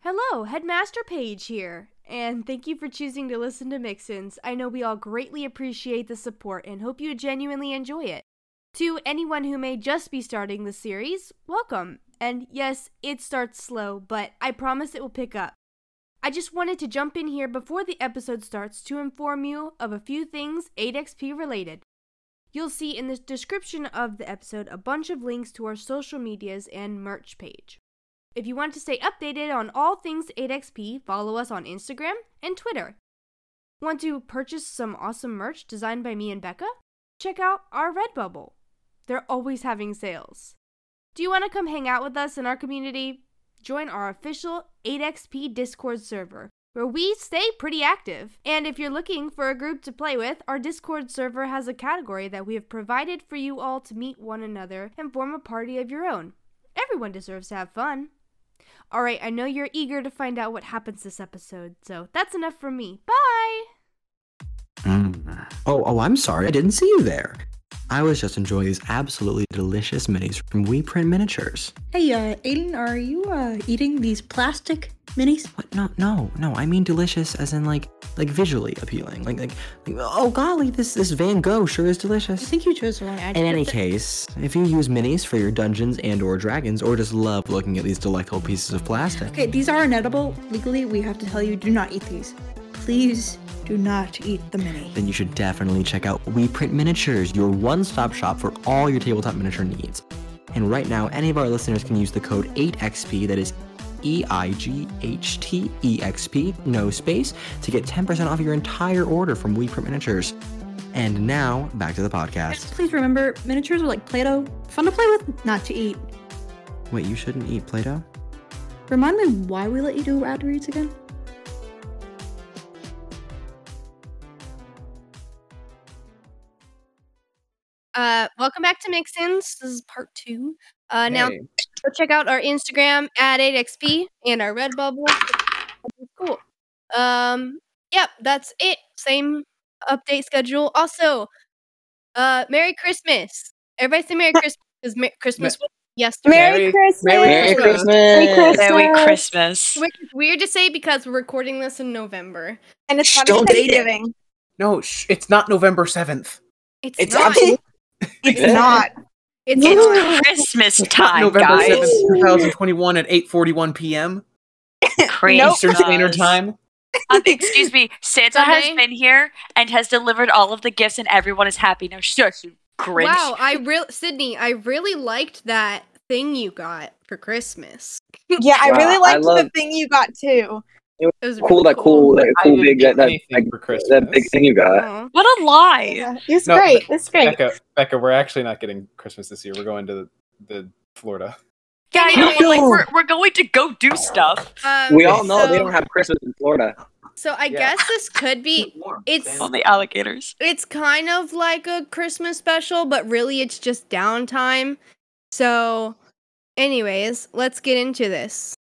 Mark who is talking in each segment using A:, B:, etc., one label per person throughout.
A: Hello, Headmaster Page here, and thank you for choosing to listen to Mixins. I know we all greatly appreciate the support and hope you genuinely enjoy it. To anyone who may just be starting the series, welcome. And yes, it starts slow, but I promise it will pick up. I just wanted to jump in here before the episode starts to inform you of a few things 8XP related. You'll see in the description of the episode a bunch of links to our social medias and merch page. If you want to stay updated on all things 8XP, follow us on Instagram and Twitter. Want to purchase some awesome merch designed by me and Becca? Check out our Redbubble. They're always having sales. Do you want to come hang out with us in our community? Join our official 8XP Discord server, where we stay pretty active. And if you're looking for a group to play with, our Discord server has a category that we have provided for you all to meet one another and form a party of your own. Everyone deserves to have fun. All right, I know you're eager to find out what happens this episode, so that's enough for me. Bye!
B: Mm. Oh, oh, I'm sorry. I didn't see you there. I was just enjoying these absolutely delicious minis from We Print Miniatures.
C: Hey, uh, Aiden, are you uh, eating these plastic minis?
B: What? No, no, no. I mean delicious, as in like, like visually appealing. Like, like, like oh golly, this this Van Gogh sure is
C: I
B: delicious.
C: think you chose the wrong adjective.
B: In any
C: there.
B: case, if you use minis for your dungeons and or dragons, or just love looking at these delightful pieces of plastic,
C: Okay, these are inedible. Legally, we have to tell you do not eat these. Please do not eat the mini.
B: then you should definitely check out We Print Miniatures, your one-stop shop for all your tabletop miniature needs. And right now, any of our listeners can use the code 8XP, that is E I G H T E X P, no space, to get 10% off your entire order from We Print Miniatures. And now, back to the podcast.
C: Please remember, miniatures are like Play Doh. Fun to play with, not to eat.
B: Wait, you shouldn't eat Play Doh?
C: Remind me why we let you do ad reads again?
A: Uh, welcome back to Mixins. This is part two. Uh, Now, go check out our Instagram at 8xp and our Redbubble. Cool. Um, yep, that's it. Same update schedule. Also, uh, Merry Christmas. Everybody say Merry Christmas because Christmas was yesterday.
D: Merry Christmas.
E: Merry Christmas.
D: Merry Christmas.
E: Merry Christmas.
A: Which is weird to say because we're recording this in November.
D: And it's not
F: Don't date it.
D: Thanksgiving.
F: No, sh- it's not November 7th.
E: It's
A: not.
E: absolutely
D: It's not.
A: It's not.
E: it's Christmas time,
F: November
E: guys.
F: 7th, 2021 at 8.41 p.m.
E: Crazy
D: Nope.
F: Eastern Standard Time.
E: Um, excuse me. Santa has
A: Sunday.
E: been here and has delivered all of the gifts, and everyone is happy. Now, shush, you Grinch.
A: Wow, I real Sydney, I really liked that thing you got for Christmas.
D: Yeah, I
G: Wow,
D: really
G: I
D: liked the
G: love-
D: thing you got too.
A: It was
G: cool,
A: really
G: that cool, that
F: I
G: cool
F: didn't
G: big
F: get
G: that that,
F: anything
G: like,
F: for
G: that big
F: Christmas.
G: thing you got.
A: Aw.
E: What a lie.
D: Yeah, it's
F: No,
D: great. It's great.
F: Becca, Becca, we're actually not getting Christmas this year. We're going to the, the Florida.
E: Yeah, I know.
A: Anyway,
E: Like, we're, we're going to go do stuff.
A: um,
G: We all know
A: so,
G: they don't have Christmas in Florida.
A: So I
F: Yeah.
A: guess this could be. It's
E: Only alligators.
A: it's kind of like a Christmas special, but really it's just downtime. So, anyways, let's get into this.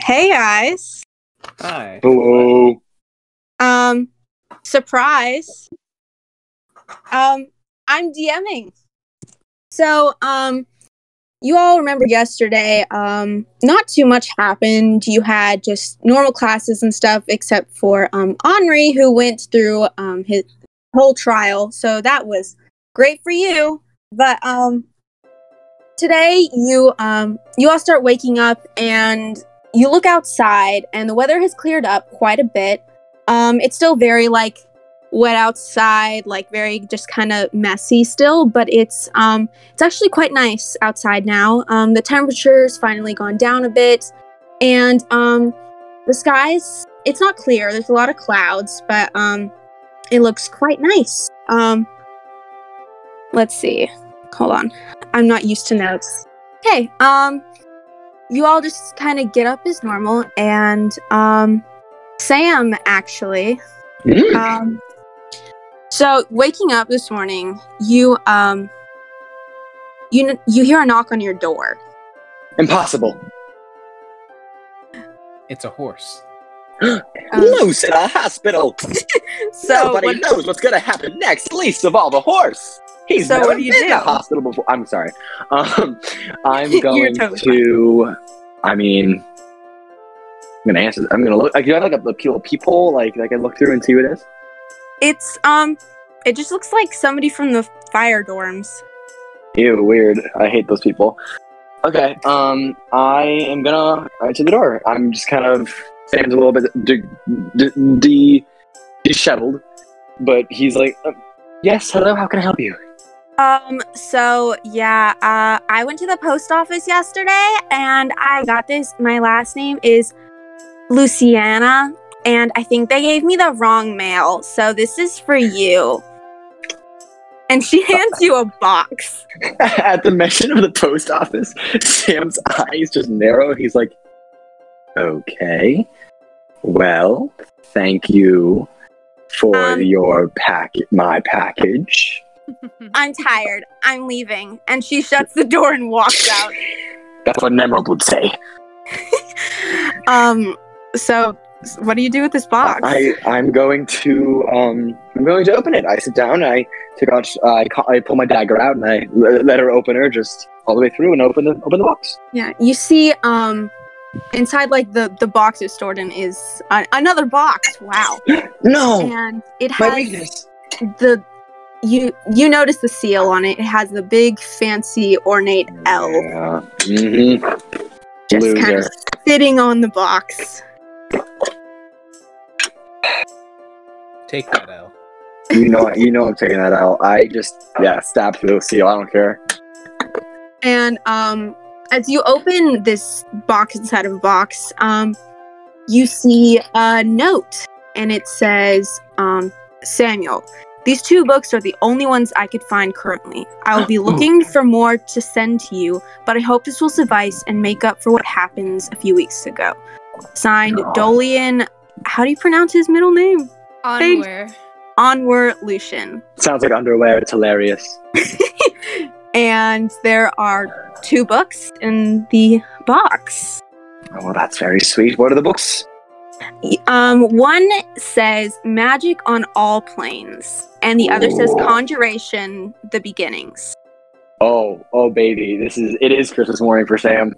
D: Hey guys.
F: Hi.
G: Hello.
D: Um surprise. Um I'm DMing. So, um you all remember yesterday, um not too much happened. You had just normal classes and stuff except for um Henri who went through um his whole trial. So that was great for you. But um today you um you all start waking up and you look outside and the weather has cleared up quite a bit um it's still very like wet outside like very just kind of messy still but it's um it's actually quite nice outside now um the temperature's finally gone down a bit and um the skies it's not clear there's a lot of clouds but um it looks quite nice um let's see hold on i'm not used to notes okay um you all just kind of get up as normal, and um, Sam actually.
F: Mm.
D: Um, so waking up this morning, you um, you kn- you hear a knock on your door.
F: Impossible.
G: It's a horse.
D: Um,
F: Loose in a hospital.
D: So
F: Nobody
D: what-
F: knows what's gonna happen next. Least of all the horse. He's
D: So
F: never
D: what do you
F: been in
D: do?
F: a hospital before. I'm sorry. Um, I'm
D: You're
F: going
D: totally
F: to. I mean, I'm gonna answer. I'm gonna look. Like, do you have like a, a little peephole? Like, like I look through and see what it is.
D: it's um, it just looks like somebody from the fire dorms.
F: Ew, weird. I hate those people. Okay, um, I am gonna right to the door. I'm just kind of Sam's a little bit de- de- de- disheveled, but he's like, uh, "Yes, hello. How can I help you?"
D: Um, so yeah, uh, I went to the post office yesterday and I got this. My last name is Luciana, and I think they gave me the wrong mail, so this is for you. And she hands you a box.
F: At the mention of the post office, Sam's eyes just narrow. He's like, "Okay, well, thank you for
D: Um,
F: your pack, my package."
D: I'm tired. I'm leaving. And she shuts the door and walks out.
F: That's what Nemrod would say.
D: Um, so s- what do you do with this box?
F: I, I'm going to um, I'm going to open it. I sit down. I take out. Uh, I, ca- I pull my dagger out and I l- let her open her just all the way through and open the open the box.
D: Yeah, you see, um, inside like the the box it's stored in is uh, another box. Wow,
F: No,
D: and it
F: my
D: has
F: weakness.
D: the you you notice the seal on it. It has the big fancy ornate L
F: Yeah. Mm-hmm.
D: just
F: Loser.
D: kind of sitting on the box.
G: Take that L.
F: you know. You know. I'm taking that out. I just yeah. Stab through the seal. I don't care.
D: And um, as you open this box inside of a box, um, you see a note, and it says, um, Samuel, these two books are the only ones I could find currently. I will be looking for more to send to you, but I hope this will suffice and make up for what happens a few weeks ago. Signed, Dolian. How do you pronounce his middle name?
H: Onward.
D: Onward Lucian.
F: Sounds like underwear. It's hilarious.
D: And there are two books in the box.
F: Oh, well, that's very sweet. What are the books?
D: Um, one says magic on all planes, and the other says conjuration, the beginnings.
F: Oh, oh, baby. This is it is Christmas morning for Sam.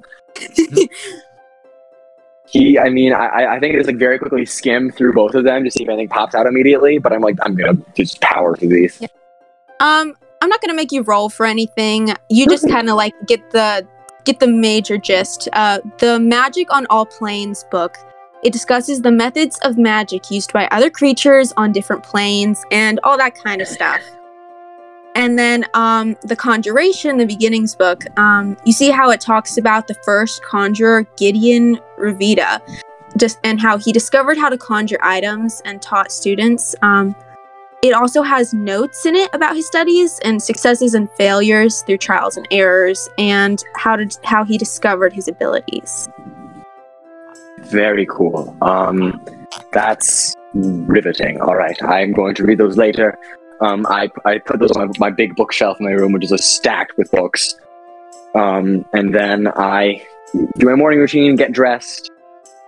F: he i mean I- i i think it's like very quickly skim through both of them to see if anything pops out immediately but i'm like i'm gonna just power through these
D: Um, I'm not gonna make you roll for anything. You just kind of like get the get the major gist. Uh, the magic on all planes book. It discusses the methods of magic used by other creatures on different planes and all that kind of stuff. And then um, the Conjuration, the beginnings book, um, you see how it talks about the first conjurer, Gideon Rivita, just, and how he discovered how to conjure items and taught students. Um, it also has notes in it about his studies and successes and failures through trials and errors and how to how he discovered his abilities.
F: very cool um that's riveting all right i'm going to read those later um i i put those on my, my big bookshelf in my room which is just stacked with books um and then i do my morning routine get dressed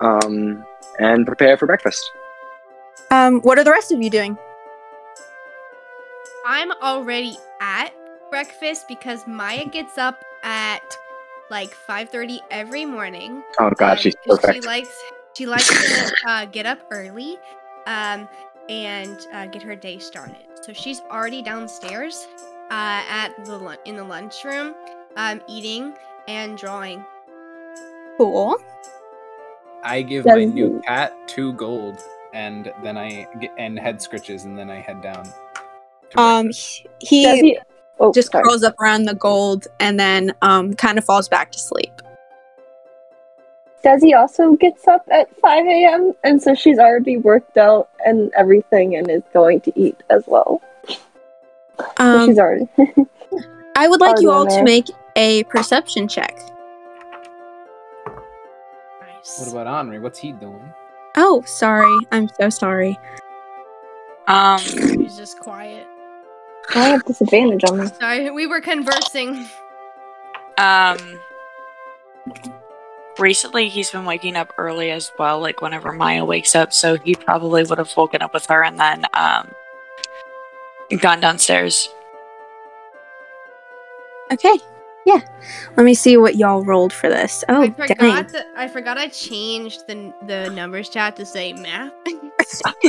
F: um and prepare for breakfast
D: Um, what are the rest of you doing?
H: I'm already at breakfast because Maya gets up at like 5:30 every morning.
F: oh god
H: Um,
F: she's perfect
H: She likes she likes to uh, get up early, um, and uh, get her day started. So she's already downstairs uh, at the lun- in the lunchroom, um, eating and drawing.
D: Cool.
G: I give
D: That
G: my
D: is
G: new
D: neat.
G: cat two gold, and then I get, and head scritches, and then I head down. to
D: Um,
G: breakfast.
D: he,
I: That'd
D: he
I: be- oh,
D: just
I: sorry.
D: curls up around the gold and then um, kind of falls back to sleep.
C: Desi also gets up at 5 a.m. and so she's already worked out and everything and is going to eat as well. So
D: Um,
C: she's already.
D: I would like you all
C: already
D: to
C: in
D: make a perception check.
G: What
E: Nice.
G: about Henri? What's he doing?
D: Oh, sorry. I'm so sorry.
E: Um,
A: He's just quiet.
C: I have disadvantage
D: Oh.
C: on this.
H: Sorry, we were conversing.
E: um, recently he's been waking up early as well, like whenever Maya wakes up, so he probably would have woken up with her and then, um, gone downstairs.
D: Okay. Yeah. Let me see what y'all rolled for this. Oh,
H: I
D: dang.
H: forgot that I forgot I changed the the numbers chat to say math.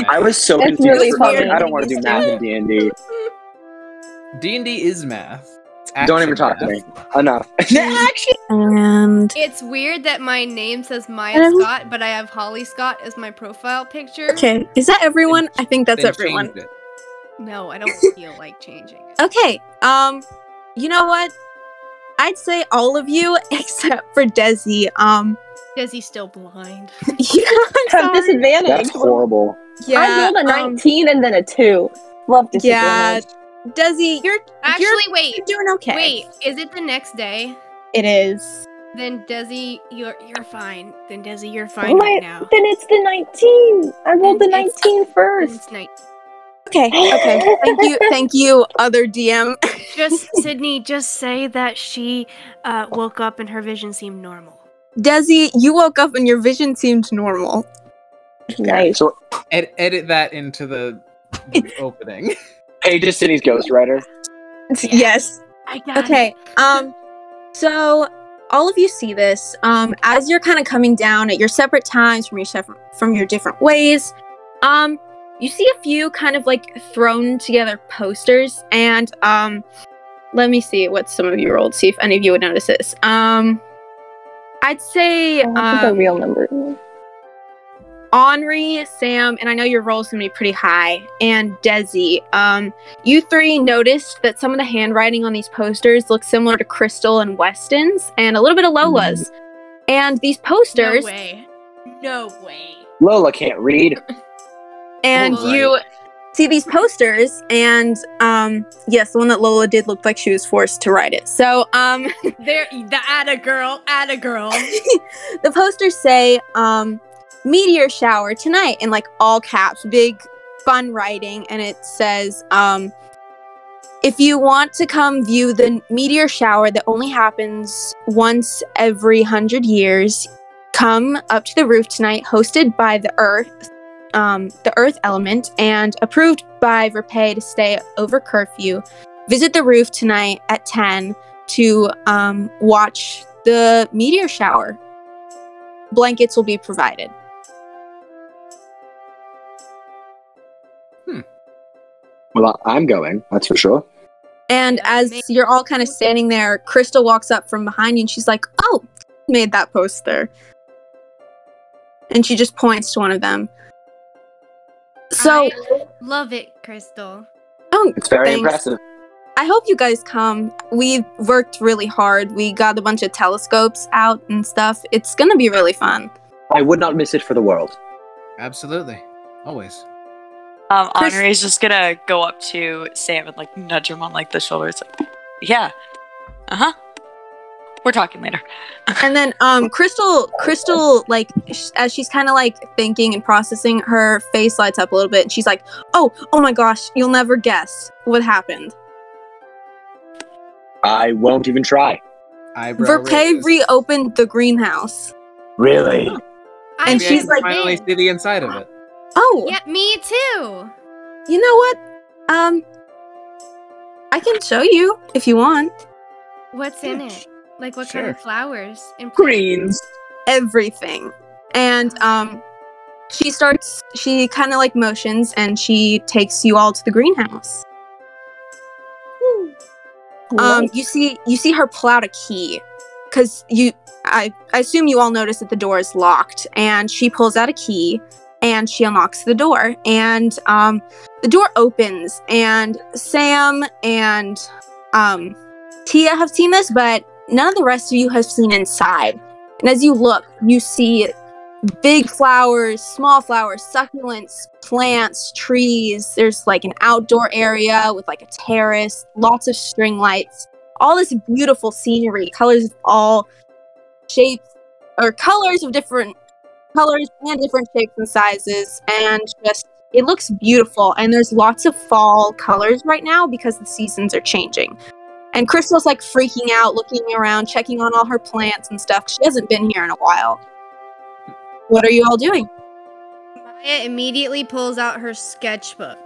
F: I was so
C: It's
F: confused.
C: really
F: for a second.
C: hard.
F: I don't want to do math in D and D.
G: D and D is math. It's
F: Don't
G: action
F: even talk to
G: math.
F: me. Enough. Action.
D: And
H: it's weird that my name says
D: I
H: Maya
D: don't-
H: Scott, but I have Holly Scott as my profile picture.
D: okay, is that everyone? I think that's
G: Then
D: everyone.
G: change it.
H: No, I don't feel like changing. it.
D: Okay. Um, you know what? I'd say all of you except for Desi. Um,
H: Desi's still blind.
D: yeah, I'm
C: Have
D: sorry.
C: disadvantage.
F: That's horrible.
D: yeah,
H: Uh,
C: I rolled a
D: um,
C: 19 and then a 2. Love
D: yeah,
C: disadvantage.
D: Desi, you're
H: Actually, wait,
D: you're doing okay.
H: wait. Is it the next day?
D: it is.
H: Then Desi, you're you're fine. Then Desi, you're fine
C: What?
H: right now.
C: Then it's the 19. I rolled the
H: It's-
C: 19 first.
H: It's night.
D: Okay, okay. thank you, thank you, other DM.
H: Just Sydney, just say that she uh, woke up and her vision seemed normal.
D: Desi, you woke up and your vision seemed normal.
C: Nice.
F: So,
G: Ed- edit that into the opening.
F: Paige is Sydney's ghostwriter.
D: Yes.
H: I got
D: Okay. Um so all of you see this um as you're kind of coming down at your separate times from your separate from your different ways. Um you see a few kind of like thrown together posters and um let me see what some of you rolled see if any of you would notice this. Um I'd say
C: I want the
D: um,
C: real number.
D: Henri, Sam, and I know your roles are going to be pretty high, and Desi. Um, you three noticed that some of the handwriting on these posters looks similar to Crystal and Weston's, and a little bit of Lola's. And these posters,
H: No way. No way.
F: Lola can't read.
D: and
H: Alright.
D: you see these posters, and um, yes, the one that Lola did looked like she was forced to write it. So, um,
H: There, the atta girl, atta girl.
D: the posters say um, meteor shower tonight in like all caps big fun writing and it says um, if you want to come view the meteor shower that only happens once every hundred years come up to the roof tonight hosted by the earth um, the earth element and approved by repay to stay over curfew visit the roof tonight at 10 to um, watch the meteor shower blankets will be provided.
F: Well, I- I'm going. That's for sure.
D: And as
H: Amazing.
D: you're all kind of standing there, Crystal walks up from behind you and she's like, Oh, I made that poster. And she just points to one of them. So,
H: I love it, Crystal.
D: oh,
F: It's very
D: Thanks.
F: impressive.
D: I hope you guys come. We've worked really hard. We got a bunch of telescopes out and stuff. It's going to be really fun.
F: I would not miss it for the world.
G: Absolutely, always.
E: Um,
D: Chris-
E: Henri is just gonna go up to Sam and like nudge him on like the shoulder. It's like, yeah, uh huh. We're talking later.
D: and then um crystal crystal like sh- as she's kind of like thinking and processing her face lights up a little bit and she's like oh oh my gosh you'll never guess what happened
F: I won't even try.
G: Eyebrow
D: verpay
G: raises.
D: reopened the greenhouse
F: Really?
H: I
D: And
G: Maybe I
D: she's
G: can
D: like-
G: finally see the inside of it.
D: oh
H: yeah, me too.
D: you know what um i can show you if you want
H: What's in it? Like what kind of flowers? And
D: everything and um she starts she kind of like motions and she takes you all to the greenhouse Um, you see, you see her pull out a key, because you, I, I assume you all notice that the door is locked, and she pulls out a key, and she unlocks the door, and um, the door opens, and Sam and um, Tia have seen this, but none of the rest of you have seen inside. And as you look, you see big flowers, small flowers, succulents, plants, trees. There's like an outdoor area with like a terrace, lots of string lights, all this beautiful scenery, colors of all shapes or colors of different colors and different shapes and sizes, and just it looks beautiful. And there's lots of fall colors right now because the seasons are changing. And Crystal's like freaking out, looking around, checking on all her plants and stuff. She hasn't been here in a while. What are you all doing?
A: Maya immediately pulls out her sketchbook.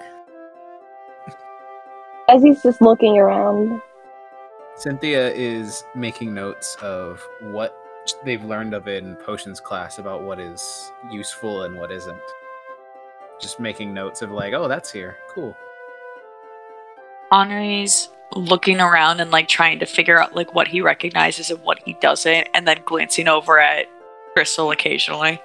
C: As he's just looking around.
G: Cynthia is making notes of what they've learned of in potions class about what is useful and what isn't. Just making notes of like, oh, that's here. Cool.
E: Henri's looking around and like trying to figure out like what he recognizes and what he doesn't, and then glancing over at Crystal occasionally.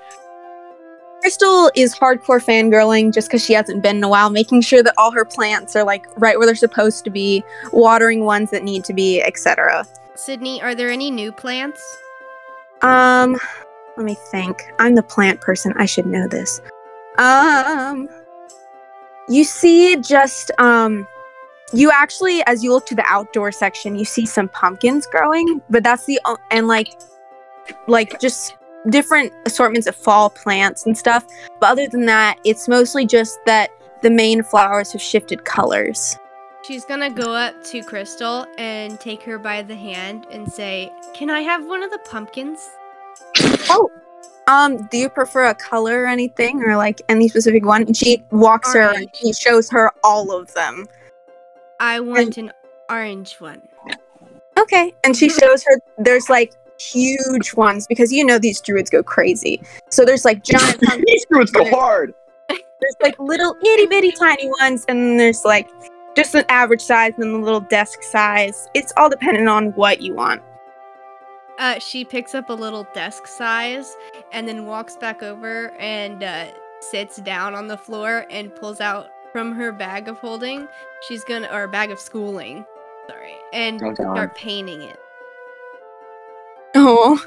D: Crystal is hardcore fangirling just because she hasn't been in a while, making sure that all her plants are like right where they're supposed to be, watering ones that need to be, etc.
A: Sydney, are there any new plants?
D: Um, let me think. I'm the plant person. I should know this. Um, you see just, um, you actually, as you look to the outdoor section, you see some pumpkins growing, but that's the, o- and like, like just different assortments of fall plants and stuff. But other than that, it's mostly just that the main flowers have shifted colors.
A: She's gonna go up to Crystal and take her by the hand and say, Can I have one of the pumpkins?
D: Um, do you prefer a color or anything, or like any specific one? And she walks her, and
A: Orange.
D: she shows her all of them.
A: I want an orange one.
D: Okay.
F: Mm-hmm.
D: And she shows her there's like huge ones because you know these druids go crazy. So there's like giant pumpkins,
F: These dudes go hard.
D: there's like little itty bitty tiny ones, and there's like just an average size and then the little desk size. It's all dependent on what you want.
A: Uh, she picks up a little desk size and then walks back over and uh, sits down on the floor and pulls out from her bag of holding. She's gonna or bag of schooling, sorry, and
F: Oh, God.
A: start painting it.
D: Oh.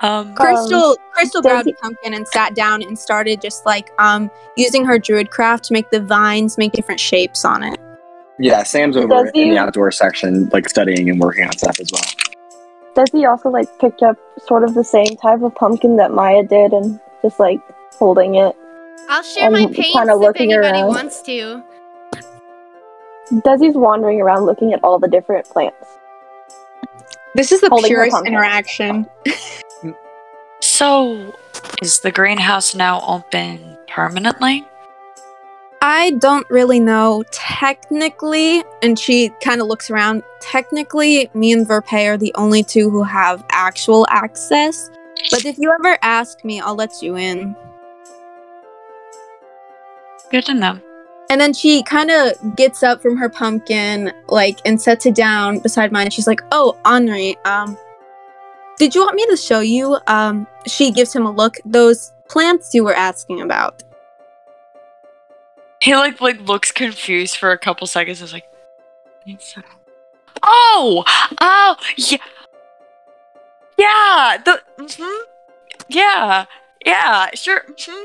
E: Um,
C: Um,
D: Crystal Crystal
C: does
D: grabbed
C: he-
D: a pumpkin and sat down and started just like um using her druid craft to make the vines make different shapes on it.
F: Yeah, Sam's over
C: Does
F: in
C: he-
F: the outdoor section, like studying and working on stuff as well.
C: Does he also like picked up sort of the same type of pumpkin that Maya did and just like holding it?
A: I'll share my
C: I'm
A: paints
C: kinda
A: if
C: looking
A: anybody
C: around.
A: wants to.
C: Desi's wandering around looking at all the different plants.
D: This is the
C: Holding the
D: purest
C: pumpkin.
D: interaction.
E: so is the greenhouse now open permanently?
D: I don't really know. Technically, and she kind of looks around. Technically, me and Verpe are the only two who have actual access. But if you ever ask me, I'll let you in.
E: Good to know.
D: And then she kind of gets up from her pumpkin, like, and sets it down beside mine. She's like, "Oh, Henri, um, did you want me to show you?" Um, she gives him a look. Those plants you were asking about.
E: He like like looks confused for a couple seconds. Is like, "It's a- oh, oh, yeah, yeah, the, mhm. yeah, yeah, sure. mhm."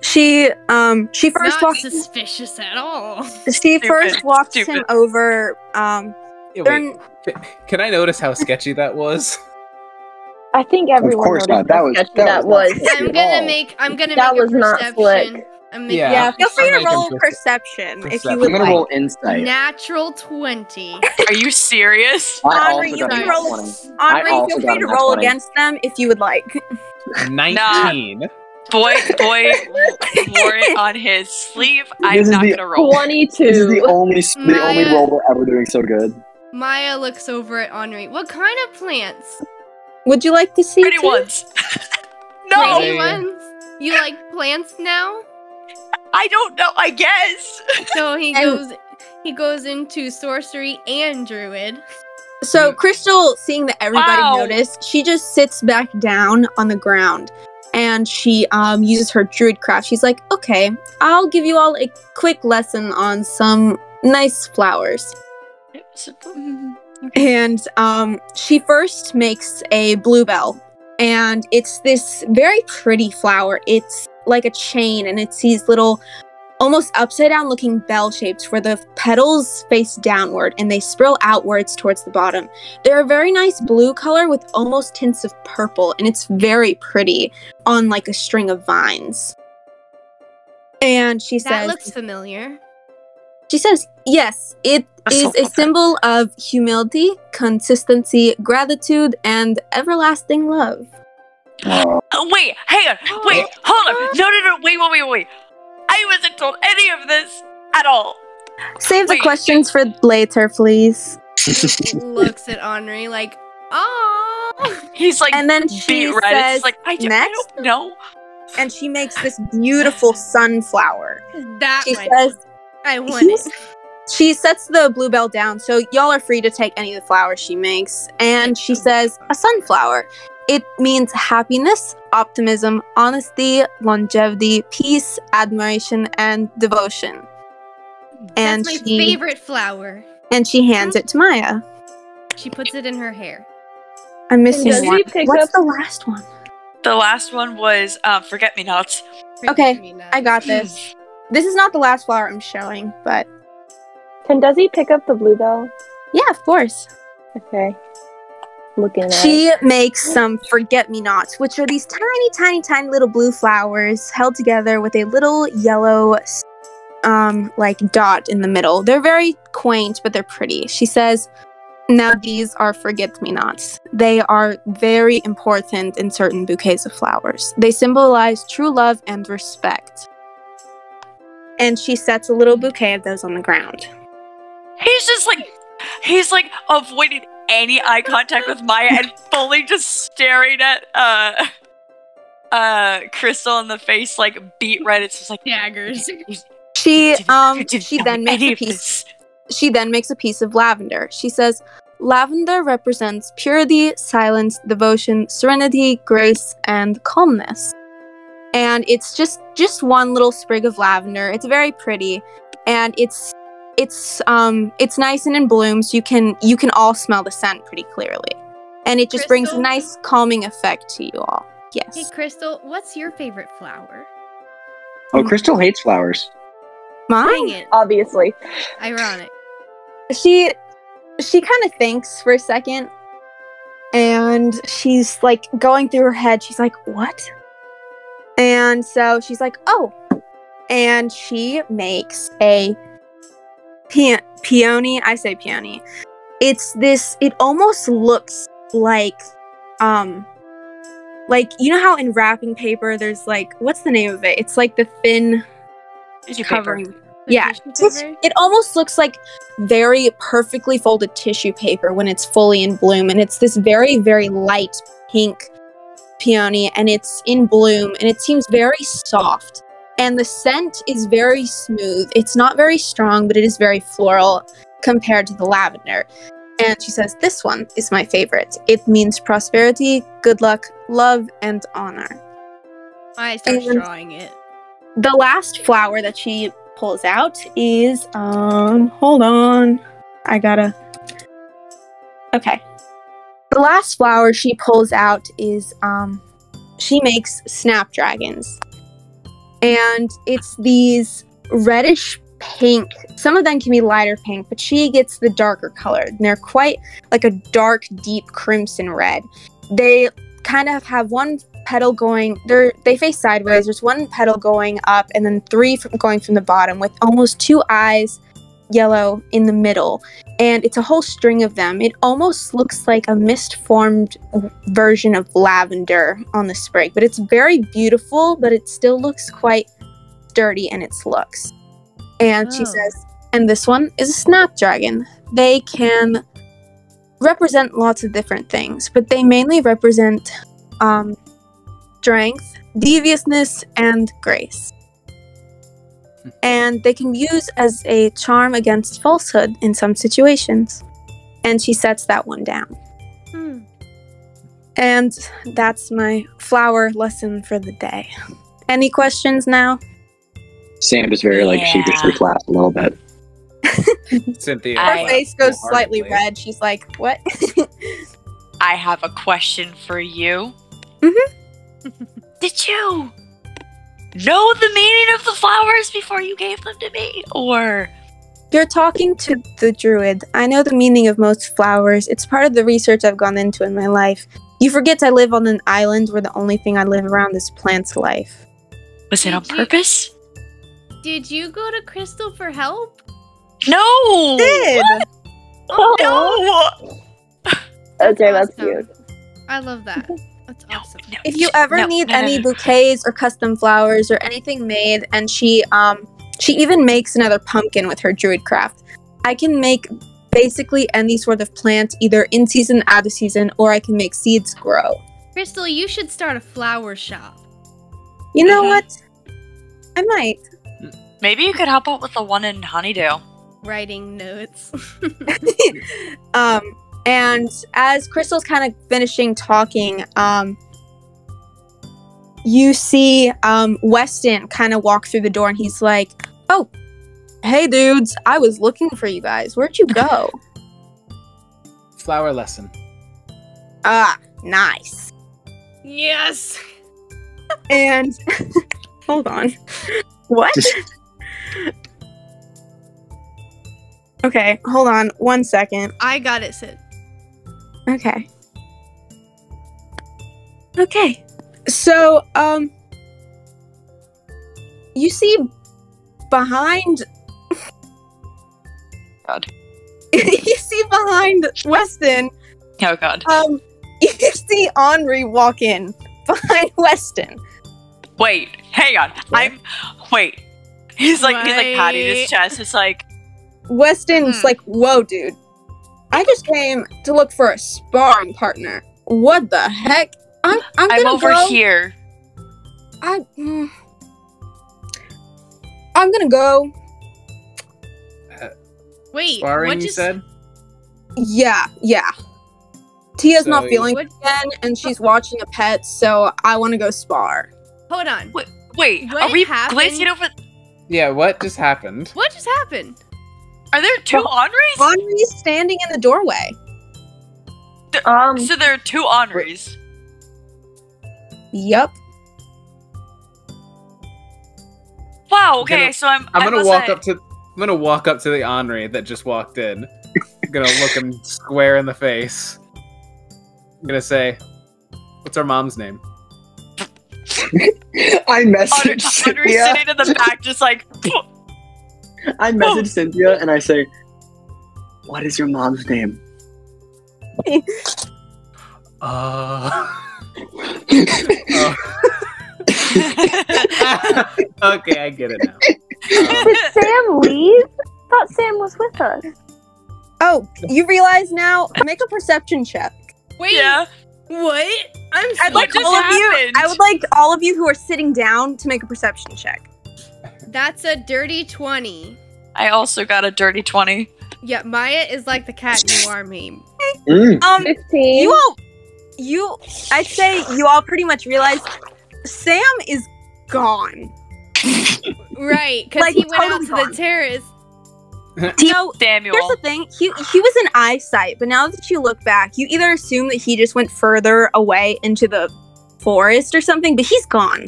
D: She, um, she
A: First
D: first
A: Not
D: walks.
A: suspicious at all.
D: She first walks him
E: stupid.
D: over. Um,
G: Yeah,
D: they're
G: wait,
D: n-
G: c- can I notice how sketchy that was?
C: I think everyone
F: course
C: noticed
F: not. That
C: how
F: was-
C: sketchy
F: that
C: that
F: was
C: was.
F: not
A: I'm
F: at
A: gonna
F: all.
A: make I'm gonna
C: That
A: make a
C: was not
A: perception.
C: slick.
A: I'm making
G: Yeah.
D: yeah, feel free to
G: Make him
D: roll
G: perce-
D: perception, if you
G: perception.
F: I'm
D: would
F: gonna
D: like.
F: roll insight.
A: natural twenty.
E: Are you serious?
F: I
D: Henri,
F: also
D: you
F: got a
D: can
F: nat
D: roll.
F: 20.
D: Henri,
F: also
D: feel
F: got
D: free
F: a
D: to
F: nat
D: roll
F: 20.
D: against them if you would like.
G: Nineteen.
E: Boy, boy, wore it on his sleeve.
F: This
E: I'm
F: is
E: not
F: the-
E: gonna roll.
F: This is the
C: 22.
F: only s-
D: Mm,
F: the only
A: Maya-
F: role we're ever doing so good.
A: Maya looks over at Henri. What kind of plants?
D: Would you like to see?
E: Pretty
D: too?
E: ones. no,
A: Pretty
G: Hey.
A: ones? You like plants now?
E: I don't know. I guess.
A: So he
D: And-
A: goes he goes into sorcery and druid.
D: So Crystal, seeing that everybody
E: Wow.
D: noticed, she just sits back down on the ground and she um, uses her druid craft. She's like, "Okay, I'll give you all a quick lesson on some nice flowers."
E: It was a- mm,
D: And um, she first makes a bluebell, and it's this very pretty flower. It's like a chain, and it's these little almost upside down looking bell shapes where the petals face downward and they spiral outwards towards the bottom. They're a very nice blue color with almost tints of purple, and it's very pretty on like a string of vines. And she
A: That
D: says,
A: looks familiar.
D: she says, yes, it
E: That's
D: is
E: so
D: a
E: perfect.
D: symbol of humility, consistency, gratitude, and everlasting love.
F: Oh,
E: Oh, wait, hang on, wait, hold on. No, no, no, wait, wait, wait, wait. I wasn't told any of this at all.
D: Save the
E: Wait.
D: questions for later, please.
A: looks at Henri like, oh.
E: He's like
D: And then
E: beat
D: she
E: red.
D: says,
E: it's like I, don't-
D: "Next."
E: I don't know.
D: and she makes this beautiful sunflower.
A: That
D: She
A: one.
D: says,
A: I want it.
D: "He's- she sets the bluebell down, so y'all are free to take any of the flowers she makes. And she says, a sunflower. It means happiness, optimism, honesty, longevity, peace, admiration, and devotion. And
A: That's my
D: she
A: favorite flower.
D: and she hands it to Maya.
A: She puts it in her hair.
D: I'm
C: And does
D: missing one.
C: he pick up?
D: What's the last one?
E: The last one was uh, forget me nots.
D: Okay,
A: Forget-me-not.
D: I got this. This is not the last flower I'm showing, but
C: Can does he pick up the bluebell?
D: yeah, of course.
C: Okay. Looking at.
D: She makes some forget me nots, which are these tiny, tiny, tiny little blue flowers held together with a little yellow, um, like dot in the middle. They're very quaint, but they're pretty. She says, "Now these are forget me nots. They are very important in certain bouquets of flowers. They symbolize true love and respect." And she sets a little bouquet of those on the ground.
E: He's just like he's like avoiding any eye contact with Maya and fully just staring at uh uh Crystal in the face like beat red. It's just like
A: Daggers.
D: She
E: "You didn't-
D: um
E: you didn't
D: she
E: know
D: then makes
E: any
D: a
E: of this."
D: piece She then makes a piece of lavender. She says, Lavender represents purity, silence, devotion, serenity, grace, and calmness. And it's just just one little sprig of lavender. It's very pretty, and it's it's um it's nice and in bloom, so you can you can all smell the scent pretty clearly, and it just brings a
A: Crystal?
D: nice calming effect to you all.
A: Hey,
D: Yes,
A: Crystal, what's your favorite flower?
F: oh, Crystal hates flowers.
A: Bring
D: mine.
A: it.
C: obviously.
A: Ironic.
D: she she kind of thinks for a second and she's like going through her head she's like what and so she's like oh and she makes a pe- peony i say peony it's this it almost looks like um like you know how in wrapping paper there's like what's the name of it it's like the thin
E: Tissue paper.
D: covering
A: The
D: Yeah,
A: tissue
D: Tis-
A: paper?
D: it almost looks like very perfectly folded tissue paper when it's fully in bloom and it's this very very light pink peony and it's in bloom and it seems very soft and the scent is very smooth it's not very strong but it is very floral compared to the lavender and she says this one is my favorite it means prosperity good luck love and honor
A: I start
D: and-
A: drawing it.
D: the last flower that she pulls out is um hold on i gotta okay the last flower she pulls out is um she makes snapdragons and it's these reddish pink some of them can be lighter pink but she gets the darker color and they're quite like a dark deep crimson red they kind of have one petal going they're they face sideways there's one petal going up and then three from going from the bottom with almost two eyes yellow in the middle and it's a whole string of them it almost looks like a mist formed version of lavender on the sprig but it's very beautiful but it still looks quite dirty in its looks and she
A: Oh.
D: says and this one is a snapdragon they can represent lots of different things but they mainly represent um, strength, deviousness, and grace. And they can be used as a charm against falsehood in some situations. And she sets that one down.
A: Hmm.
D: And that's my flower lesson for the day. Any questions now?
F: Sam is very like
E: Yeah.
F: sheepishly clapped a little bit.
G: Cynthia.
E: Her
D: Her
E: I-
G: clapped
D: face goes
G: wholeheartedly.
D: slightly red. She's like, What?
E: I have a question for you.
D: Mhm.
E: Did you know the meaning of the flowers before you gave them to me? Or
D: You're talking to the druid. I know the meaning of most flowers. It's part of the research I've gone into in my life. You forget I live on an island where the only thing I live around is plants' life.
E: was it on
A: Did you-
E: purpose?
A: Did you go to Crystal for help?
E: No!
D: Did
A: Oh,
E: No!
C: Okay, that's
A: awesome.
C: cute.
A: I love that. That's
E: No,
A: awesome.
E: no,
D: if you ever
E: no,
D: need
E: no, no,
D: any
E: no.
D: bouquets or custom flowers or anything made, and she um she even makes another pumpkin with her druid craft. I can make basically any sort of plant, either in season, out of season, or I can make seeds grow.
A: Crystal, you should start a flower shop.
D: You know
E: Mhm.
D: what? I might.
E: Maybe you could help out with the one in Honeydew.
A: Writing notes.
D: um, and as Crystal's kind of finishing talking, um, you see um, Weston kind of walk through the door, and he's like, "Oh, hey, dudes! I was looking for you guys. Where'd you go?
G: Flower lesson.
D: ah, nice."
A: yes.
D: And hold on, what? okay, hold on one second.
A: I got it, Sid.
D: Okay. Okay. So, um, you see behind.
E: God.
D: you see behind Weston,
E: Oh god.
D: um, you see Henri walk in behind Weston.
E: Wait, hang on. I'm wait. He's like he's like patting his
A: Wait.
E: chest. It's like
D: Weston's
E: Hmm.
D: like, whoa, dude. I just came to look for a sparring partner. What the heck? I'm, I'm,
E: I'm
D: gonna
E: over
D: go-
E: here.
D: I. mm. I'm gonna go.
A: Wait.
G: Sparring,
A: what
G: you
A: just,
G: said?
D: Yeah, yeah. Tia's not
G: So-
D: feeling
A: What-
D: again, and she's watching a pet, so I want to go spar.
A: Hold on.
E: Wait, wait.
A: What
E: are we
A: happened-
E: glazing over?
G: Yeah, what just happened?
A: What just happened?
E: Are there two Henri's?
D: Henri's standing in the doorway.
C: Um,
E: So there are two Henri's.
D: Yep.
E: Wow.
G: I'm gonna-
E: Okay. So I'm.
G: I'm
E: I
G: gonna
E: must
G: walk
E: say-
G: up to I'm gonna walk up to the Henri that just walked in. I'm gonna look him square in the face. I'm gonna say, What's our mom's
F: I
G: name?
E: Henri,
F: messaged
E: Henri's
F: Cynthia.
E: sitting in the back, just like.
F: I message Cynthia and I say, "What is your mom's name?"
G: Uh, Oh. okay, I get it now.
C: did Sam leave? I thought Sam was with us.
D: Oh, you realize now? Make a perception check.
A: Wait.
E: yeah.
A: What? I'm so
D: I'd like
E: just
D: all of you.
E: happened?
D: I would like all of you who are sitting down to make a perception check.
A: That's a dirty 20.
E: I also got a dirty twenty.
A: Yeah, Maya is like the cat you are meme.
F: Mm.
D: Um,
C: Fifteen.
D: you all, you, I'd say you all pretty much realize Sam is gone.
A: Right, because
D: Like,
A: he went out
D: totally
A: to
D: gone.
A: the terrace.
D: No,
E: Samuel.
D: Here's the thing. He he was in eyesight, but now that you look back, you either assume that he just went further away into the forest or something, but he's gone.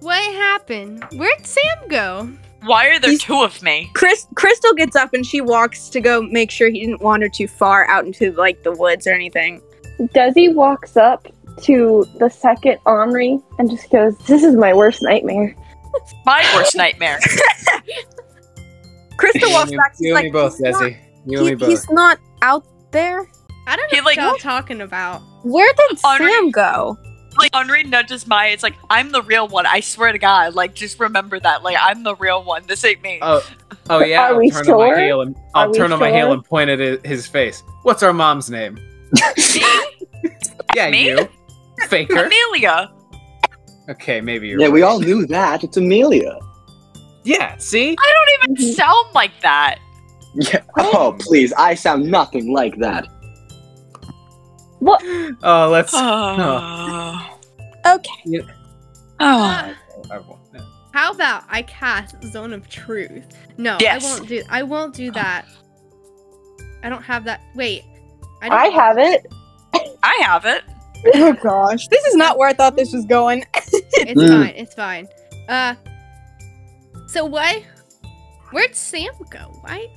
A: What happened? Where'd Sam go?
E: Why are there
D: he's-
E: two of me?
D: Chris Crystal gets up and she walks to go make sure he didn't wander too far out into like the woods or anything.
C: Desi walks up to the second Henri and just goes, "This is my worst nightmare."
E: My worst nightmare.
D: Crystal
G: You and
D: walks
G: me-
D: back. She's
G: you
D: like,
G: and me both,
D: he's, not,
G: Desi. You and
D: he-
G: me both.
D: he's not out there.
A: I don't know
E: He,
A: what
E: like,
A: y'all
E: what?
A: talking about.
D: Where did
E: Audrey-
D: Sam go?
E: like Henri nudges Maya. It's like I'm the real one. I swear to God. Like just remember that. Like I'm the real one. This ain't me.
G: Oh, oh yeah.
C: Are
G: I'll
C: we
G: turn on my
C: sure?
G: heel and
C: Are
G: I'll
C: we
G: turn on my heel
C: sure?
G: and point at i- his face. What's our mom's name? Yeah,
E: Me?
G: you. Faker.
E: Amelia.
G: Okay, maybe you're.
F: Yeah, we
G: right.
F: all knew that. It's Amelia.
G: Yeah. See.
E: I don't even
D: Mm-hmm.
C: Mhm.
E: sound like that.
F: Yeah. Oh, please! I sound nothing like that.
C: What?
G: Oh, let's.
E: Oh.
D: Okay.
G: Yeah.
E: Oh.
A: Uh,
G: Oh.
A: how about I cast Zone of Truth? No,
E: Yes.
A: I won't do. I won't do that. I don't have that. Wait,
C: I
A: don't-
C: have it.
E: I have it.
D: Oh gosh, this is not where I thought this was going.
A: It's
F: Mm.
A: fine. It's fine. Uh. So why? Where'd Sam go? Why?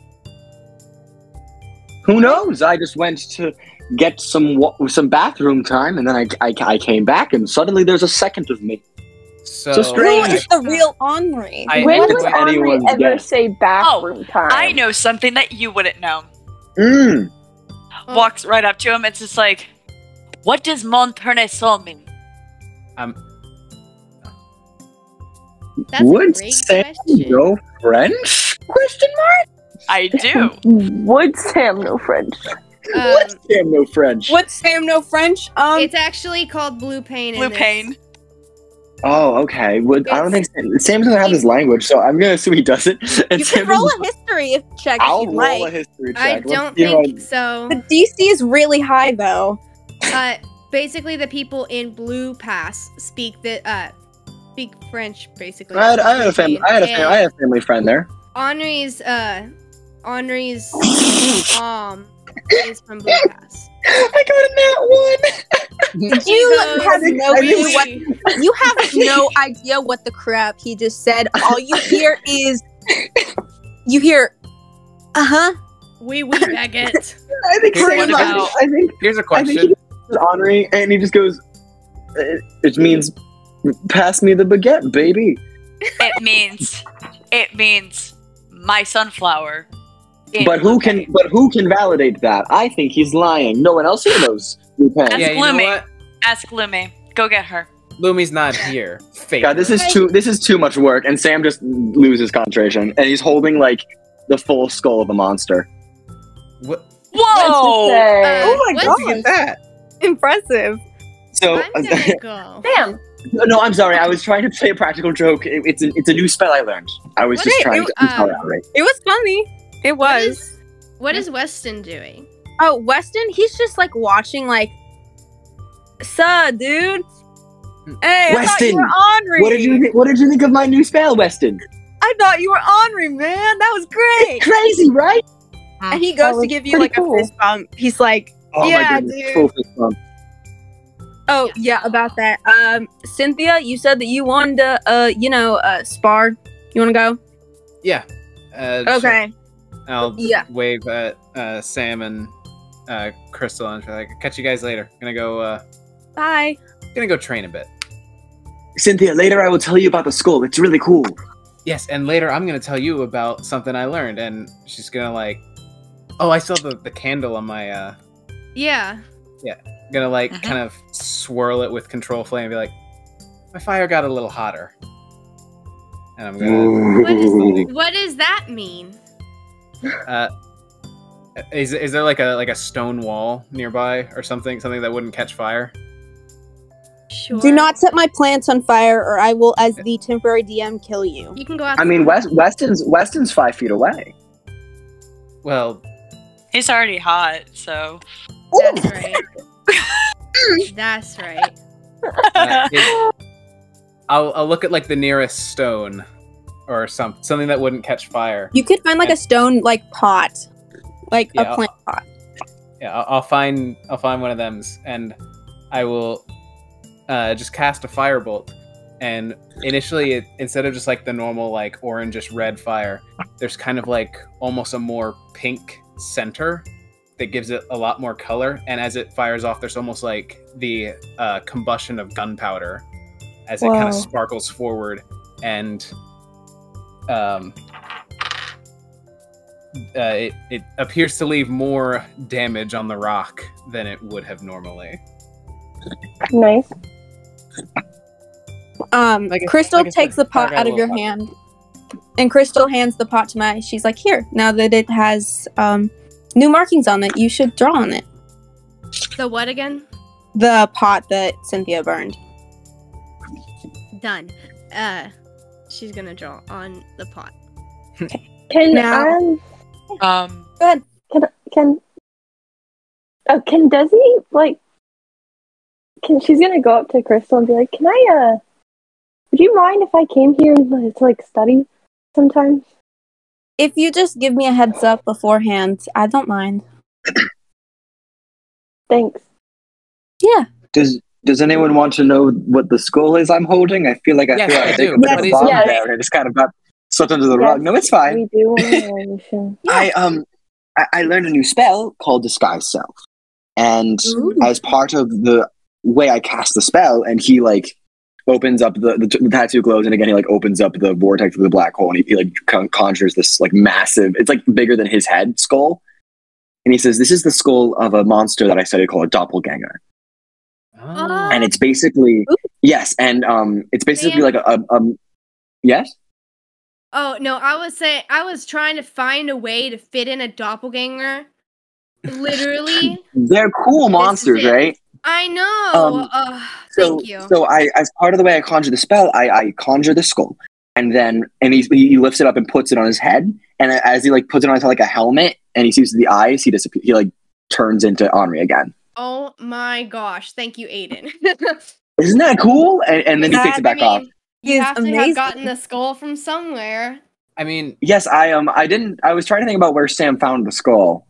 F: Who knows? I just went to get some wa- some bathroom time, and then I, I, I came back, and suddenly there's a second of me.
G: So,
F: So
D: Who
F: strange.
D: is the real Henri?
G: I
C: when
G: ended
C: would
G: with
C: Henri
F: anyone's
C: ever
F: guess.
C: say bathroom
D: Oh,
C: time?
E: I know something that you wouldn't know.
F: Mm.
E: Walks right up to him. It's just like, what does Montparnasse mean?
A: That's
F: Would
A: a great
F: Sam
A: question.
F: know French? Question
E: I do.
C: Would Sam know French?
F: mark.
A: Um,
F: What Sam know French?
D: What Sam know French? Um,
A: It's actually called blue pain. in
E: Blue
A: this.
E: pain.
F: Oh, okay. Would I don't think Sam, Sam doesn't have his language, so I'm gonna assume he doesn't. And
D: you
F: Sam
D: can roll
F: is-
D: a history if check if
F: I'll
D: you
F: roll a
D: like.
F: history check.
A: I
F: Let's
A: don't
F: see how
A: think so.
D: The DC is really high though.
A: Uh, basically, the people in Blue Pass speak the uh, speak French. Basically,
F: I, I had, I had a family. I had a family. I had a family friend there.
A: Henri's uh, Henri's mom is from Blue Pass.
F: I got a nat one.
D: You
A: goes,
D: have no
F: I
D: clue
F: think-
D: what you have no idea what the crap he just said. All you hear is you hear uh huh.
A: We we baguette.
F: I think
G: Here's
F: Sam.
E: one
F: I,
E: about-
F: I think
G: Here's a
F: I think he
G: question.
F: just honoring, and he just goes, "It, it means pass me the baguette, baby."
E: It means, it means my sunflower. in
F: But who
E: Blue
F: can?
E: Pain.
F: But who can validate that? I think he's lying. No one else here knows. Lupin.
E: That's
G: Yeah, you know
E: gloomy.
G: what?
E: Ask Lumi. Go get her.
G: Lumi's not here. Fake.
F: God, this is too. This is too much work, and Sam just loses concentration, and he's holding like the full skull of a monster.
G: What?
E: Whoa!
A: Uh,
D: Oh my
A: what's-
D: God.
G: that?
D: Impressive.
F: So, uh,
A: I'm gonna go.
C: Sam,
F: no, I'm sorry. I was trying to play a practical joke. It- it's an, it's a new spell I learned. I was
A: What
F: just
A: it-
F: trying
A: it-
F: to. I'm sorry,
A: um,
F: outright.
D: It was funny. It
A: What
D: was.
A: is what is Weston doing?
D: Oh, Weston, he's just like watching like Suh, dude. Hey, I thought you
F: Weston,
D: were Henri.
F: What did you thi- What did you think of my new spell, Weston?
D: I thought you were Henri, man. That was great.
F: Crazy, right?
D: And he
C: That
D: goes to
C: was
D: give you
C: pretty
D: like
C: cool.
D: a fist bump. He's like,
F: Oh
D: Yeah,
F: my goodness!
D: dude.
F: Full fist bump.
D: Oh yeah, about that. Um, Cynthia, you said that you wanted to, uh, you know, uh, spar. You want to go?
G: Yeah. Uh, sure.
D: Okay.
G: I'll
D: Yeah.
G: wave at uh, Sam and uh, Crystal and be like, "Catch you guys later. Gonna go. Uh,
D: Bye.
G: gonna go train a bit.
F: Cynthia, later I will tell you about the school. It's really cool.
G: Yes, and later I'm gonna tell you about something I learned." And she's gonna like, "Oh, I saw the, the candle on my." Uh,
A: Yeah.
G: gonna like
E: Mhm.
G: kind of swirl it with control flame and be like, "My fire got a little hotter," and I'm gonna.
A: What does that mean?
G: Uh, is is there like a like a stone wall nearby or something something that wouldn't catch fire?
A: Sure.
D: Do not set my plants on fire, or I will, as the temporary DM, kill you.
A: You can go
F: I
A: outside.
F: mean, West, Weston's Weston's five feet away.
G: Well,
E: He's already hot, so.
A: That's right. That's right.
G: uh, it- I'll I'll look at like the nearest stone or some something that wouldn't catch fire.
D: You could find like a stone like pot, like
G: Yeah.
D: a plant pot.
G: Yeah, I'll, I'll find I'll find one of them's and I will uh, just cast a firebolt. And initially, it, instead of just like the normal like orangish red fire, there's kind of like almost a more pink center that gives it a lot more color. And as it fires off, there's almost like the uh, combustion of gunpowder as it kind
C: Wow.
G: of sparkles forward and um, uh, it, it appears to leave more damage on the rock than it would have normally.
C: nice.
D: Um,
G: Like I-
D: Crystal
G: like I said,
D: takes the pot
G: I got
D: out
G: a
D: of your
G: little pot.
D: hand, and Crystal hands the pot to Maya. She's like, "Here, now that it has um, new markings on it, you should draw on it."
A: The what again?
D: The pot that Cynthia burned.
A: Done. Uh, she's gonna draw on the pot.
C: Can
D: Now-
C: um
E: Um,
D: Go ahead.
C: can can oh can Desi like can she's gonna go up to Crystal and be like, Can I uh would you mind if I came here and like, to like study sometimes?
D: If you just give me a heads up beforehand, I don't mind.
C: Thanks.
F: Does Does anyone want to know what the skull is I'm holding? I feel like I
G: Yes,
F: feel like
G: I
F: I think
G: do.
F: a bit
C: Yes,
F: of a bomb
C: yes.
F: there, and it just kind of got swept under the
C: Yes.
F: rug. No, it's fine.
C: We do want to know, Lucian.
F: I um I, I learned a new spell called disguise self, and
D: Ooh.
F: as part of the way I cast the spell, and he like opens up the, the, t- the tattoo glows, and again he like opens up the vortex of the black hole, and he, he like con- conjures this like massive, it's like bigger than his head skull, and he says, "This is the skull of a monster that I studied called a doppelganger."
G: Oh.
F: and it's basically yes, and um, it's basically
A: Man.
F: like a, a um, yes,
A: Oh no, I was saying I was trying to find a way to fit in a doppelganger. Literally,
F: they're cool monsters,
A: it.
F: right?
A: I know.
F: Um,
A: Ugh,
F: So,
A: thank you.
F: so I, as part of the way I conjure the spell, I, I conjure the skull, and then and he, he lifts it up and puts it on his head, and as he like puts it on his head like a helmet, and he sees the eyes, he disappears. He like turns into Henri again.
A: oh my gosh, thank you, Aiden.
F: Isn't that cool? And, and then he
A: That-
F: takes it back
A: I mean,
F: off.
A: You
D: He's
A: have to
D: amazing.
A: have gotten the skull from somewhere,
G: I mean,
F: Yes, I um, I didn't. I was trying to think about where Sam found the skull.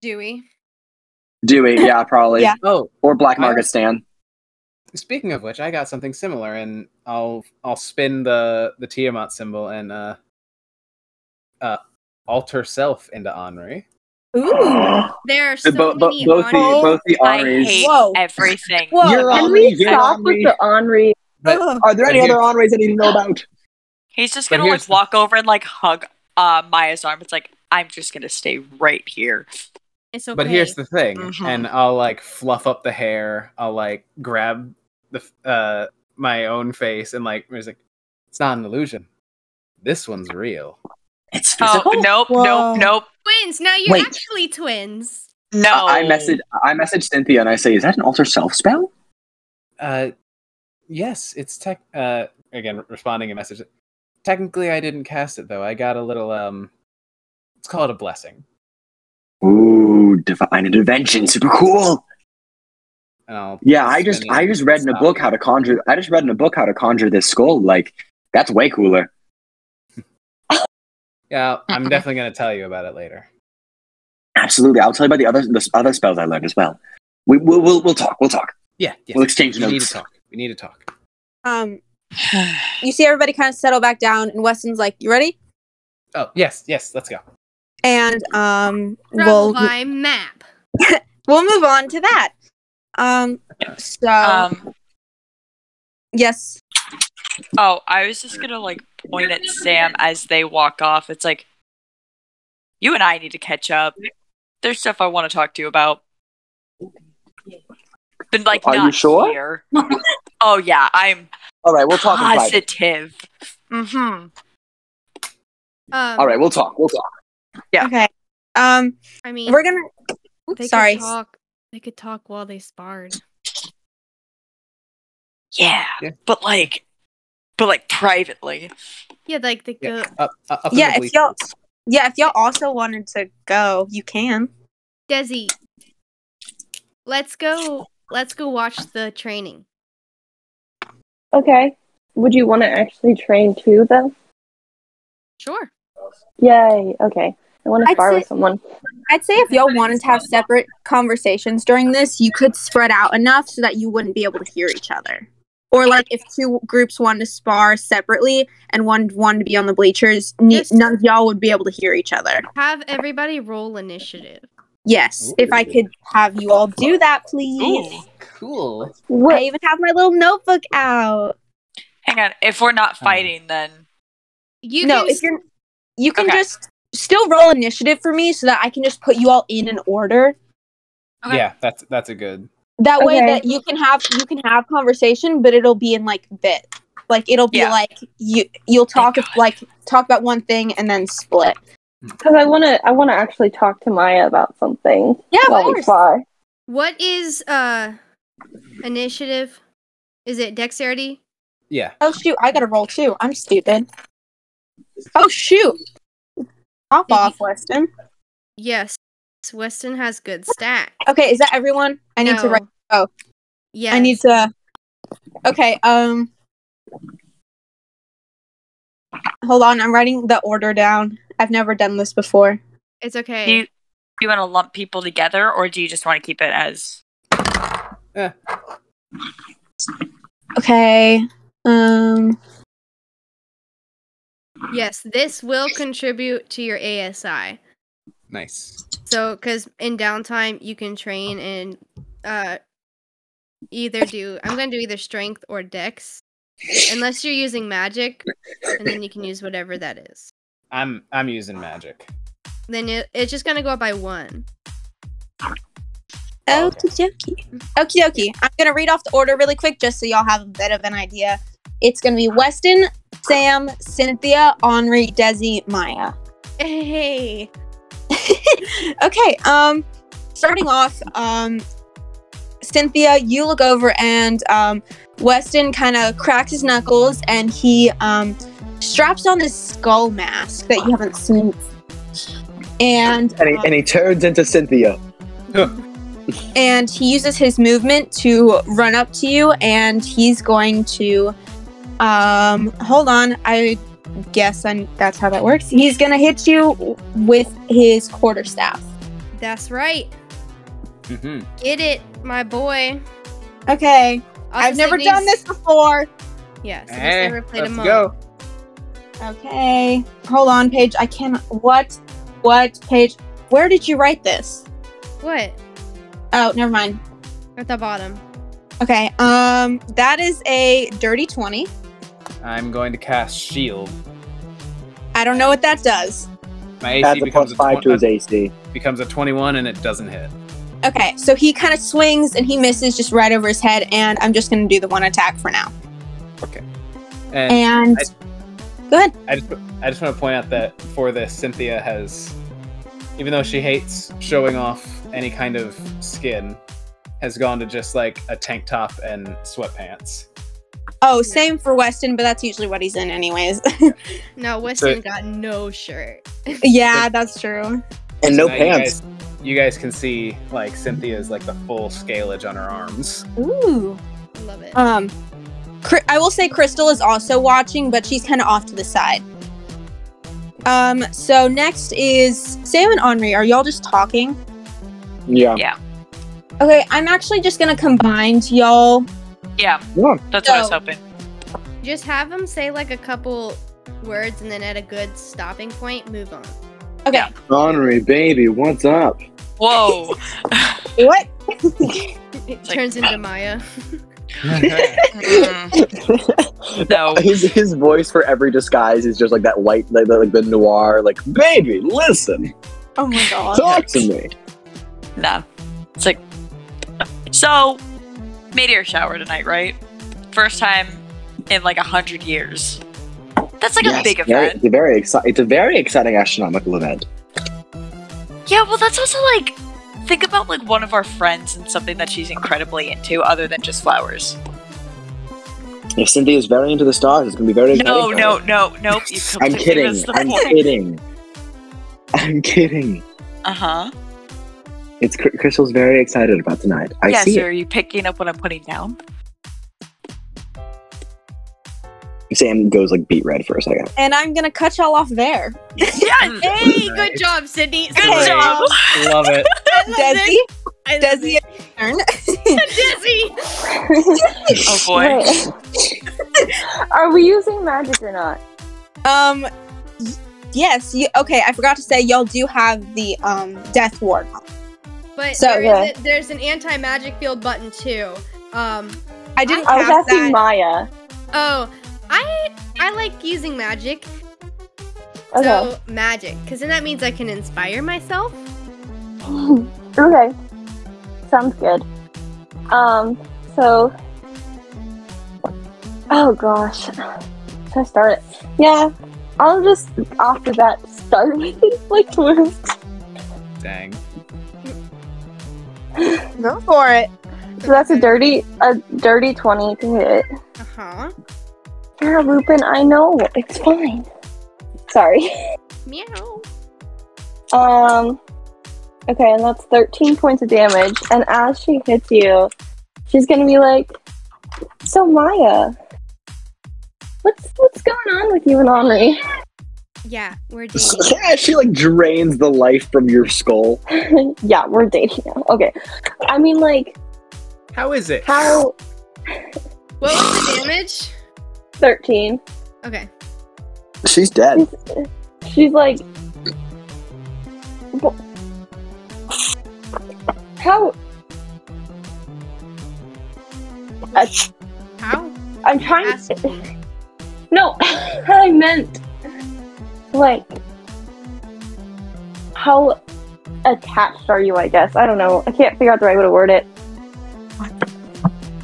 A: Dewey.
F: Dewey, yeah, probably.
D: Yeah.
G: oh,
F: Or Black
G: I
F: Market
G: was-
F: Stan.
G: speaking of which, I got something similar, and I'll I'll spin the the Tiamat symbol and uh uh alter self into Henri.
D: Ooh.
A: There are so
F: Bo- bo-
A: many
F: both the
A: Henri-
F: both the
E: I
F: Henris.
E: hate
D: Whoa.
E: everything.
D: Whoa.
F: You're
D: and-
F: on-
C: Can
F: Henri,
C: we
F: you're
C: stop with
F: Henri.
C: the Henri?
G: But
F: Are there any
G: But
F: other Henris I didn't know about?
E: He's just
G: But
E: gonna like
G: here's the-
E: walk over and like hug uh Maya's arm. It's like I'm just gonna stay right here.
A: It's okay.
G: But here's the thing,
E: Mhm.
G: and I'll like fluff up the hair. I'll like grab the f- uh my own face and like it's like it's not an illusion. This one's real.
F: It's
E: Oh nope,
D: Whoa.
E: nope, nope,
A: twins. Now you're
F: Wait.
A: actually twins.
E: no.
F: I, I message I message Cynthia and I say, "Is that an alter self spell?"
G: Uh, yes, it's tech. Uh, again, re- responding a message. Technically, I didn't cast it though. I got a little um. Let's call it a blessing,
F: Ooh, divine intervention, super cool.
G: and I'll.
F: Yeah, I just
G: spin it
F: I just read in a
G: stop
F: book
G: it.
F: how to conjure. I just read in a book how to conjure this skull. Like that's way cooler.
G: Yeah, I'm
E: Mhm.
G: definitely gonna tell you about it later.
F: Absolutely, I'll tell you about the other the other spells I learned as well. We, we'll we'll we'll talk. We'll talk.
G: Yeah, yes,
F: We'll exchange
G: We need to
F: notes.
G: talk. We need to talk.
D: Um, you see everybody kind of settle back down, and Weston's like, "You ready?"
G: Oh yes, yes, let's go.
D: And um,
A: Travel
D: we'll
A: by map.
D: we'll move on to that. Um, so
E: um
D: yes,
E: oh, I was just gonna like point at Sam as they walk off. It's like you and I need to catch up. There's stuff I want to talk to you about. Been like
F: Are you
E: not
F: sure?
E: here. oh yeah, I'm
F: All right, we'll talk. in private.
E: positive. Mm-hmm.
A: Um,
F: All right, we'll talk. We'll talk.
E: Yeah.
D: okay. Um,
A: I mean,
D: we're gonna. Oops,
A: they
D: sorry.
A: Could talk, they could talk while they sparred.
E: Yeah,
G: Yeah.
E: but like, but like privately.
A: Yeah, like they
G: Yeah,
A: go.
G: up, up, up in
D: Yeah,
G: the
D: if y'all-
G: bleachers.
D: Yeah, if y'all also wanted to go, you can.
A: Desi, let's go. Let's go watch the training.
C: Okay. Would you want to actually train too, though?
A: Sure.
C: Yay. Okay. I want to
D: I'd
C: spar
D: say-
C: with someone.
D: I'd say if y'all wanted to have separate conversations during this, you could spread out enough so that you wouldn't be able to hear each other. Or like if two groups wanted to spar separately and one wanted to be on the bleachers, ne-
A: Yes.
D: none of y'all would be able to hear each other.
A: Have everybody roll initiative.
D: Yes, if I could have you all do that, please.
E: Ooh.
G: Cool.
D: I
C: What?
D: even have my little notebook out.
E: Hang on. If we're not fighting, then
A: You
D: no,
A: can
D: if you're, you can
E: Okay.
D: just still roll initiative for me so that I can just put you all in an order.
E: Okay.
G: Yeah, that's that's a good.
D: That way
C: Okay.
D: that you can have you can have conversation, but it'll be in like bit. Like it'll be
E: Yeah.
D: like you you'll
E: Thank
D: talk if,
E: God.
D: like talk about one thing and then split.
C: Because I want to. I want to actually talk to Maya about something
D: Yeah, of
C: while we
D: course.
C: spar.
A: What is uh initiative? Is it dexterity?
G: Yeah.
D: Oh shoot, I gotta roll too. I'm stupid. Oh shoot. Hop
A: Did you-
D: off, Weston.
A: Yes. Weston has good stats.
D: Okay, is that everyone? I need to write oh.
A: Yeah.
D: I need to Okay, um Hold on, I'm writing the order down. I've never done this before.
A: It's
E: do
A: okay.
E: you, you want to lump people together, or do you just want to keep it as?
D: Okay. Um.
A: Yes, this will contribute to your ASI.
G: Nice.
A: So, because in downtime, you can train and uh, either do, I'm going to do either strength or dex, unless you're using magic, and then you can use whatever that is.
G: I'm I'm using magic.
A: Then it, it's just going to go up by one.
D: Okie dokie. Okie dokie. I'm gonna read off the order really quick just so y'all have a bit of an idea. It's gonna be Weston, Sam, Cynthia, Henri, Desi, Maya.
A: Hey!
D: okay, um starting off, um Cynthia, you look over and um Weston kind of cracks his knuckles and he um straps on this skull mask that you haven't seen. And
F: And he,
D: um,
F: and he turns into Cynthia.
D: and he uses his movement to run up to you and he's going to um hold on i guess i that's how that works he's gonna hit you with his quarterstaff
A: That's right.
G: hmm
A: Get it, my boy.
D: okay
A: Also,
D: i've never
A: Signy's-
D: done this before
A: Yeah, Signy's
G: Hey,
A: never played a
G: Eh, let's
A: monk.
G: go.
D: okay hold on paige i cannot what what paige where did you write this
A: What?
D: oh never mind
A: At the bottom.
D: okay um that is a dirty 20
G: I'm going to cast shield.
D: i don't know what that does
G: My AC
F: Adds a plus
G: becomes a,
F: five
G: twen-
F: to his AC.
G: becomes a 21 and it doesn't hit.
D: Okay, so he kind of swings and he misses just right over his head, and I'm just gonna do the one attack for now.
G: And
D: And good,
G: I just, I just want to point out that for this, Cynthia has, even though she hates showing off any kind of skin, has gone to just like a tank top and sweatpants.
D: oh, same for Weston, but that's usually what he's in, anyways.
A: No, Weston got no shirt.
D: yeah, that's true.
F: And no
G: So now
F: pants.
G: You guys, you guys can see like Cynthia's like the full scalage on her arms.
D: Ooh.
A: Love it.
D: Um, Cry- I will say Crystal is also watching, but she's kind of off to the side. Um, so next is Sam and Henri. Are y'all just talking?
F: Yeah.
D: Okay, I'm actually just gonna combine y'all.
E: Yeah.
F: Yeah.
E: That's what I was
D: So-
E: hoping.
A: Just have him say like a couple words and then at a good stopping point, move on.
D: Okay,
E: Yeah.
F: Honorary baby, what's up?
E: Whoa.
D: what?
A: It
E: like-
A: turns into Maya.
E: Mm.
F: Mm.
E: No.
F: His, his voice for every disguise is just like that white, like, the- like the noir, like, baby, listen,
D: Oh my god.
F: talk to me.
E: Nah. It's like so meteor shower tonight, right? First time in like a hundred years. That's like a
F: Yes,
E: big
F: very-
E: event.
F: It's a very exciting. It's a very exciting astronomical event.
E: Yeah, well that's also like think about like one of our friends and something that she's incredibly into other than just flowers.
F: If Cynthia is very into the stars, it's going to be very exciting.
E: No,
F: for
E: no,
F: her.
E: no, no. You
F: I'm
E: completely
F: kidding.
E: missed the
F: I'm
E: point.
F: kidding. I'm kidding.
E: Uh-huh.
F: It's Cr- Crystal's very excited about tonight. I
E: yeah,
F: see
E: so
F: it.
E: are you picking up what I'm putting down?
F: Sam goes like beat red for a second.
D: And I'm gonna cut y'all off there.
E: Yeah.
A: Hey,
G: Right.
A: good job, Sydney.
G: Great.
E: Good job.
G: Love it.
A: I love
D: Desi,
A: it. I love
D: Desi,
A: it.
D: turn.
A: Desi.
E: Oh boy.
C: Are we using magic or not?
D: Um, y- yes. You, okay, I forgot to say y'all do have the um death ward.
A: But
D: So,
A: there is
C: yeah.
A: a- there's an anti magic field button too. Um.
D: I didn't
C: I was
D: cast
C: asking
D: that.
C: Maya.
A: Oh, I I like using magic.
C: Okay.
A: So magic, because then that means I can inspire myself.
C: okay. Sounds good. Um, so. Oh gosh. Should I start it? Yeah. I'll just, after that, start with like twist.
G: Dang.
D: Go for it.
C: So that's a dirty, a dirty 20 to hit.
A: Uh huh.
C: Yeah, Lupin, I know. It's fine. Sorry.
A: Meow.
C: Um. Okay, and that's 13 points of damage. And as she hits you, she's gonna be like, "So Maya, what's what's going on with you and Henri?"
A: Yeah, we're dating.
F: yeah, she like drains the life from your skull.
C: yeah, we're dating now. Okay, I mean like
G: How is it?
C: how
A: What was the damage?
C: 13.
A: Okay.
J: She's dead.
C: She's like. "Wha- How?
A: How?
C: I'm trying
A: Ask
C: to. No, I meant. Like. How attached are you, I guess? I don't know. I can't figure out the right way to word it.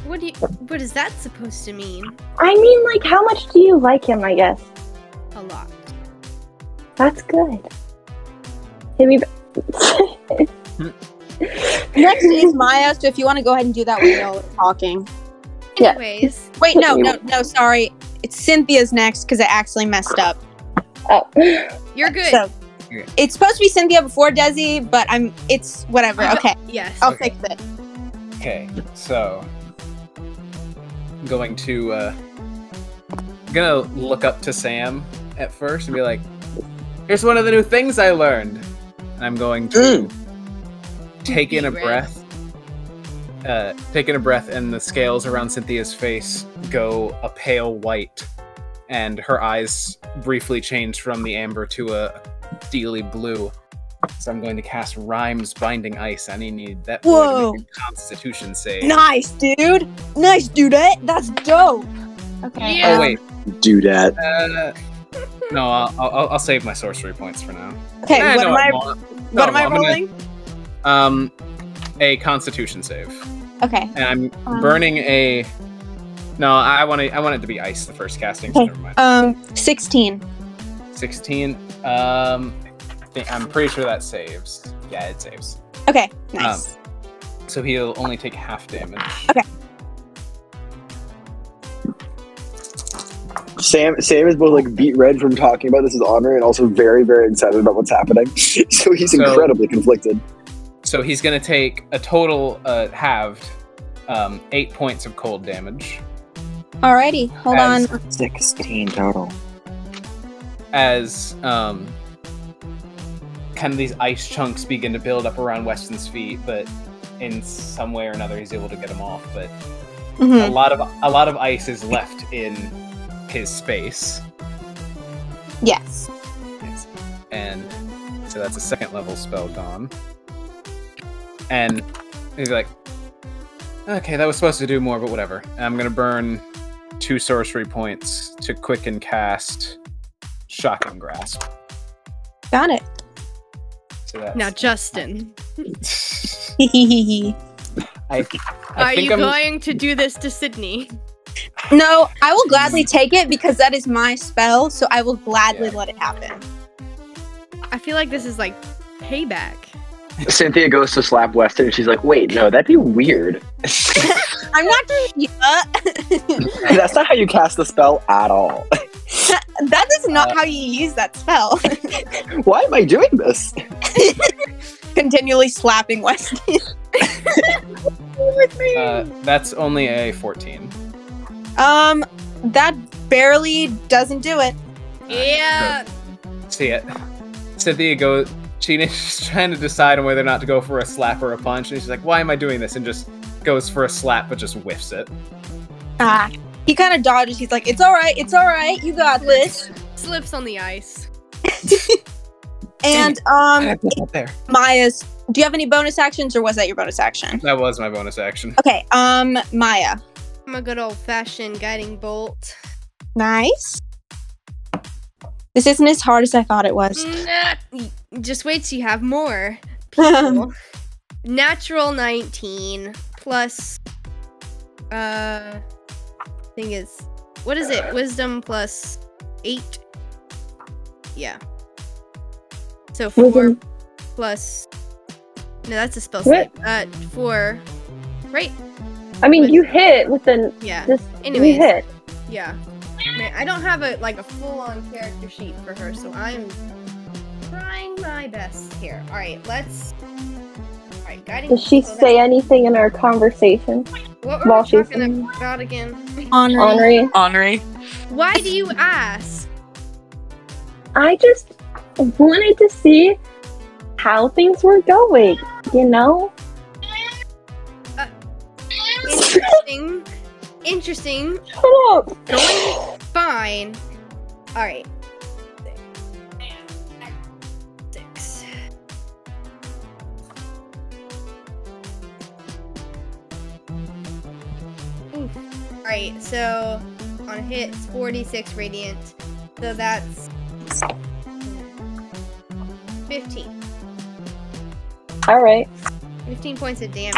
A: What do you? What is that supposed to mean?
C: I mean, like, how much do you like him, I guess?
A: A lot.
C: That's good. Hit me back.
D: Next is Maya, so if you want to go ahead and do that while we're talking.
C: Yeah.
A: Anyways,
D: Wait, no, no, no, sorry. It's Cynthia's next because I actually messed up.
C: oh.
A: you're good.
D: So it's supposed to be Cynthia before Desi, but I'm. It's whatever. Okay,
A: yes.
D: I'll
G: Okay.
D: fix it.
G: Okay, so I'm going to uh I'm gonna look up to Sam at first and be like, here's one of the new things I learned. And I'm going to take in a
A: Deep
G: breath. Uh, take in a breath and the scales around Cynthia's face go a pale white and her eyes briefly change from the amber to a steely blue. So I'm going to cast Rhymes Binding Ice. I need that boy to make
D: Whoa.
G: a Constitution Oh, save.
D: Nice, dude. Nice, dude. That's dope. Okay.
A: Yeah.
G: Oh wait.
J: Do that.
G: Uh, no, I'll, I'll, I'll save my sorcery points for now.
D: Okay.
G: Eh,
D: what
G: no,
D: am I?
G: I'm all- no,
D: What am I
G: I'm gonna-
D: rolling?
G: Um, a Constitution save,
D: Okay.
G: and I'm
D: Um.
G: burning a. No, I want to. I want it to be ice the first casting. So
D: Okay.
G: never mind.
D: Um, sixteen.
G: Sixteen. Um, I think, I'm pretty sure that saves. Yeah, it saves.
D: Okay. Nice.
G: So he'll only take half damage.
J: Sam Sam is both like beat red from talking about this is honor and also very, very excited about what's happening. so he's
G: So-
J: incredibly conflicted.
G: So he's gonna take a total uh, halved, um, eight points of cold damage.
D: Alrighty. Hold
G: Um, As-
D: on.
J: Sixteen total.
G: as um, kind of these ice chunks begin to build up around Weston's feet, but in some way or another, he's able to get them off. But a
D: Mhm.
G: lot of a lot of ice is left in his space,
D: Yes.
G: and so that's a second level spell gone. And he's like, "Okay, that was supposed to do more, but whatever." And I'm gonna burn two sorcery points to quicken cast shocking grasp.
D: Got it.
G: So that's
A: Now, Justin,
G: I,
A: are
G: I think
A: you
G: I'm
A: going to do this to Sydney?
D: no, I will gladly take it because that is my spell, so I will gladly
G: Yeah.
D: let it happen.
A: I feel like this is like payback.
F: Cynthia goes to slap Weston, and she's like, "Wait, no, that'd be weird.
D: I'm not doing yeah.
J: That's not how you cast the spell at all.
D: that is not
G: Uh,
D: how you use that spell.
J: Why am I doing this?
D: Continually slapping Weston. With me.
G: uh, that's only a 14.
D: um, that barely doesn't do it.
A: Yeah.
G: See it. Cynthia goes. She's trying to decide on whether or not to go for a slap or a punch, and she's like, "Why am I doing this?" And just goes for a slap, but just whiffs it.
D: Ah. He kind of dodges. He's like, "It's all right. It's all right. You got this."
A: Slips on the ice.
D: And um,
G: there.
D: Maya's. Do you have any bonus actions, or was that your bonus action?
G: That was my bonus action.
D: Okay. Um, Maya.
A: I'm a good old fashioned guiding bolt.
D: Nice. This isn't as hard as I thought it was.
A: Nah, y- just wait till you have more people. Natural 19 plus uh I think it's what is it? Wisdom plus 8. Yeah. So 4
C: Wisdom.
A: plus No, that's a spell save.
C: What?
A: Uh 4 Right?
C: I mean, you hit with the
A: Yeah.
C: just
A: Anyways.
C: you hit.
A: Yeah. Man, I don't have a like a full-on character sheet for her, so I'm trying my best here. All right, let's. All right, guiding.
C: Does she
A: so that-
C: say anything in our conversation?
A: what
C: while
A: were we
C: she's
A: talking
C: in-
A: about again?
D: Honor.
C: Honorary,
E: Honorary.
A: Why do you ask?
C: I just wanted to see how things were going. You know,
A: Interesting. interesting.
C: Shut up.
A: Fine. All right. Six. Oof. All right. So on a hit, it's 46 radiant. So that's 15.
C: All right.
A: 15 points of damage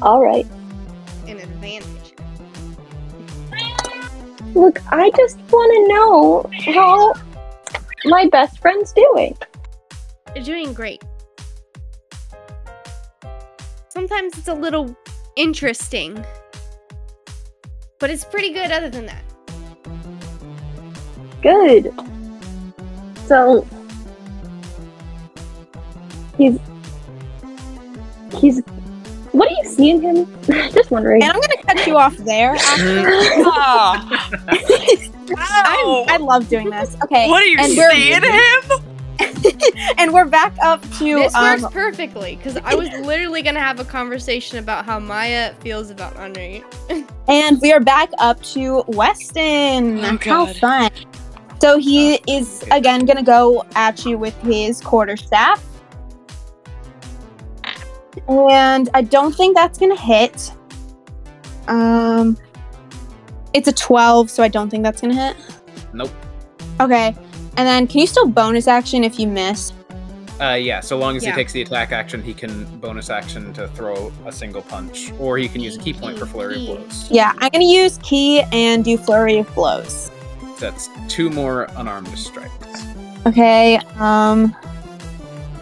C: All right.
A: and advantage.
C: Look, I just want to know how my best friend's doing.
A: You're doing great. Sometimes it's a little interesting, but it's pretty good other than that.
C: Good. So he's he's. What do you see in him? just wondering.
D: And I'm gonna cut you off there. Actually.
E: Ah,
D: I, I love doing this. Okay.
E: what are you
D: and
E: seeing him?
D: We're, and we're back up to
A: This
D: um,
A: works perfectly because I was literally gonna have a conversation about how Maya feels about Henri.
D: and we are back up to Weston.
E: Oh,
D: How
E: God.
D: fun! So he is again gonna go at you with his quarterstaff, and I don't think that's gonna hit. Um, it's a twelve, so I don't think that's gonna hit.
G: Nope.
D: Okay, and then can you still bonus action if you miss?
G: Uh, yeah, so long as
A: Yeah.
G: he takes the attack action, he can bonus action to throw a single punch, or he can use a key point for flurry of blows.
D: Yeah, I'm gonna use key and do flurry of blows.
G: That's two more unarmed strikes.
D: Okay, um,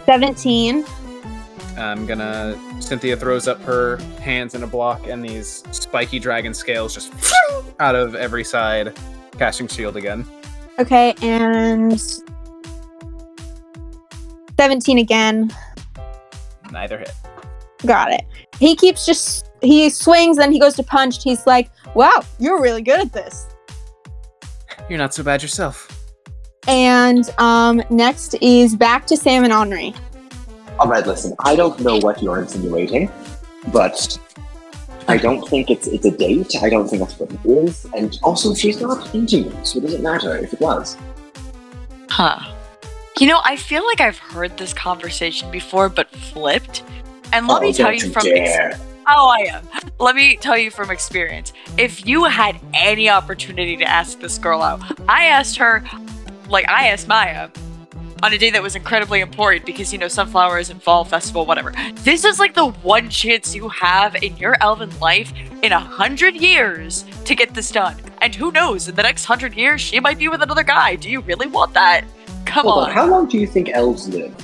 D: seventeen.
G: I'm gonna. Cynthia throws up her hands in a block, and these spiky dragon scales just out of every side, casting shield again.
D: Okay, and seventeen again.
G: Neither hit.
D: Got it. He keeps just he swings, then he goes to punch. He's like, "Wow, you're really good at this."
G: You're not so bad yourself.
D: And um, next is back to Sam and Henri.
F: All right, listen. I don't know what you're insinuating, but I don't think it's it's a date. I don't think that's what it is. And also, she's not into me, so it doesn't matter if it was.
E: Huh. You know, I feel like I've heard this conversation before, but flipped. And let
F: Oh,
E: me tell
F: don't
E: you from ex-
F: dare.
E: oh, I am. Let me tell you from experience. If you had any opportunity to ask this girl out, I asked her, like I asked Maya, on a day that was incredibly important because you know sunflowers and fall festival, whatever. This is like the one chance you have in your elven life in a hundred years to get this done. And who knows? In the next hundred years, she might be with another guy. Do you really want that? Come
F: Hold
E: on
F: on. How long do you think elves live?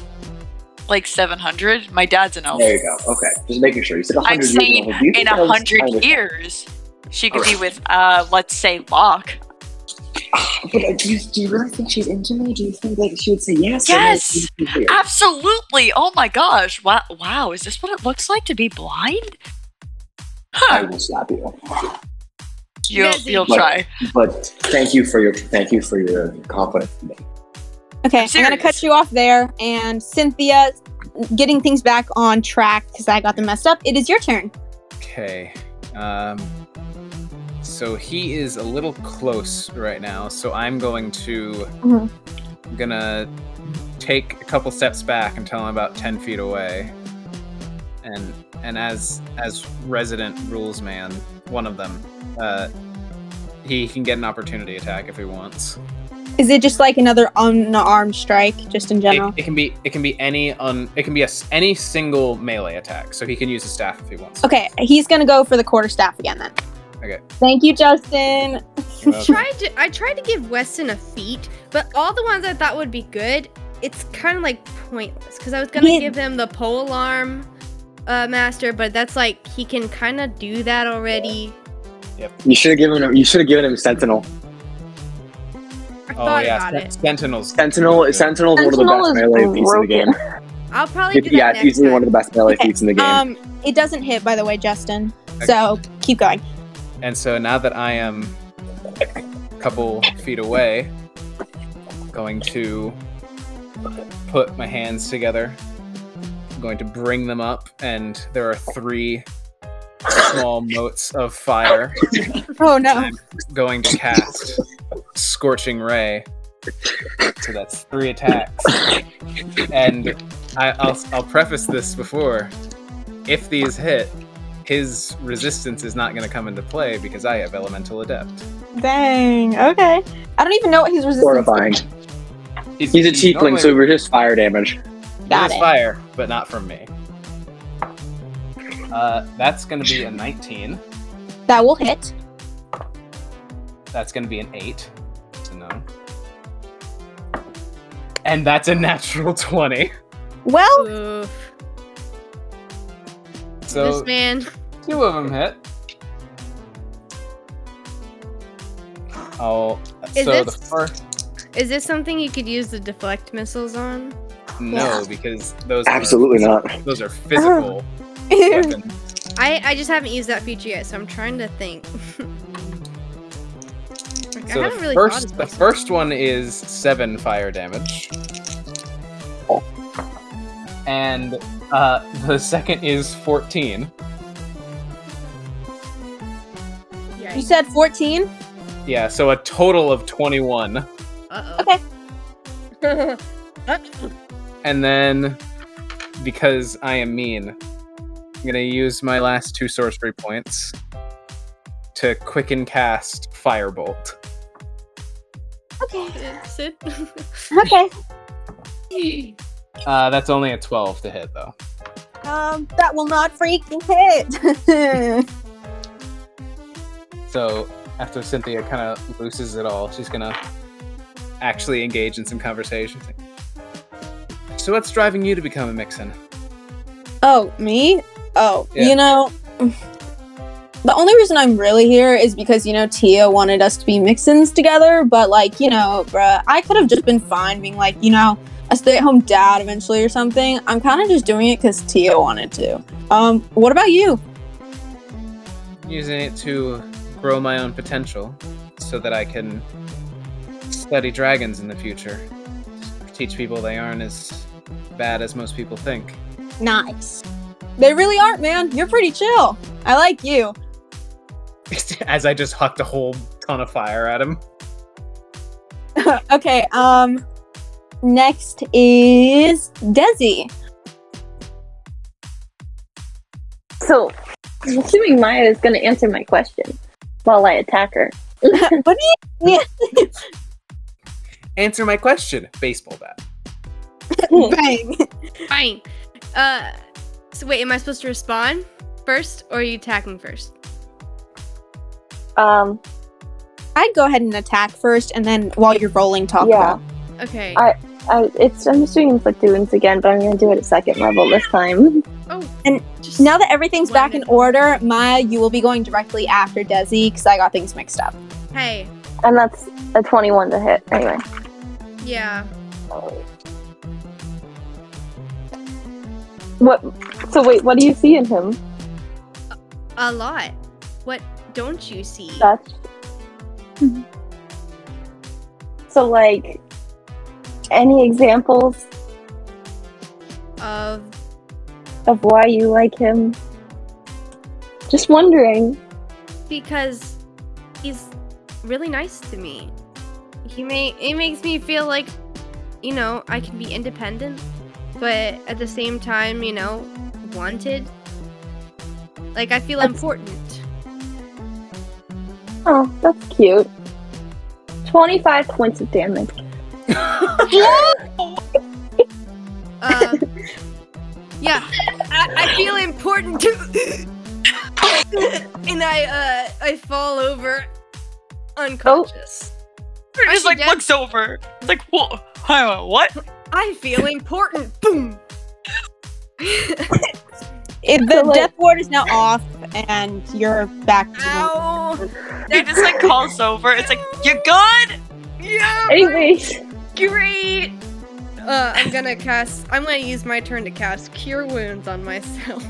E: like 700. My dad's an elf.
F: There you go. Okay, just making sure. You said
E: I'm
F: 100 years.
E: saying
F: old. Do you
E: Oh. In
F: think
E: a
F: elves
E: hundred
F: kind of-
E: years, she could be
F: Alright.
E: with, uh, let's say, Locke.
F: But uh, do you, do you really think she's into me? Do you think like she would say yes? or no?
E: Yes!
F: It's weird.
E: Absolutely. Oh my gosh. Wow. Wow. Is this what it looks like to be blind?
F: I
E: Huh.
F: will slap you.
E: You'll,
A: Yes,
E: you'll
F: you-
E: try.
F: But thank you for your thank you for your confidence in me.
D: Okay,
E: I'm
D: I'm gonna cut
E: serious.
D: you off there, and Cynthia, getting things back on track because I got them messed up. It is your turn.
G: Okay. Um, so he is a little close right now, so I'm going to
D: Mhm.
A: Mm-hmm.
G: I'm gonna take a couple steps back until I'm about ten feet away. And and as as resident rules man, one of them, uh, he can get an opportunity attack if he wants.
D: Is it just like another unarmed strike, just in
G: It,
D: general?
G: it can be it can be any on it can be a s any single melee attack, so he can use his staff if he wants.
D: Okay, he's gonna go for the quarterstaff again then.
G: Okay.
D: Thank you, Justin.
G: You're welcome.
A: Tried to, I tried to give Weston a feat, but all the ones I thought would be good, it's kind of like pointless because I was gonna
D: Yeah.
A: give him the pole alarm uh, master, but that's like he can kind of do that already.
F: You should have given him. You should have given him Sentinel.
A: I
G: Oh
A: thought
G: yeah,
A: about
G: sen-
A: it.
G: Sentinels.
F: Sentinel.
G: Yeah.
F: Sentinel is one of the
C: Sentinel
F: best
C: is
F: melee feats in the game.
A: I'll probably do that
F: Yeah, it's
A: next
F: easily
A: time.
F: one of the best melee
D: Okay,
F: feats in the game.
D: Um, it doesn't hit, by the way, Justin. So keep going.
G: And so now that I am a couple feet away, going to put my hands together. I'm going to bring them up, and there are three small motes of fire
D: Oh no.
G: going to cast Scorching Ray. So that's three attacks. And I, I'll, I'll preface this before. If these hit, his resistance is not going to come into play because I have Elemental Adept.
D: Dang. Okay. I don't even know what he's resisting.
F: Horrifying. He's a cheapling, so we're just fire damage.
D: Got
G: It is
D: it.
G: fire, but not from me. Uh, that's going to be a 19.
D: That will hit.
G: That's going to be an 8. So no. And that's a natural 20.
D: Well,
A: Oof.
G: So
A: this man.
G: Two of them hit. Oh,
A: Is
G: so
A: this-
G: the first
A: Is this something you could use the deflect missiles on?
G: no, because those
J: Absolutely
G: are,
J: not.
G: Those are physical
D: ew.
G: weapons.
A: I, I just haven't used that feature yet, so I'm trying to think. Like,
G: So
A: I
G: the
A: haven't really thought
G: first,
A: of
G: the
A: this.
G: first one is seven fire damage, and uh, the second is fourteen.
D: you said 14?
G: Yeah, so a total of twenty-one.
A: Uh-oh.
D: Okay.
G: And then, because I am mean, I'm gonna use my last two sorcery points to quicken cast Firebolt.
D: Okay.
A: Sid?
D: Okay.
G: Uh, that's only a 12 to hit, though.
D: Um, that will not freaking hit.
G: So after Cynthia kind of looses it all, she's gonna actually engage in some conversation. So what's driving you to become a mixin?
D: oh, me? Oh,
G: Yeah.
D: you know, the only reason I'm really here is because, you know, Tia wanted us to be mixins together, but, like, you know, bruh, I could have just been fine being, like, you know, a stay at home dad eventually or something. I'm kind of just doing it because Tia wanted to. Um, what about you?
G: Using it to grow my own potential, so that I can study dragons in the future. Teach people they aren't as bad as most people think.
D: Nice. They really aren't, man. You're pretty chill. I like you.
G: as I just hucked a whole ton of fire at him.
D: okay, um next is Desi.
C: So, I'm assuming Maya is going to answer my question while I attack her.
D: What do you
G: Answer my question. Baseball bat.
D: bang?
A: Fine. Uh, so wait, am I supposed to respond first, or are you attacking first?
C: Um,
D: I'd go ahead and attack first and then while you're rolling talk
C: Yeah.
D: about.
A: Okay.
C: I- I, it's, I'm just doing inflict wounds again, but I'm going to do it at second level this time.
A: oh,
D: and
A: just,
D: Now that everything's back in
A: Wonderful.
D: order, Maya, you will be going directly after Desi because I got things mixed up.
A: hey,
C: And that's a 21 to hit. Anyway.
A: yeah,
C: What? So, wait, what do you see in him?
A: a lot. What don't you see?
C: That's.
D: Mm-hmm.
C: So, like, any examples
A: Of
C: of why you like him? Just wondering.
A: because he's really nice to me. He may it makes me feel like you know I can be independent, but at the same time, you know, wanted. Like I feel
C: That's-
A: important.
C: Oh, that's cute. 25 points of damage.
A: Uh, Um, yeah, I, I feel important too. and I uh, I fall over unconscious.
E: It just
A: she
E: like
A: dead?
E: looks over. It's like, whoa, huh, what?
C: Oh.
A: I feel important. Boom.
D: It, the
C: So, like-
D: death ward is now off and you're back to normal.
A: Ow.
E: He just like calls over. It's like, you good?
A: Yeah.
C: Anyways,
A: Great. Uh, I'm gonna cast. I'm gonna use my turn to cast Cure Wounds on myself.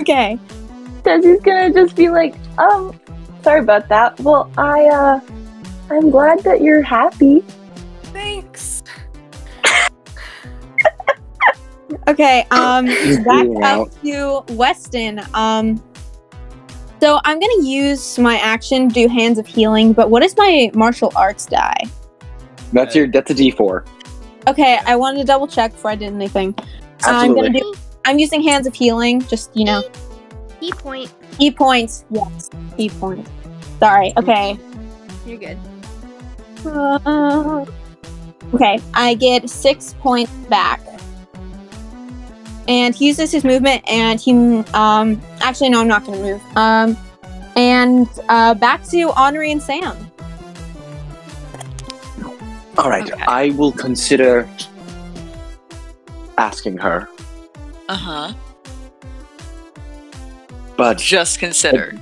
D: Okay.
C: Desi's gonna just be like, um, sorry about that. Well, I, uh, I'm glad that you're happy.
A: Thanks.
D: Okay, um
J: He's
D: back um,
J: bleeding
D: up to Weston. Um So I'm gonna use my action, do hands of healing, but what is my martial arts die?
F: That's your that's a D four.
D: Okay, I wanted to double check before I did anything. I'm
F: Absolutely.
D: gonna do I'm using hands of healing, just you know.
A: Key point.
D: Key points. Yes. Key points. Sorry. Okay.
A: You're good.
D: Uh, okay. I get six points back. And he uses his movement and he um actually no I'm not gonna move. Um and uh back to Honorary and Sam.
F: All right,
E: Okay.
F: I will consider asking her,
E: Uh huh.
F: but eh,
E: Just consider.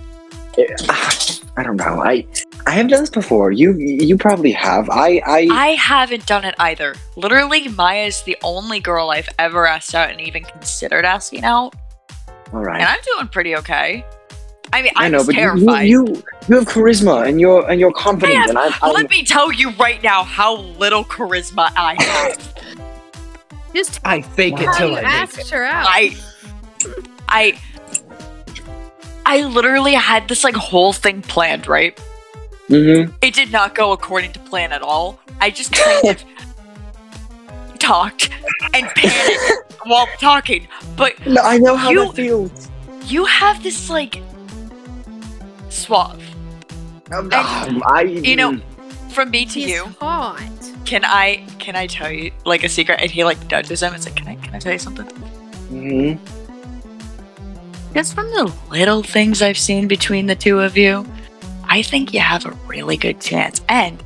F: I don't know. I I have done this before. You you probably have. I I
E: I haven't done it either. Literally, Maya is the only girl I've ever asked out and even considered asking out,
F: all
E: and
F: right.
E: I'm doing pretty okay. I mean,
F: I
E: I'm
F: know, but you, you
E: terrified.
F: you you have charisma and you're and you're confident,
E: have-
F: and I'm, I'm
E: Let me tell you right now how little charisma I have.
A: Just
G: I fake it
A: tell her
G: till
A: you
G: I make it.
A: asked her out.
E: I, I, I literally had this like whole thing planned, right?
F: Mhm.
E: It did not go according to plan at all. I just kind of talked and panicked while talking, but
F: No, I know how
E: You-
F: that feels.
E: you have this like suave
F: Um,
E: and-
F: I
E: you know from me to
A: She's
E: you.
A: hot.
E: Can I can I tell you like a secret? And he like nudges him. It's like, can I can I tell you something?
F: mhm.
E: Just from the little things I've seen between the two of you, I think you have a really good chance. And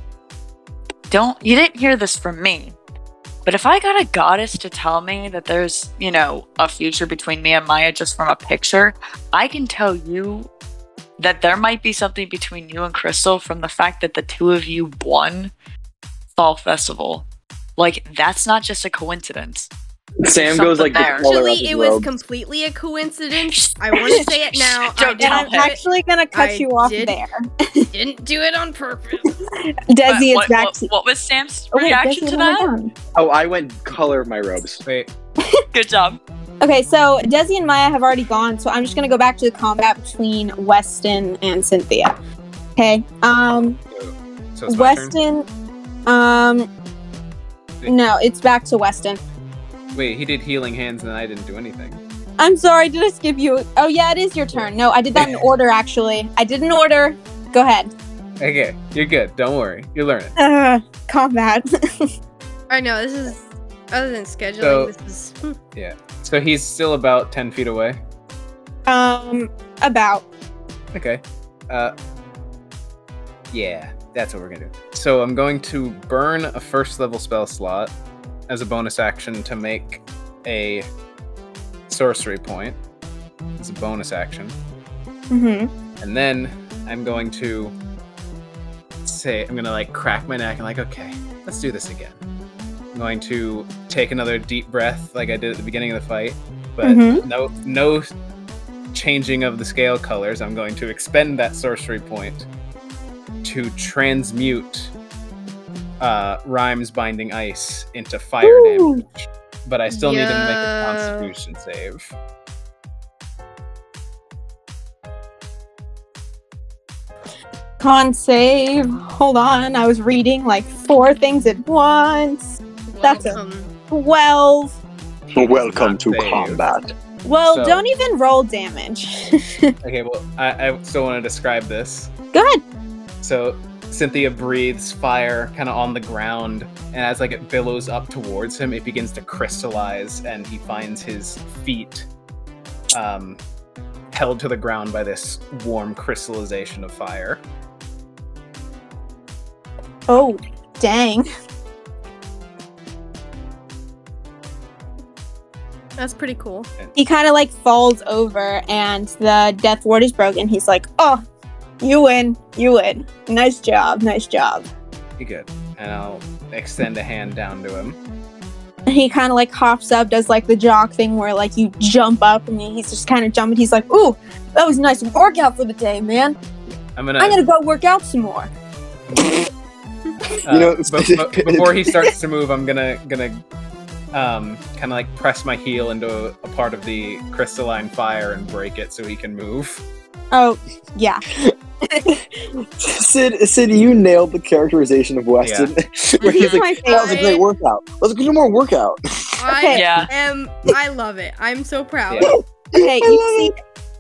E: don't you didn't hear this from me. But if I got a goddess to tell me that there's, you know, a future between me and Maya just from a picture, I can tell you that there might be something between you and Crystal from the fact that the two of you won Fall Festival. Like, that's not just a coincidence.
F: Sam goes like
E: something
F: this
E: there.
F: all around
A: Actually,
F: his
A: it was
F: robe.
A: completely a coincidence. I want to say it now. I
E: Don't tell
A: didn't
D: I'm
E: him.
A: do it-
D: actually gonna cut
A: I
D: you off
A: did-
D: there.
A: didn't do it on purpose.
E: But
D: Desi is
E: what,
D: back
E: what,
D: to
E: what was Sam's
D: Oh, wait,
E: reaction
D: Desi
E: to
D: went
E: that?
D: down.
F: oh, I went color of my robes.
G: Wait,
E: Good job.
D: Okay, so Desi and Maya have already gone, so I'm just gonna go back to the combat between Weston and Cynthia. Okay. Um
G: so it's my turn?
D: Weston um no, it's back to Weston.
G: Wait, he did healing hands and I didn't do anything.
D: I'm sorry, did I skip you? Oh yeah, it is your turn. No, I did that in order actually. I did an order. Go ahead.
G: Okay, you're good. Don't worry. You're learning.
D: Uh, combat.
A: I know this is other than scheduling.
G: So-
A: this is hmm,
G: So he's still about 10 feet away.
D: um about.
G: Okay. Uh, yeah, that's what we're gonna do. So I'm going to burn a first level spell slot as a bonus action to make a sorcery point. It's a bonus action,
D: hmm
G: and then I'm going to say I'm gonna like crack my neck and like, okay, let's do this again. I'm going to take another deep breath like I did at the beginning of the fight, but
D: Mhm.
G: no no changing of the scale colors. I'm going to expend that sorcery point to transmute uh, Rhyme's binding ice into fire
D: Ooh.
G: damage. But I still need to make a
A: Yeah.
G: constitution save.
D: Con save. Hold on, I was reading like four things at once. That's a-
A: welcome.
D: Twelve.
F: Welcome to
G: Save.
F: combat.
D: Well,
G: So-
D: don't even roll damage.
G: Okay, well, I, I still want to describe this.
D: Go ahead.
G: So Cynthia breathes fire kind of on the ground, and as like it billows up towards him, it begins to crystallize, and he finds his feet um, held to the ground by this warm crystallization of fire.
D: Oh, dang.
A: That's pretty cool.
D: He kind of like falls over and the death ward is broken. He's like, oh, you win. You win. Nice job. Nice job.
G: You good? And I'll extend a hand down to him.
D: And he kind of like hops up, does like the jock thing where like you jump up and he's just kind of jumping. He's like, ooh, that was a nice workout for the day, man.
G: I'm gonna.
D: I'm going to go work out some more.
G: uh,
J: You know,
G: be- be- before he starts to move, I'm gonna gonna um, kind of like press my heel into a, a part of the crystalline fire and break it so he can move.
D: Oh, yeah.
J: Sid, Sid, you nailed the characterization of Weston. Where he's
A: my
J: like, that was a great
A: favorite.
J: workout. Let's do more workout.
A: I
E: Yeah.
A: am. I love it. I'm so proud.
G: Yeah.
D: Okay, you see,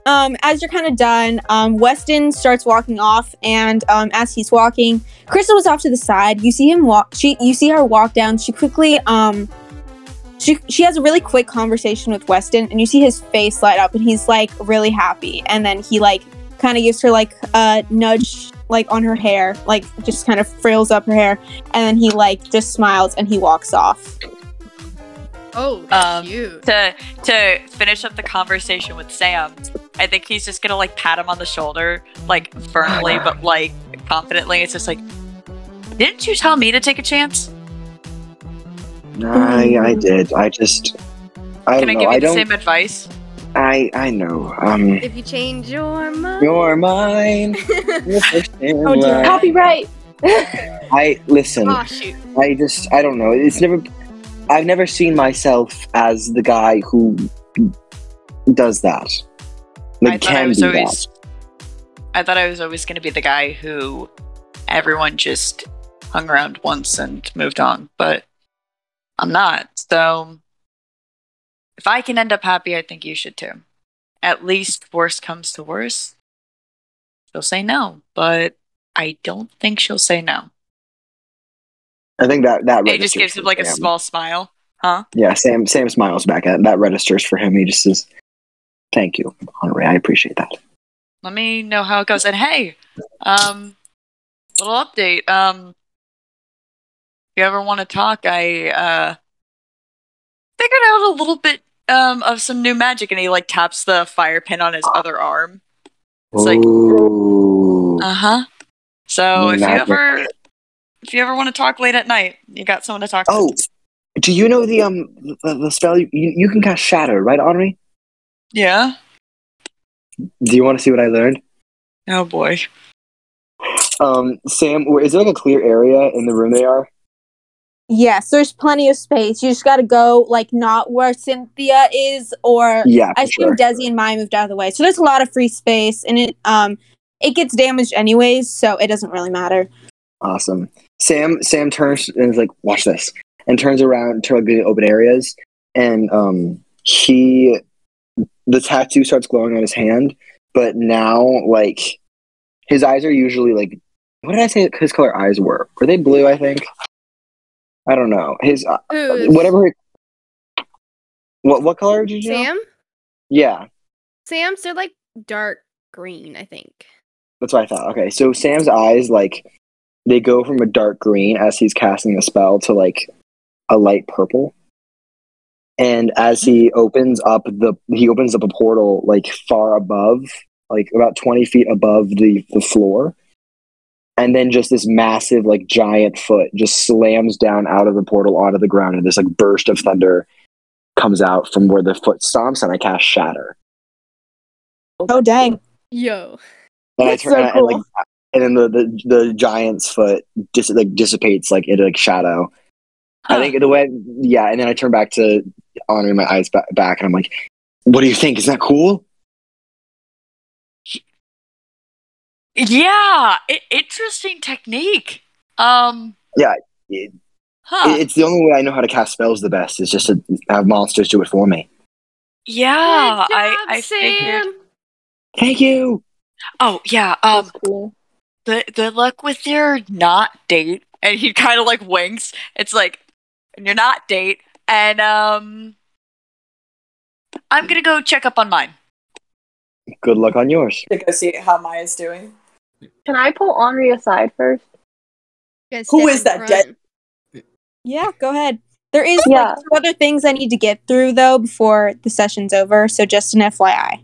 D: um, as you're kind of done, um, Weston starts walking off, and um, as he's walking, Crystal was off to the side. You see him walk. She, you see her walk down. She quickly, um, she she has a really quick conversation with Weston, and you see his face light up, and he's like really happy. And then he like kind of gives her like a nudge, like on her hair, like just kind of frills up her hair, and then he like just smiles and he walks off.
A: Oh,
E: Um,
A: shoot.
E: to to finish up the conversation with Sam, I think he's just gonna like pat him on the shoulder, like firmly but like confidently. It's just like, didn't you tell me to take a chance?
F: I, I did. I just. I
E: Mm-hmm. Can I
F: don't
E: give
F: know.
E: you
F: I
E: the
F: don't.
E: same advice?
F: I I know. Um,
A: If you change your mind.
F: you're mine. You're first in
D: Oh, dear.
F: line.
C: Copyright.
F: I listen.
A: oh shoot.
F: I just I don't know. It's never I've never seen myself as the guy who does that. Like
E: I thought I
F: can
E: was
F: do
E: always I thought I was always gonna be the guy who everyone just hung around once and moved on, but I'm not. So if I can end up happy, I think you should too. At least worst comes to worst. She'll say no, but I don't think she'll say no.
F: that. I think that that
E: It just
F: registers
E: gives
F: for
E: him like a
F: Sam.
E: small smile. Huh?
F: Yeah, Sam Sam smiles back at that registers for him. He just says, "Thank you, Honore. I appreciate that."
E: Let me know how it goes. And hey, um little update. Um if you ever want to talk, I uh figured out a little bit um of some new magic and he like taps the fire pin on his other arm. It's like
F: Ooh.
E: uh-huh. So
F: New
E: if
F: magic.
E: you ever if you ever want to talk late at night, you got someone to talk to.
F: Oh, do you know the um the, the spell? You, you can cast Shatter, right, Honore?
E: Yeah.
F: Do you want to see what I learned?
E: Oh boy.
F: Um, Sam, where- is there like a clear area in the room they are?
D: Yes, there's plenty of space. You just got to go like not where Cynthia is or
F: Yeah,
D: I
F: for sure.
D: assume Desi and Maya moved out of the way. So there's a lot of free space and it um it gets damaged anyways, so it doesn't really matter.
F: Awesome. Sam Sam turns and is like, "Watch this," and turns around to like the open areas, and um, he the tattoo starts glowing on his hand, but now like his eyes are usually like, what did I say his color eyes were? Were they blue? I think. I don't know his uh,
A: Who's
F: whatever. What what color did you? know?
A: Sam?
F: Yeah,
A: Sam's they're like dark green, I think.
F: that's what I thought. Okay, so Sam's eyes like they go from a dark green as he's casting the spell to like a light purple. And as he opens up the he opens up a portal like far above, like about twenty feet above the, the floor. And then just this massive, like giant foot just slams down out of the portal onto the ground and this like burst of thunder comes out from where the foot stomps and I cast shatter.
D: Oh dang.
A: Yo.
F: And
D: That's
F: I turn
D: so
F: and, I- and, like, and then the, the the giant's foot dis- like dissipates like into like shadow. I
E: Huh.
F: think the way yeah, and then I turn back to honoring my eyes ba- back, and I'm like, "What do you think? Is that cool?"
E: Yeah, I- interesting technique. Um
F: Yeah, it-
E: Huh.
F: It- it's the only way I know how to cast spells the best is just to have monsters do it for me.
E: yeah,
A: Good
E: I
A: job,
E: I figured.
A: Sam.
F: Thank you.
E: Oh yeah. Um.
C: That's cool.
E: Good. Good luck with your not date. And he kind of like winks. It's like, and your not date. And um, I'm gonna go check up on mine.
F: Good luck on yours.
K: to go see how Maya's doing.
C: Can I pull Henri aside first?
A: You guys
K: Who
A: step
K: is
A: in
K: that
A: front.
K: dead-
D: Yeah, go ahead. There is
C: Yeah.
D: like two other things I need to get through though before the session's over, so just an FYI.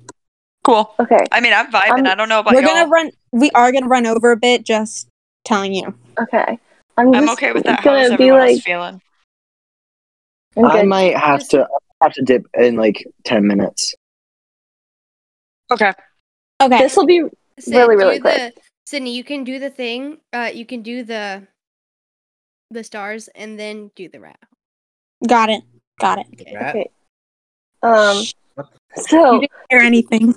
E: Cool.
C: Okay.
E: I mean, I'm vibing.
C: I'm-
E: I don't know about
D: We're
E: y'all.
D: going to run we are going to run over a bit just telling you.
C: Okay. I'm,
E: I'm
C: just
E: okay with that. How is
C: Gonna be
E: everyone
C: like,
E: else feeling?
C: I'm
F: I
C: good.
F: might have
A: Just-
F: to I have to dip in like ten minutes.
E: Okay.
D: Okay.
C: This will be
A: Sid,
C: Really,
A: do
C: really
A: the,
C: quick.
A: Sydney, you can do the thing. Uh, you can do the the stars and then do the round.
D: Got it. Got it.
G: Rat.
C: okay. Um. So
D: Hear anything.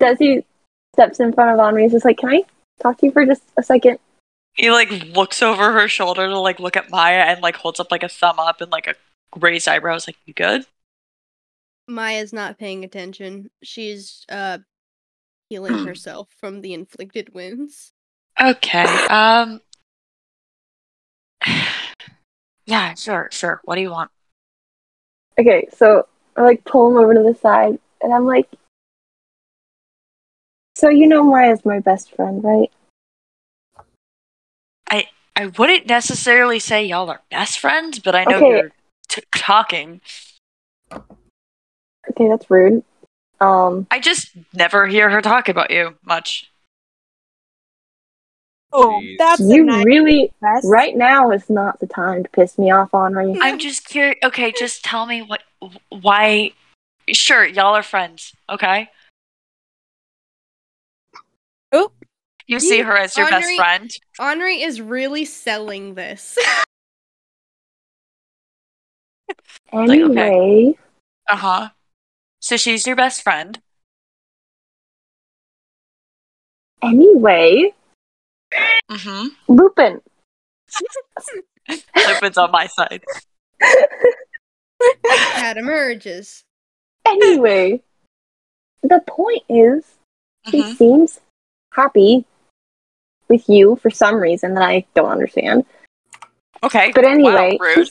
C: Desi steps in front of Henri and is like, Can I talk to you for just a second?
E: He like looks over her shoulder to like look at Maya and like holds up like a thumb up and like a raised eyebrows like you good?
A: Maya's not paying attention. She's uh healing herself from the inflicted wounds.
E: Okay. Um Yeah, sure, sure. What do you want?
C: Okay, so I like pull him over to the side and I'm like, So you know Maya's my best friend, right?
E: I I wouldn't necessarily say y'all are best friends, but I know
C: Okay.
E: you're t- talking.
C: Okay, that's rude. Um,
E: I just never hear her talk about you much.
D: Oh, that's
C: you really right now is not the time to piss me off, Henri.
E: I'm just curious. Okay, just tell me what why Sure, y'all are friends, okay?
D: Oh,
E: you see her as your best
A: Henri-
E: friend.
A: Henri is really selling this.
E: Like, okay.
C: Anyway,
E: Uh huh. So she's your best friend.
C: anyway,
E: Mm-hmm.
C: Lupin.
E: Lupin's on my side.
A: Cat emerges.
C: Anyway, the point is, she
E: Mhm.
C: seems happy with you for some reason that I don't understand.
E: Okay.
C: But
E: wow,
C: anyway,
E: rude.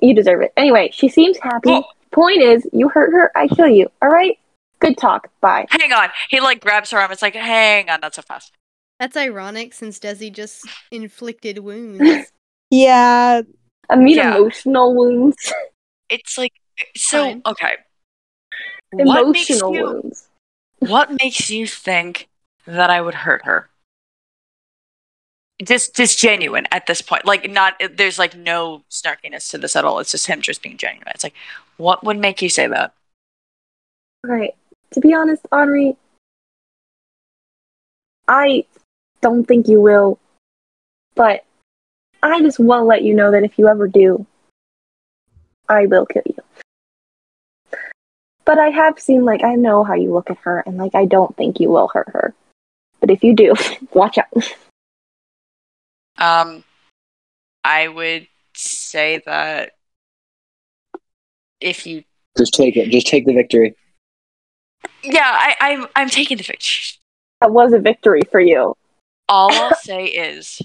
C: You deserve it. Anyway, she seems happy. Point is, you hurt her, I kill you. All right? Good talk. Bye.
E: Hang on. He like grabs her arm. It's like, hang on, not so fast.
A: That's ironic since Desi just inflicted wounds.
D: Yeah.
C: I mean,
E: Yeah.
C: emotional wounds.
E: It's like so
A: Fine.
E: okay. What makes
C: emotional
E: you-
C: wounds.
E: What makes you think that I would hurt her? Just just genuine at this point. Like not there's like no snarkiness to this at all. It's just him just being genuine. It's like, what would make you say that?
C: Right. To be honest, Henri, I don't think you will, but I just want to let you know that if you ever do, I will kill you. But I have seen, like, I know how you look at her, and, like, I don't think you will hurt her. But if you do, watch out.
E: Um, I would say that if you,
F: Just take it. Just take the victory.
E: yeah, I, I'm I'm taking the victory.
C: That was a victory for you.
E: All I'll say is,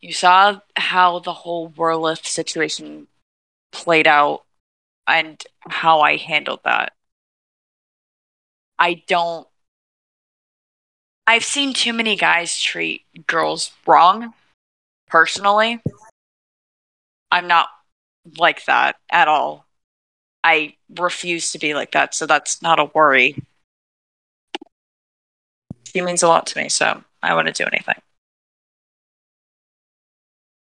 E: you saw how the whole Whirlith situation played out, and how I handled that. I don't. I've seen too many guys treat girls wrong. Personally, I'm not like that at all. I refuse to be like that, so that's not a worry. She means a lot to me, so I wouldn't do anything.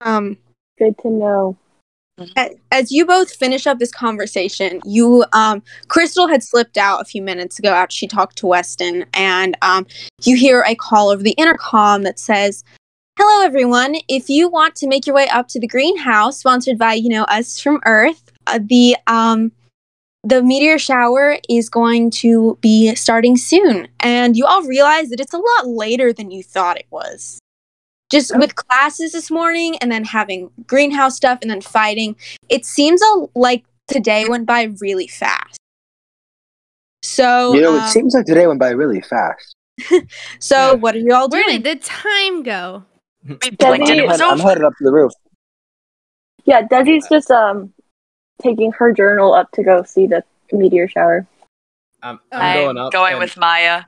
H: Um,
C: Good to know.
D: a- as you both finish up this conversation, you um Crystal had slipped out a few minutes ago after she talked to Weston and um you hear a call over the intercom that says, "Hello everyone. If you want to make your way up to the greenhouse sponsored by, you know, us from Earth, uh, the um the meteor shower is going to be starting soon." And you all realize that it's a lot later than you thought it was just with classes this morning and then having greenhouse stuff and then fighting it seems a, like today went by really fast so
F: you know, it
D: um,
F: seems like today went by really fast.
D: so what are you all
A: Where
D: doing
A: did the time go?
E: blinked and it was
F: I'm
E: over.
F: headed up to the roof.
C: Yeah, Desi's just um taking her journal up to go see the meteor shower.
G: I'm, Um, I'm,
E: I'm
G: going up. and
E: with Maya.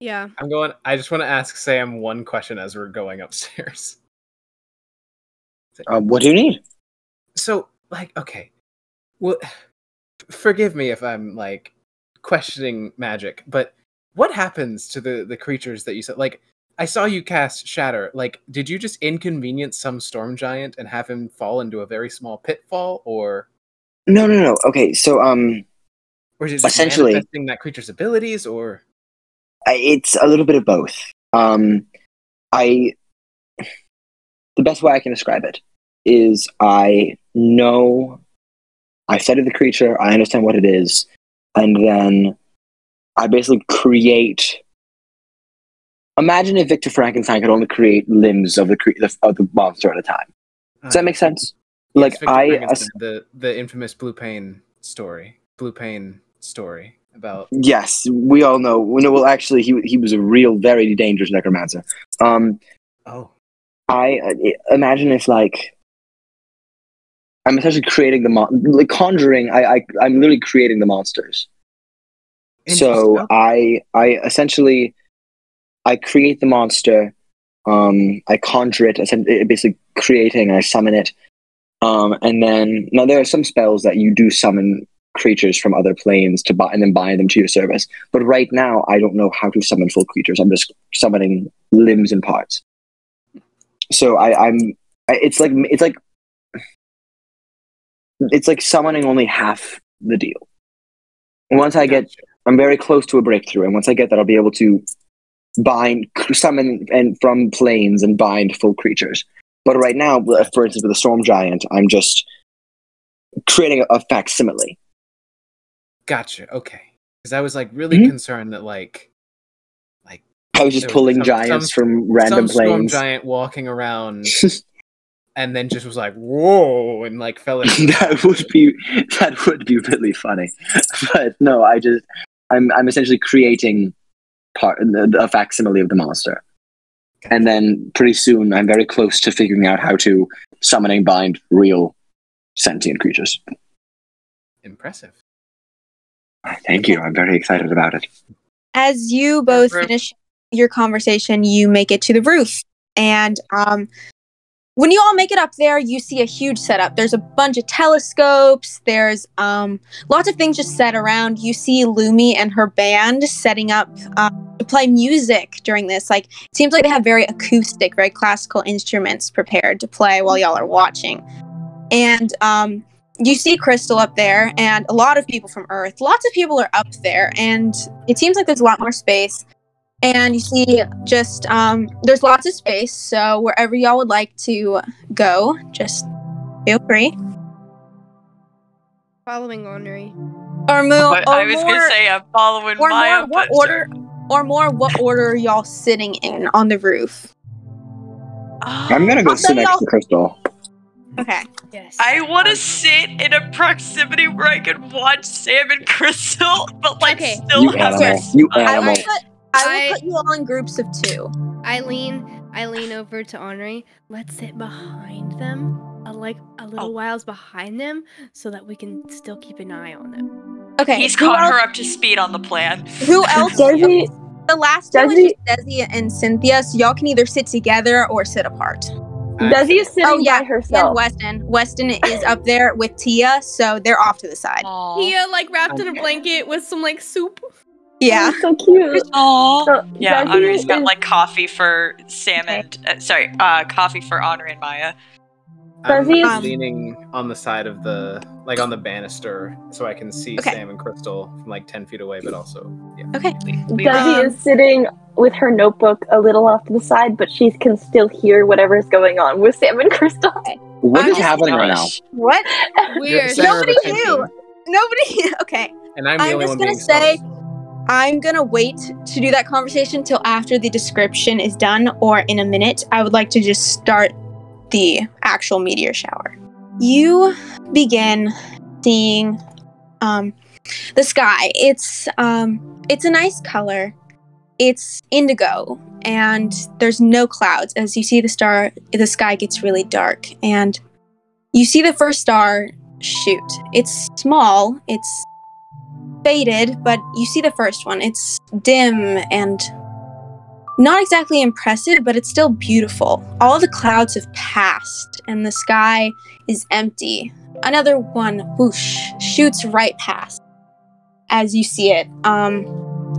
A: Yeah.
G: I'm going. I just want to ask Sam one question as we're going upstairs.
F: Um, what do you need?
G: So, like, okay, well, forgive me if I'm like questioning magic, but what happens to the the creatures that you said? Like, I saw you cast Shatter. Like, did you just inconvenience some storm giant and have him fall into a very small pitfall, or
F: No, no, no. Okay, so um,
G: or is it just
F: Essentially-
G: manifesting that creature's abilities, or
F: I- it's a little bit of both. Um, I the best way I can describe it is I know I study the creature, I understand what it is, and then I basically create. Imagine if Victor Frankenstein could only create limbs of the cre- the- of the monster at a time. Does that make sense? like
G: Uh, Victor
F: I,
G: Frankenstein, the the infamous blue pain story, blue pain story about
F: yes, we all know. We know. Well, actually, he he was a real, very dangerous necromancer. Um,
G: oh,
F: I uh, imagine it's like I'm essentially creating the mon- like conjuring. I, I I'm literally creating the monsters.
G: Oh,
F: So I I essentially I create the monster. Um, I conjure it, essen- it- basically creating. I summon it, um, and then now there are some spells that you do summon creatures from other planes to buy and then bind them to your service. But right now, I don't know how to summon full creatures. I'm just summoning limbs and parts. So I, I'm. I- It's like it's like it's like summoning only half the deal. And once I get, I'm very close to a breakthrough, and once I get that, I'll be able to bind, summon, and from planes and bind full creatures. But right now, uh, for instance, with the storm giant, I'm just creating a, a facsimile.
G: gotcha. Okay, because I was like really
F: Mm-hmm.
G: concerned that like
F: I was just
G: there
F: pulling
G: some-
F: giants
G: some-
F: from random
G: some storm
F: planes.
G: giant walking around, and then just was like whoa, and like fell into
F: that would be that would be really funny. But no, I just I'm I'm essentially creating part a facsimile of the monster, and then pretty soon I'm very close to figuring out how to summon and bind real sentient creatures.
G: impressive.
F: Thank you. I'm very excited about it.
D: As you both finish your conversation, you make it to the roof. And um, when you all make it up there, you see a huge setup. There's a bunch of telescopes, there's um, lots of things just set around. You see Lumi and her band setting up um, to play music during this. Like, it seems like they have very acoustic, very classical instruments prepared to play while y'all are watching and um, you see Crystal up there, and a lot of people from Earth. Lots of people are up there, and it seems like there's a lot more space. And you see, just um, there's lots of space, so wherever y'all would like to go, just feel free.
A: Following Ornery.
D: Or move.
A: But I was gonna say,
E: I'm following
D: or
A: Maya,
D: more, what
A: but
D: order? Or more, what order are y'all sitting in on the roof?
F: I'm gonna go
D: Also,
F: sit next
D: y'all-
F: to Crystal.
D: Okay.
A: Yes.
E: I want to sit in a proximity where I can watch Sam and Crystal, but like still
F: You
E: have
F: animal. You animal.
D: I will put you all in groups of two.
A: I lean, I lean over to Henri. Let's sit behind them, uh, like a little whiles behind them, so that we can still keep an eye on them.
D: Okay.
E: He's
D: who
E: caught
D: else-
E: her up to speed on the plan.
D: Who else?
C: Desi,
D: The last two was just Desi and Cynthia, so y'all can either sit together or sit apart.
C: Desi is sitting
D: oh, yeah.
C: by herself.
D: And Weston. Weston is up there with Tia, so they're off to the side.
A: Tia, like wrapped in a blanket with some like soup.
D: Yeah.
C: so cute.
E: Oh, yeah.
C: Desi
E: Honor's got
C: is-
E: like coffee for Sam and uh, sorry, uh, coffee for Honor and Maya.
G: I'm
C: Fuzzy is-
G: leaning on the side of the like on the banister so I can see Sam and Crystal from like ten feet away, but also yeah.
D: Okay.
C: Desi
D: Um,
C: is sitting with her notebook a little off to the side, but she can still hear whatever's going on with Sam and Crystal.
F: What is happening right now?
D: What?
G: You're the center of
D: Nobody
G: attention.
D: knew. Nobody. Okay.
G: And I'm the
D: I'm
G: only
D: just
G: one
D: gonna
G: being
D: say, I'm gonna wait to do that conversation till after the description is done, or in a minute. I would like to just start the actual meteor shower. You begin seeing um, the sky. It's um, it's a nice color. It's indigo, and there's no clouds. As you see the star, the sky gets really dark, and you see the first star shoot. It's small. It's faded, but you see the first one. It's dim and not exactly impressive, but it's still beautiful. All the clouds have passed and the sky is empty. Another one whoosh shoots right past as you see it. Um,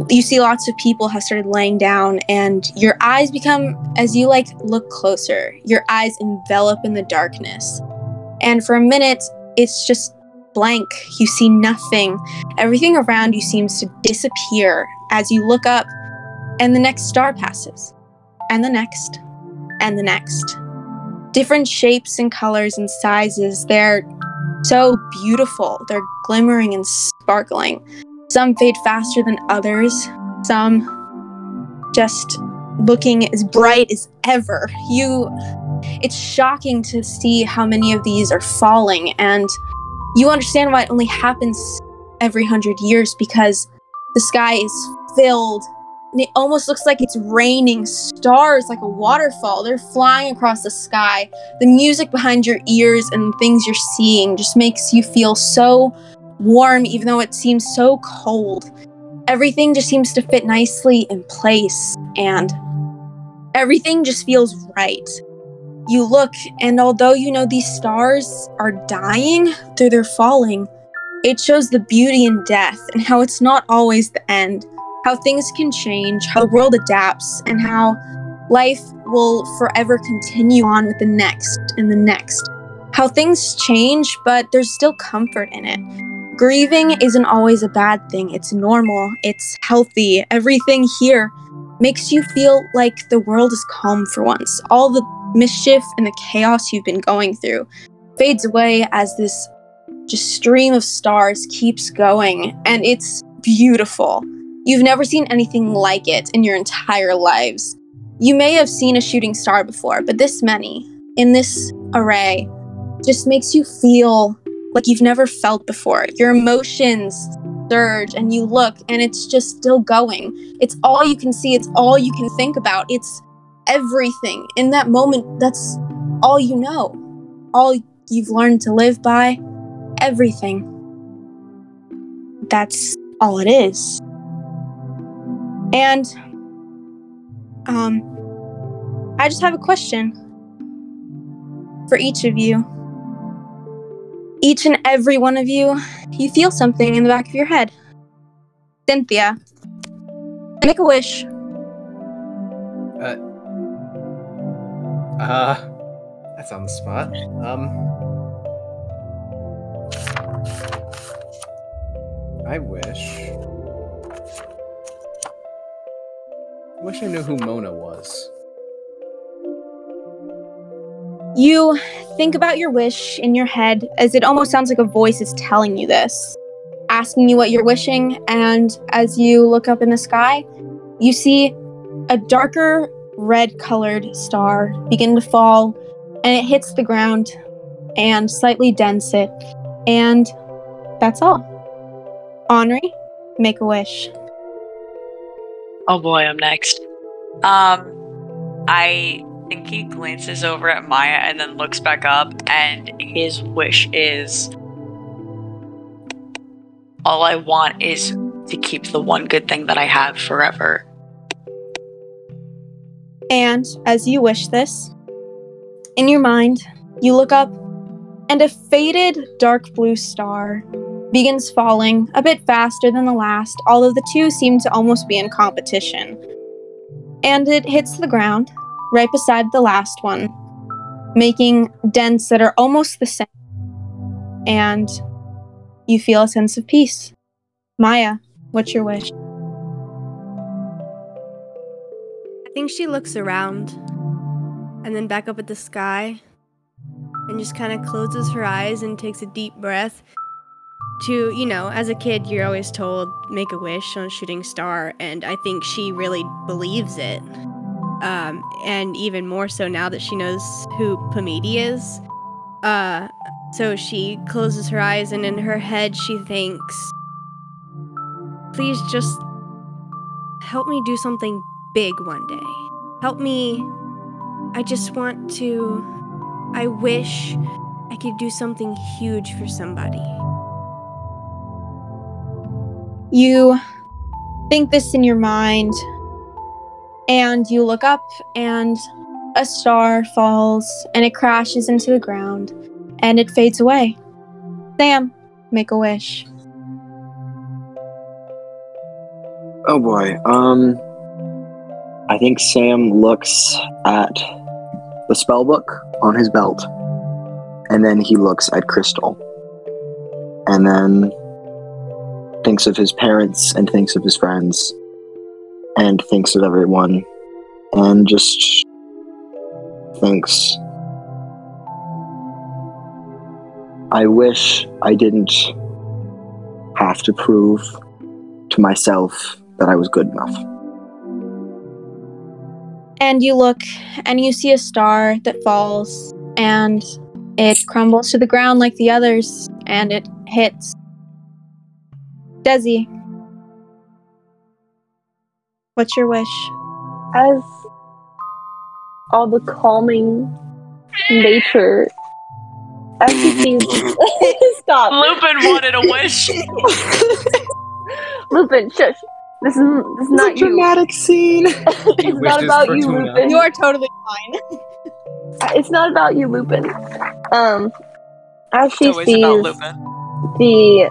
D: you see lots of people have started laying down, and your eyes become, as you like look closer, your eyes envelop in the darkness. And for a minute, it's just blank. You see nothing. Everything around you seems to disappear as you look up, and the next star passes, and the next, and the next. Different shapes and colors and sizes. They're so beautiful. They're glimmering and sparkling. Some fade faster than others. Some just looking as bright as ever. You it's shocking to see how many of these are falling and you understand why it only happens every 100 years because the sky is filled and it almost looks like it's raining stars like a waterfall. They're flying across the sky. The music behind your ears and the things you're seeing just makes you feel so warm, even though it seems so cold. Everything just seems to fit nicely in place, and everything just feels right. You look, and although you know these stars are dying through their falling, it shows the beauty in death and how it's not always the end, how things can change, how the world adapts, and how life will forever continue on with the next and the next. How things change, but there's still comfort in it. Grieving isn't always a bad thing, it's normal, it's healthy. Everything here makes you feel like the world is calm for once. All the mischief and the chaos you've been going through fades away as this just stream of stars keeps going and it's beautiful. You've never seen anything like it in your entire lives. You may have seen a shooting star before, but this many in this array just makes you feel like you've never felt before. Your emotions surge and you look and it's just still going. It's all you can see, it's all you can think about. It's everything. In that moment, that's all you know. All you've learned to live by, everything. That's all it is. And um I just have a question for each of you. Each and every one of you, you feel something in the back of your head. Cynthia, make a wish.
G: Uh, uh, that's on the spot. Um, I wish. I wish I knew who Mona was.
D: You think about your wish in your head as it almost sounds like a voice is telling you this, asking you what you're wishing, and as you look up in the sky, you see a darker red colored star begin to fall, and it hits the ground and slightly dents it, and that's all. Henri, make a wish.
E: Oh boy, I'm next. Um, I think he glances over at Maya and then looks back up, and his wish is all I want is to keep the one good thing that I have forever.
D: And as you wish this, in your mind, you look up and a faded dark blue star begins falling a bit faster than the last, although the two seem to almost be in competition. And it hits the ground right beside the last one, making dents that are almost the same. And you feel a sense of peace. Maya, what's your wish?
A: I think she looks around and then back up at the sky and just kind of closes her eyes and takes a deep breath. To, you know, as a kid, you're always told, make a wish on a shooting star, and I think she really believes it. Um, and even more so now that she knows who Pamidi is. Uh, so she closes her eyes, and in her head, she thinks, please just help me do something big one day. Help me. I just want to. I wish I could do something huge for somebody.
D: You think this in your mind, and you look up, and a star falls and it crashes into the ground and it fades away. Sam, make a wish.
F: Oh boy. Um, I think Sam looks at the spell book on his belt, and then he looks at Crystal, and then thinks of his parents, and thinks of his friends, and thinks of everyone, and just thinks. I wish I didn't have to prove to myself that I was good enough.
D: And you look and you see a star that falls and it crumbles to the ground like the others and it hits. Desi, what's your wish?
H: As all the calming nature. As he sees,
E: Uh,
H: stop.
E: Lupin wanted a wish.
H: Lupin, shush. This is this is not you. dramatic scene. it's not
E: wishes
H: about
E: for
H: you,
E: tuna.
H: Lupin.
E: You
D: are totally fine.
H: it's not about you, Lupin. Um, as she
E: Always
H: sees
E: about Lupin.
H: the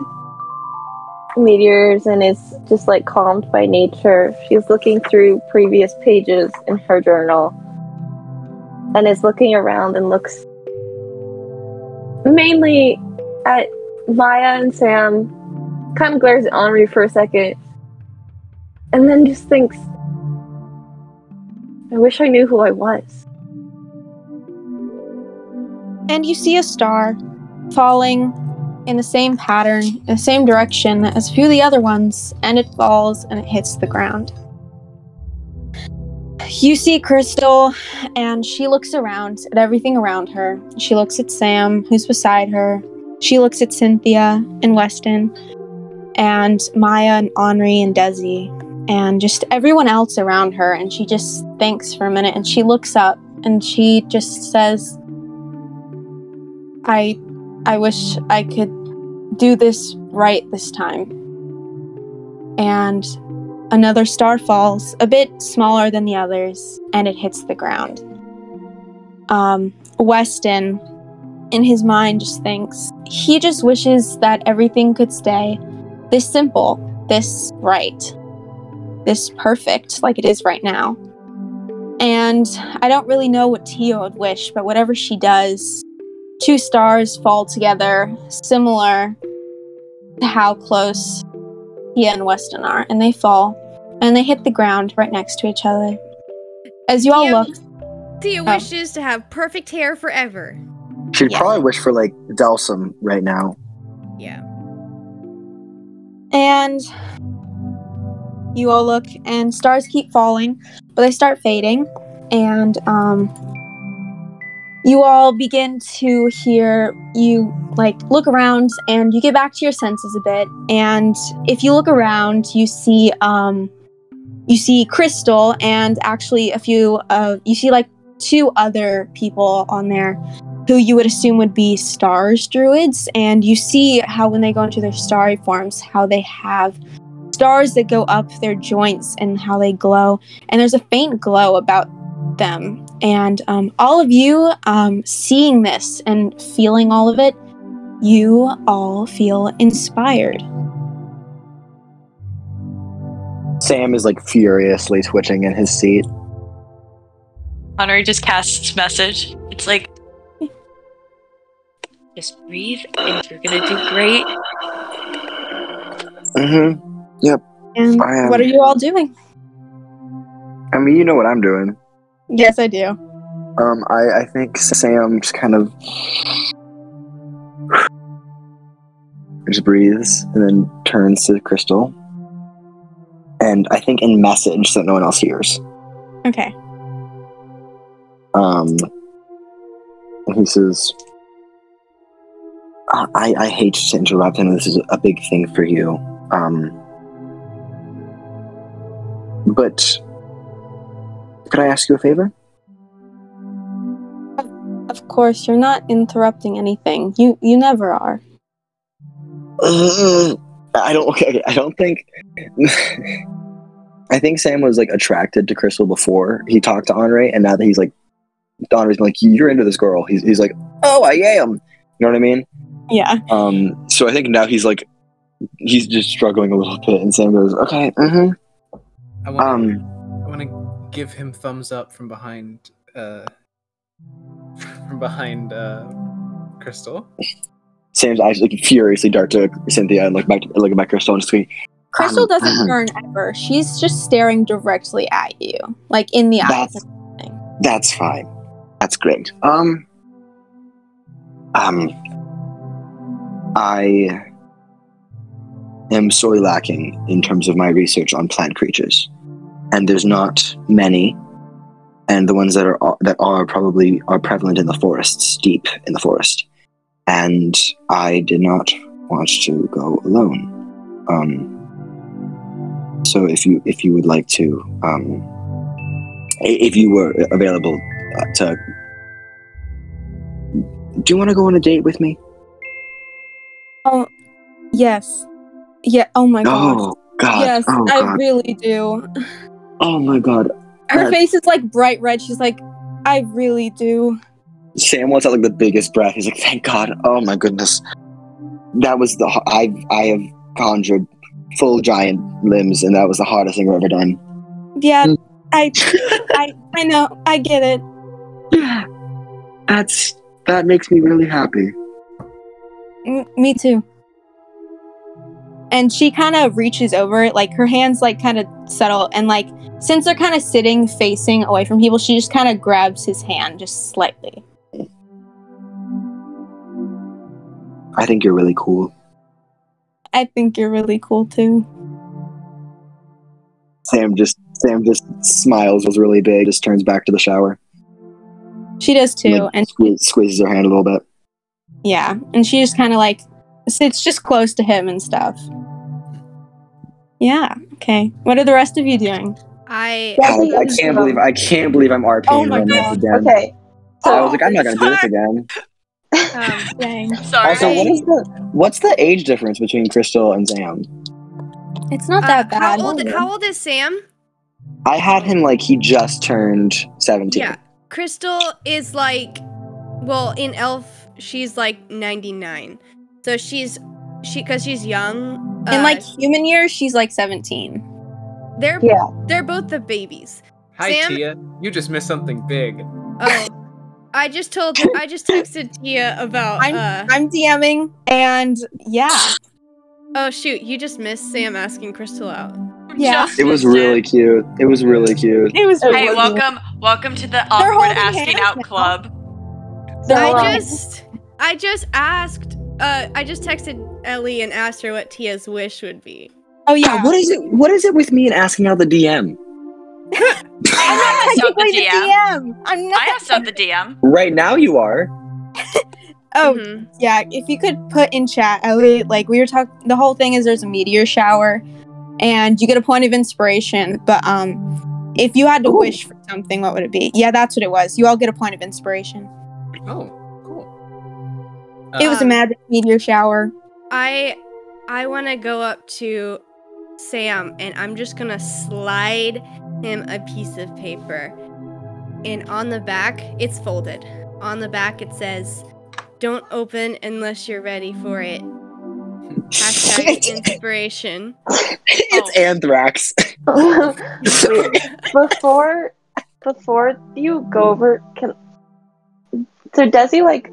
H: meteors and is just like calmed by nature. She's looking through previous pages in her journal and is looking around and looks mainly at Maya and Sam, kind of glares at Henri for a second, and then just thinks, I wish I knew who I was.
D: And you see a star falling in the same pattern, in the same direction as a few of the other ones, and it falls and it hits the ground. You see Crystal, and she looks around at everything around her. She looks at Sam, who's beside her. She looks at Cynthia and Weston, and Maya and Henri and Desi, and just everyone else around her. And she just thinks for a minute and she looks up and she just says, I I wish I could do this right this time. And another star falls, a bit smaller than the others, and it hits the ground. Um, Weston, in his mind, just thinks he just wishes that everything could stay this simple, this right, this perfect, like it is right now. And I don't really know what Tia would wish, but whatever she does, two stars fall together, similar to how close Tia and Weston are, and they fall and they hit the ground right next to each other. As you all
A: Tia-
D: look,
A: Tia
D: Oh.
A: wishes to have perfect hair forever.
F: She'd probably wish for like Delsum right now.
A: Yeah.
D: and you all look and stars keep falling but they start fading and um, you all begin to hear you like look around and you get back to your senses a bit and if you look around you see um, you see crystal and actually a few of you see like two other people on there who you would assume would be stars druids and you see how when they go into their starry forms how they have stars that go up their joints and how they glow and there's a faint glow about them and um, all of you um, seeing this and feeling all of it you all feel inspired
F: Sam is like furiously twitching in his seat.
E: Honori just casts message. It's like, just breathe, and you're gonna do great.
F: Mm-hmm. Yep.
D: and
F: I am.
D: what are you all doing
F: I mean, you know what I'm doing.
D: yes i do
F: Um, I, I think Sam just kind of just breathes and then turns to Crystal. And I think in message that no one else hears.
D: okay
F: Um, and he says, I, I- I hate to interrupt him. This is a big thing for you. Um, but could I ask you a favor?
D: of course you're not interrupting anything you you never are
F: Ugh. Uh, I don't. Okay, okay, I don't think. I think Sam was like attracted to Crystal before he talked to Andre, and now that he's like, Andre's been like, "You're into this girl." He's he's like, "Oh, I am." You know what I mean?
D: yeah
F: Um. So I think now he's like, he's just struggling a little bit, and Sam goes, "Okay, mm-hmm."
G: I want
F: Um.
G: I want to give him thumbs up from behind, uh, from behind uh, Crystal.
F: Sam's eyes like furiously dart to Cynthia and look back, look back at Crystal and just going,
D: Crystal
F: Um,
D: doesn't turn ever. She's just staring directly at you, like in the eyes.
F: "That's fine. That's great." Um. Um. I am sorely lacking in terms of my research on plant creatures, and there's not many. And the ones that are uh, that are probably are prevalent in the forests, deep in the forest. And I did not want to go alone. Um, so if you if you would like to, um, i- if you were available uh, to, do you want to go on a date with me?
D: Oh, yes. Yeah. Oh my gosh.
F: Oh God!
D: Yes,
F: oh,
D: I
F: God.
D: really do.
F: Oh my God!
D: Her
F: Uh,
D: face is like bright red. She's like, I really do.
F: Sam wants out like the biggest breath. He's like, "Thank God! Oh my goodness!" That was the ho- I I have conjured full giant limbs, and that was the hardest thing I've ever done.
D: Yeah.
F: Mm.
D: I, I, I know. I get it.
F: Yeah. That's that makes me really happy.
D: M- me too. And she kind of reaches over, like her hands, like kind of settle, and like since they're kind of sitting facing away from people, she just kind of grabs his hand just slightly.
F: I think you're really cool.
D: I think you're really cool too.
F: Sam just Sam just smiles, was really big, just turns back to the shower,
D: She does too,
F: Like,
D: and
F: sque- squeezes her hand a little bit.
D: yeah, and she just kind of like sits just close to him and stuff. Yeah. Okay. What are the rest of you doing?
A: I
F: God, I can't believe I can't believe I'm RPing
D: Oh my
F: romance
D: God. Oh,
F: again.
D: Okay.
F: I was like, I'm not gonna do this again.
A: um,
D: Dang.
E: Sorry.
F: Also, what is the what's the age difference between Crystal and Sam?
D: It's not that
E: Uh,
D: bad.
A: uh, How old, how old is Sam?
F: I had him like he just turned seventeen.
A: Yeah. Crystal is like, well, in Elf, she's like 99. So she's, she, because she's young.
D: In
A: uh,
D: like human years, she's like 17.
A: they're,
D: Yeah.
A: they're both the babies.
G: Hi,
A: Sam-
G: Tia. You just missed something big.
A: Oh, I just told, I just texted Tia about,
D: I'm
A: uh,
D: I'm DMing and yeah.
A: oh shoot, you just missed Sam asking Crystal out.
D: Yeah.
F: It was really cute. It was really cute.
D: It was
E: Hey, welcome, welcome to the awkward asking out club.
A: I just, I just asked, uh, I just texted Ellie and asked her what Tia's wish would be.
D: Oh yeah.
F: What is it? What is it with me and asking out the DM?
E: I'm not gonna stop the DM.
D: I'm not.
E: I have stopped the DM.
F: Right now, you are.
D: Oh
A: Mm-hmm.
D: yeah. If you could put in chat, Ellie, like we were talking the whole thing is there's a meteor shower and you get a point of inspiration, but um if you had to wish for something, what would it be? Yeah, that's what it was. You all get a point of inspiration.
G: Oh, cool.
D: it was a
A: Um,
D: magic meteor shower.
A: I I want to go up to Sam and I'm just going to slide him a piece of paper. And on the back, it's folded. On the back it says, "Don't open unless you're ready for it." Hashtag inspiration.
D: Oh.
F: it's anthrax.
H: Wait, before before you go over, can so Desi like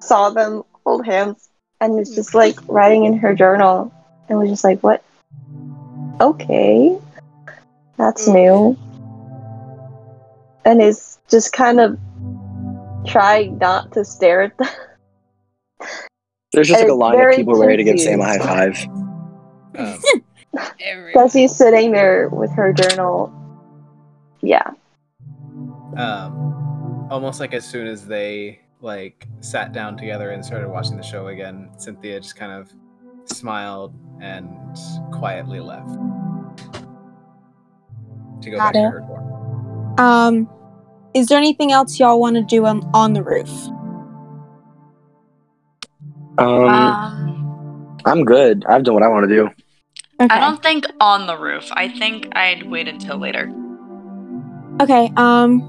H: saw them hold hands and it's just like writing in her journal and was just like, what? Okay,
A: Mm.
H: that's new. And is just kind of trying not to stare at them.
F: There's just
H: And
F: like a
H: it's
F: line of
H: very
F: people ready to give Sam a high
H: confused.
F: five.
G: Um,
H: Desi's sitting there with her journal. Yeah.
G: um, almost like as soon as they like sat down together and started watching the show again, Cynthia just kind of smiled and quietly left to go back to
D: Got it.
G: her dorm.
D: Um, is there anything else y'all want to do on, on the roof?
F: Um, I'm good. I've done what I want to do.
E: I don't think on the roof. I think I'd wait until later.
D: Okay. Um,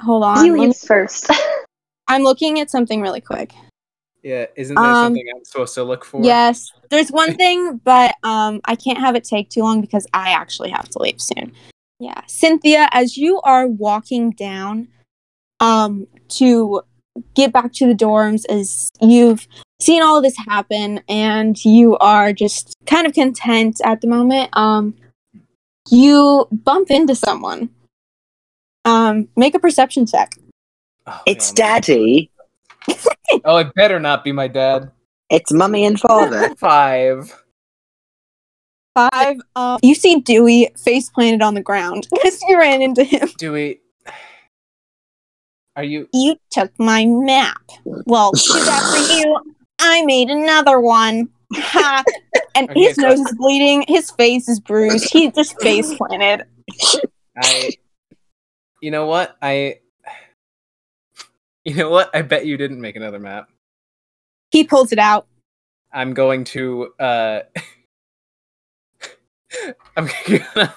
D: hold on.
H: He
D: let me-
H: leaves first.
D: I'm looking at something really quick.
G: Yeah, isn't there
D: Um,
G: something I'm supposed to look for?
D: Yes, there's one thing, but um, I can't have it take too long because I actually have to leave soon. Yeah, Cynthia, as you are walking down, um, to get back to the dorms, as you've seen all this happen, and you are just kind of content at the moment. Um, you bump into someone. Um, make a perception check.
F: it's daddy.
G: Oh, it better not be my dad.
L: It's mummy and father.
G: Five.
D: Five. Um, you see Dewey face planted on the ground because you ran into him.
G: Dewey, are you?
D: You took my map. Well, too bad for you. I made another one. Ha. And
G: Okay,
D: his
G: so-
D: nose is bleeding. His face is bruised. He just face planted.
G: I. You know what? I. You know what? I bet you didn't make another map.
D: He pulls it out.
G: I'm going to. uh I'm gonna.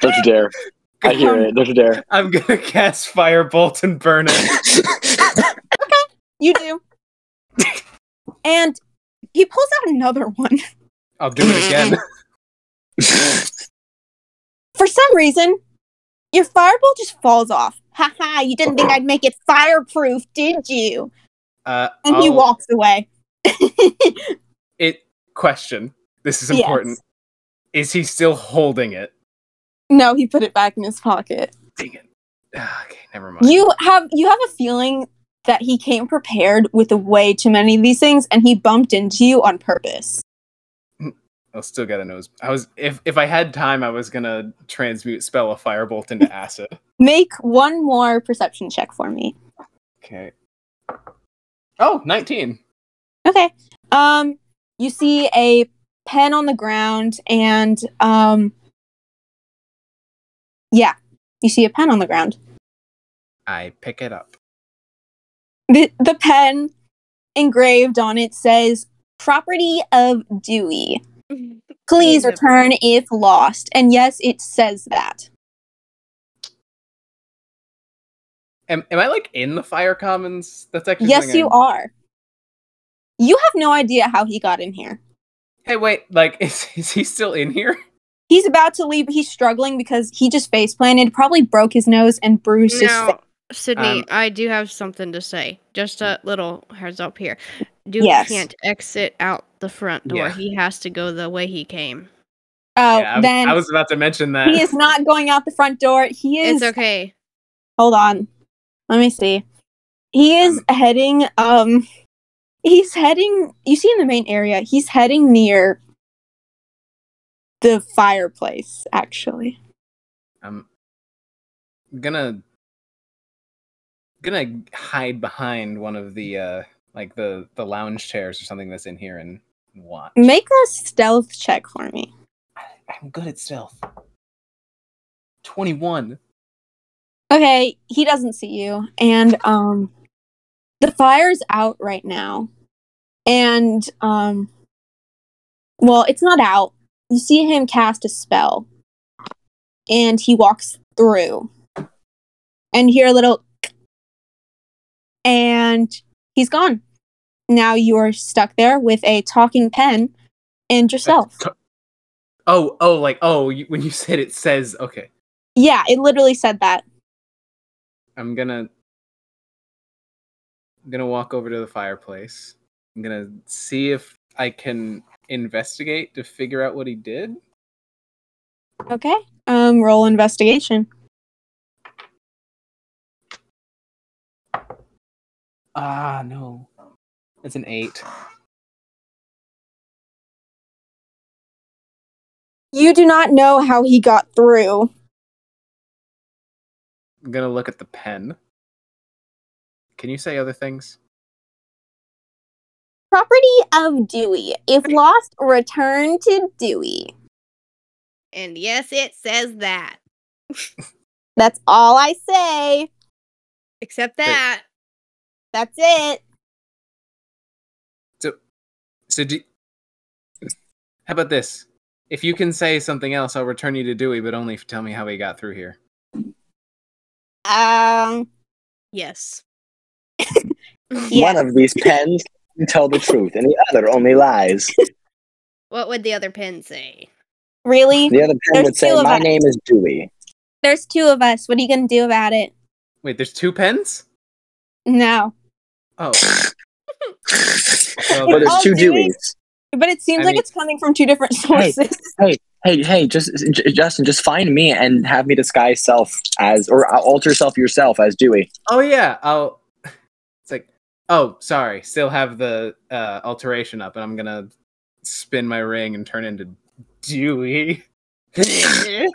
J: Don't you dare. I hear it. Don't you dare.
G: I'm gonna cast firebolt and burn it.
D: You do. and he pulls out another one.
G: I'll do it again.
D: For some reason, your fireball just falls off. Ha ha! you didn't think I'd make it fireproof, did you?
G: Uh,
D: And he
G: I'll-
D: walks away.
G: It question. This is
D: Yes.
G: important. Is he still holding it?
D: No, he put it back in his pocket.
G: Dang it. Okay, never mind.
D: You have you have a feeling that he came prepared with way too many of these things and he bumped into you on purpose.
G: I'll still get a nose. I was if if I had time, I was gonna transmute spell a firebolt into acid.
D: Make one more perception check for me.
G: Okay. Oh, 19.
D: Okay. Um you see a pen on the ground and um yeah, you see a pen on the ground.
G: I pick it up.
D: The the pen engraved on it says property of Dewey. Please return if lost. And yes, it says that.
G: Am, am I like in the fire commons? That's actually
D: yes,
G: something
D: you
G: I-
D: are. You have no idea how he got in here.
G: Hey, wait. Like, is is he still in here?
D: He's about to leave. He's struggling because he just face planted, probably broke his nose and bruised his face.
A: Now, Sydney,
D: Um,
A: I do have something to say. Just a little heads up here. Dude
D: Yes.
A: can't exit out the front door.
G: Yeah.
A: He has to go the way he came.
D: Oh,
G: Yeah, I,
D: then
G: I was about to mention that.
D: he is not going out the front door. He is.
A: It's okay.
D: Hold on. Let me see. He is heading. Um, he's heading. You see in the main area. He's heading near the fireplace. Actually,
G: I'm gonna gonna hide behind one of the uh like the the lounge chairs or something that's in here and watch.
D: make a stealth check for me.
G: I'm good at stealth. Twenty one.
D: Okay, he doesn't see you, and um, the fire's out right now, and um, well, it's not out. You see him cast a spell, and he walks through, and hear a little, and he's gone. Now you are stuck there with a talking pen and yourself.
G: Oh oh like oh you, when you said it says okay.
D: Yeah, it literally said that.
G: I'm gonna I'm gonna walk over to the fireplace. I'm gonna see if I can investigate to figure out what he did.
D: Okay. Um, roll investigation.
G: Ah no. It's an eight.
D: You do not know how he got through.
G: I'm gonna look at the pen. Can you say other things?
D: Property of Dewey. If lost, return to Dewey.
A: And yes, it says that.
D: That's all I say.
A: Except that.
D: That's it.
G: So, so do, how about this? If you can say something else, I'll return you to Dewey, but only if you tell me how he got through here.
D: Um.
A: Yes.
D: Yeah.
L: One of these pens can tell the truth, and the other only lies.
A: What would the other pen say?
D: Really?
L: The other pen
D: There's
L: would say,
D: two of
L: "My
D: us.
L: name is Dewey."
D: There's two of us. What are you gonna do about it?
G: Wait, there's two pens?
D: No.
G: Oh.
D: It's
L: but there's
D: all
L: two
D: Dewey.
L: Deweys.
D: But it seems
L: I
D: like
L: mean-
D: it's coming from two different
L: Hey,
D: sources.
L: hey, hey, hey, just J- Justin, just find me and have me disguise
F: uh,
L: self as, or alter self yourself as Dewey.
G: Oh yeah. I'll. It's like Oh, sorry. Still have the uh, alteration up, and I'm gonna spin my ring and turn into Dewey.
F: and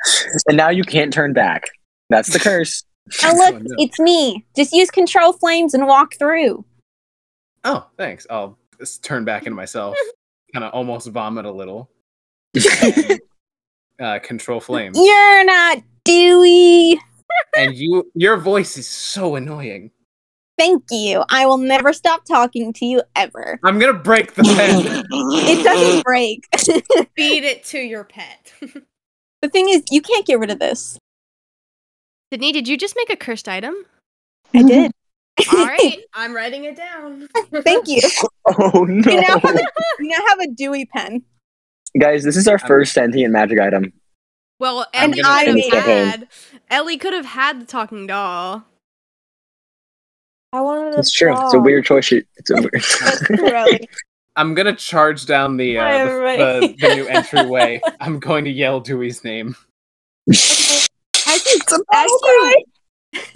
F: now you can't turn back. That's the curse.
D: Oh, look, it's me. Just use control flames and walk through.
G: Oh, thanks. I'll s- turn back into myself, kind of almost vomit a little. And, uh, control flames,
D: You're not Dewey.
G: and you, your voice is so annoying.
D: Thank you. I will never stop talking to you ever.
G: I'm gonna break the pen.
D: It doesn't break.
A: Feed it to your pet.
D: the thing is, you can't get rid of this.
H: Sydney, did you just make a cursed item?
D: I did.
A: All right, I'm writing it down.
D: Thank you.
F: Oh
D: You now
F: no,
D: have a, you now have a Dewey pen.
F: guys! This is our first sentient magic item.
H: Well,
F: I'm
H: Ellie
F: gonna
H: could
F: insta
H: have
F: him.
H: had. Ellie could have had the talking doll.
D: I wanted
F: It's true. It's a weird choice. you- It's a weird.
G: I'm gonna charge down the
K: Hi,
G: uh, the,
K: everybody.
G: the, the new entryway. I'm going to yell Dewey's name.
D: As you, as, you,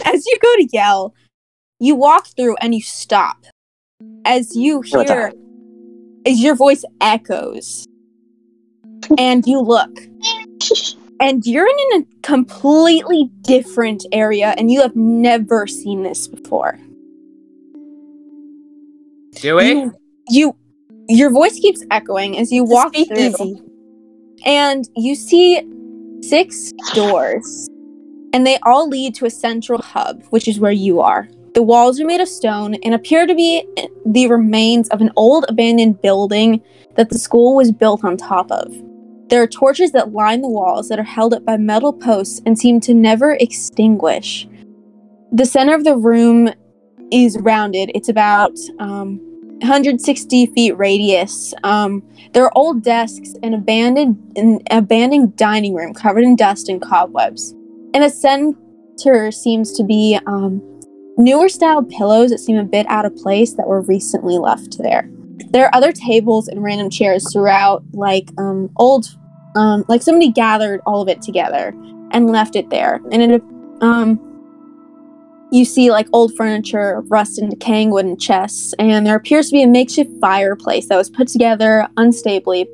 D: as you go to yell, you walk through and you stop. As you
F: What the
D: hear, as your voice echoes, and you look, and you're in a completely different area, and you have never seen this before.
G: Dewey.
D: You, your voice keeps echoing as you walk through, and you see six doors, and they all lead to a central hub, which is where you are. The walls are made of stone and appear to be the remains of an old abandoned building that the school was built on top of. There are torches that line the walls that are held up by metal posts and seem to never extinguish. The center of the room is rounded. It's about um, 160 feet radius. Um, there are old desks and abandoned an abandoned dining room covered in dust and cobwebs. In the center seems to be um, newer style pillows that seem a bit out of place that were recently left there. There are other tables and random chairs throughout, like um, old, um, like somebody gathered all of it together and left it there. And it, um, you see like old furniture, rust and decaying wooden chests, and there appears to be a makeshift fireplace that was put together unstably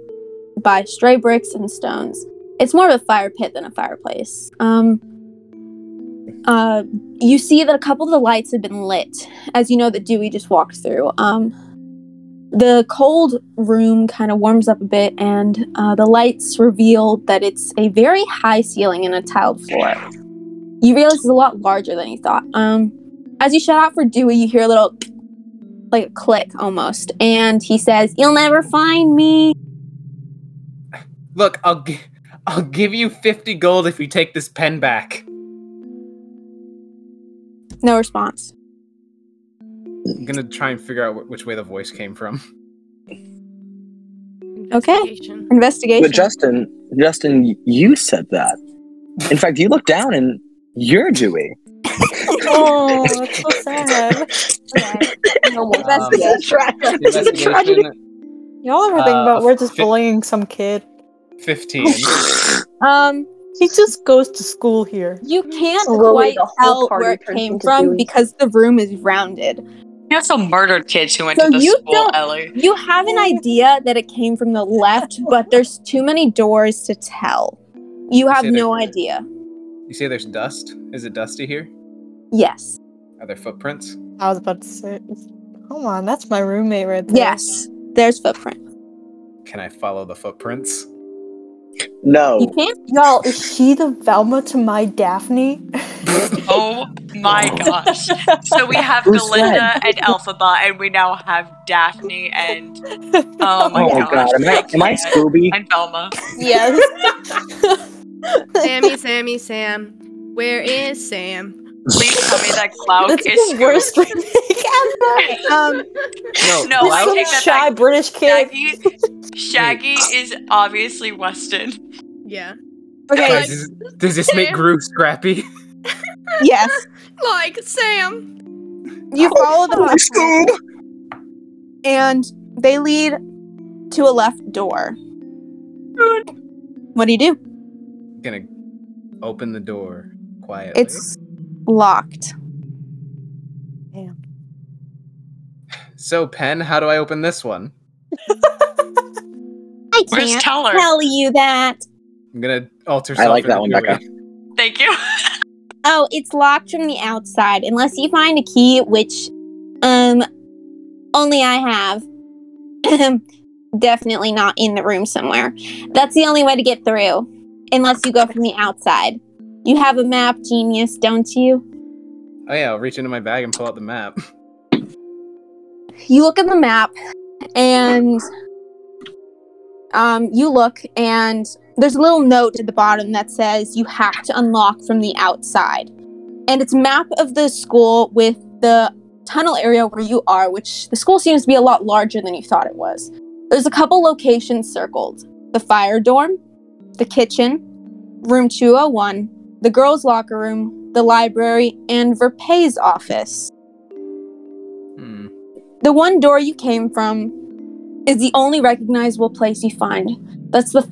D: by stray bricks and stones. It's more of a fire pit than a fireplace. Um, uh, you see that a couple of the lights have been lit, as you know that Dewey just walked through. Um, the cold room kind of warms up a bit, and uh, the lights reveal that it's a very high ceiling and a tiled floor. You realize it's a lot larger than you thought. Um, as you shout out for Dewey, you hear a little like a click almost, and he says, "You'll never find me."
G: Look, I'll gi- I'll give you fifty gold if you take this pen back.
D: No response.
G: I'm gonna try and figure out wh- which way the voice came from.
D: Okay. Investigation.
F: But Justin, Justin, you said that. In fact, you look down and you're Dewey.
K: oh, it's so sad.
D: No
K: more.
G: That's Um, the
K: This is a tragedy. Y'all ever think
G: Uh,
K: about we're just
G: fi-
K: bullying some kid?
G: Fifteen.
D: Um,
K: he just goes to school here.
D: You can't
C: Slowly,
D: quite
C: the whole
D: tell where
C: party
D: it
C: turns
D: came
C: into
D: from
C: Dewey.
D: because the room is rounded.
E: You also murdered kids who went
D: So
E: to the
D: you
E: school,
D: don't-
E: Ellie.
D: You have an idea that it came from the left, but there's too many doors to tell. You have
G: say that-
D: no idea.
G: You say there's dust. Is it dusty here?
D: Yes.
G: Are there footprints?
K: I was about to say. Come on, that's my roommate right there.
D: Yes. There's footprint.
G: Can I follow the footprints?
D: You
F: No.
D: can't.
K: Y'all, is she the Velma to my Daphne?
E: Oh my gosh. So we have
F: Who's
E: Galinda and Elphaba, and we now have Daphne and
F: Oh
E: oh my
F: my
E: gosh,
F: god, am I, am I
E: can't.
F: Scooby?
E: and Velma.
K: yes.
A: Sammy, Sammy, Sam. Where is Sam?
E: Please tell me that Cloud
K: That's
E: is
K: the
E: Scooby.
K: worst remake ever.
D: Um,
G: No.
E: No, I
K: Some
E: take that
K: shy
E: back.
K: British kid.
E: Shaggy, Shaggy is obviously Weston.
A: Yeah.
D: okay.
G: Guys, is- does this make Gru scrappy?
D: yes.
A: Like Sam.
D: You follow Oh, the
F: Holy Scoob!
D: and they lead to a left door. What do you do?
G: gonna open the door quietly.
D: It's locked.
G: So, Pen, how do I open this one?
D: I
G: Where's
D: can't
G: Teller?
D: tell you that.
G: I'm gonna alter.
L: I like
G: self
L: that one,
G: ambiguity.
E: Thank you.
D: Oh, it's locked from the outside unless you find a key, which um only I have. Definitely not in the room somewhere. That's the only way to get through, unless you go from the outside. You have a map, genius, don't you?
G: Oh yeah, I'll reach into my bag and pull out the map.
D: You look at the map, and um, you look, and there's a little note at the bottom that says you have to unlock from the outside, and it's a map of the school with the tunnel area where you are, which the school seems to be a lot larger than you thought it was. There's a couple locations circled: the fire dorm, the kitchen, room 201, the girls' locker room, the library, and Verpay's office.
G: Hmm.
D: The one door you came from is the only recognizable place you find. That's the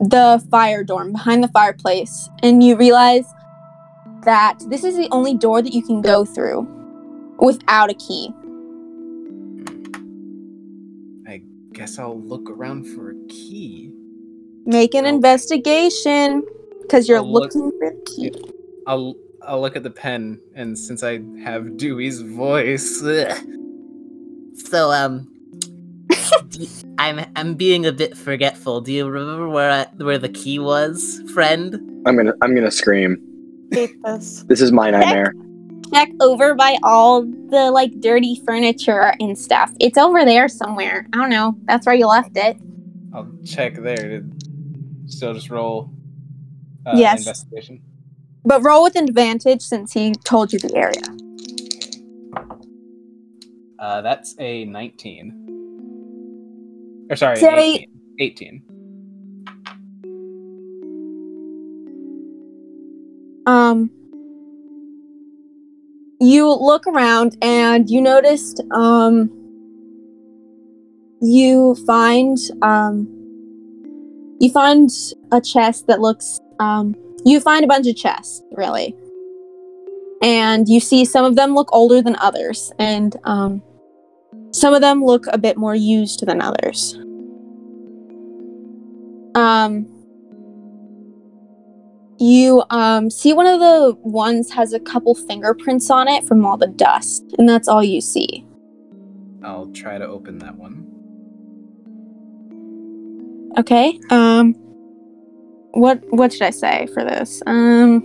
D: the fire dorm behind the fireplace, and you realize that this is the only door that you can go through without a key.
G: I guess I'll look around for a key.
D: Make an investigation because you're
G: I'll look-
D: looking for the key.
G: I'll I'll look at the pen, and since I have Dewey's voice, ugh,
M: So um, d- I'm I'm being a bit forgetful. Do you remember where I, where the key was, friend?
F: I'm gonna I'm gonna scream.
K: Hate this.
F: This is my nightmare.
D: Check over by all the like dirty furniture and stuff. It's over there somewhere. I don't know. That's where you left it.
G: I'll check there. To, so just roll. Uh,
D: Yes.
G: Investigation.
D: But roll with advantage since he told you the area.
G: Uh, that's a 19. Or sorry, an
D: Say-
G: 18. 18.
D: Um, you look around and you noticed um, you find um, you find a chest that looks um, you find a bunch of chests really, and you see some of them look older than others, and um, some of them look a bit more used than others. Um, you um, see one of the ones has a couple fingerprints on it from all the dust, and that's all you see.
G: I'll try to open that one.
D: Okay. Um, what what should I say for this? Um,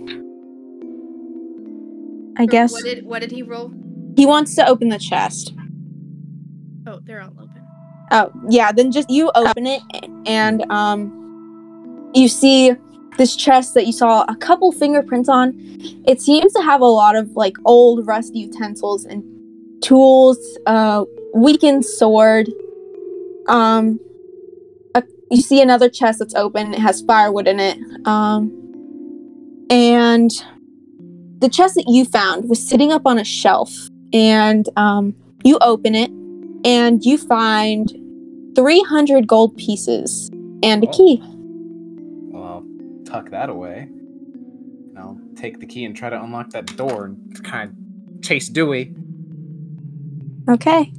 D: I
A: Or
D: guess
A: What did what did he roll?
D: he wants to open the chest.
A: Oh, they're all open.
D: Oh yeah, then just you open it, and um, you see this chest that you saw a couple fingerprints on. It seems to have a lot of like old rusty utensils and tools, uh, weakened sword. Um, a, you see another chest that's open. It has firewood in it. Um, and the chest that you found was sitting up on a shelf, and um, you open it, and you find 300 gold pieces and a key.
G: Well, I'll tuck that away. And I'll take the key and try to unlock that door and kind of chase Dewey.
D: Okay.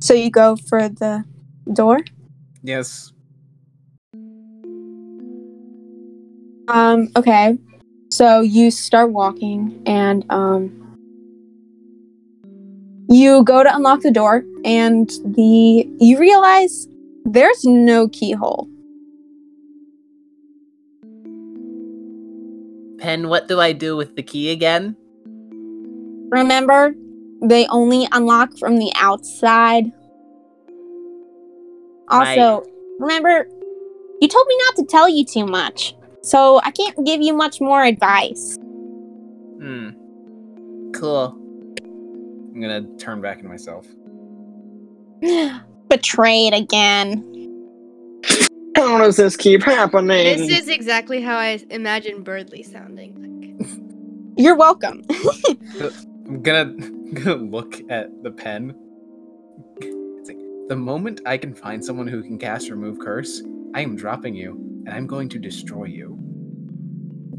D: So you go for the door.
G: Yes.
D: Um, okay. So you start walking and um you go to unlock the door and the you realize there's no keyhole.
M: Pen, what do I do with the key again?
D: Remember, they only unlock from the outside. Also,
M: Right.
D: remember you told me not to tell you too much. So I can't give you much more advice.
G: Hmm.
M: Cool.
G: I'm gonna turn back in myself.
D: Betrayed again.
F: How does this keep happening?
A: This is exactly how I imagine Birdly sounding.
D: You're welcome.
G: I'm gonna, I'm gonna look at the pen. It's like, the moment I can find someone who can cast Remove Curse, I am dropping you, and I'm going to destroy you.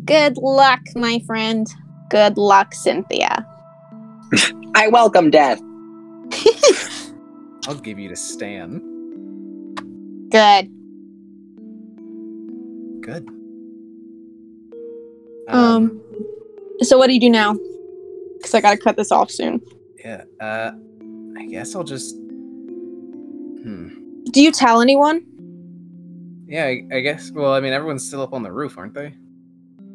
D: Good luck, my friend. Good luck, Cynthia.
F: I welcome death.
G: I'll give you to Stan.
D: Good.
G: Good.
D: Um, so what do you do now? Because I gotta cut this off soon.
G: Yeah. Uh, I guess I'll just. Hmm.
D: Do you tell anyone?
G: Yeah, I, I guess. Well, I mean, everyone's still up on the roof, aren't they?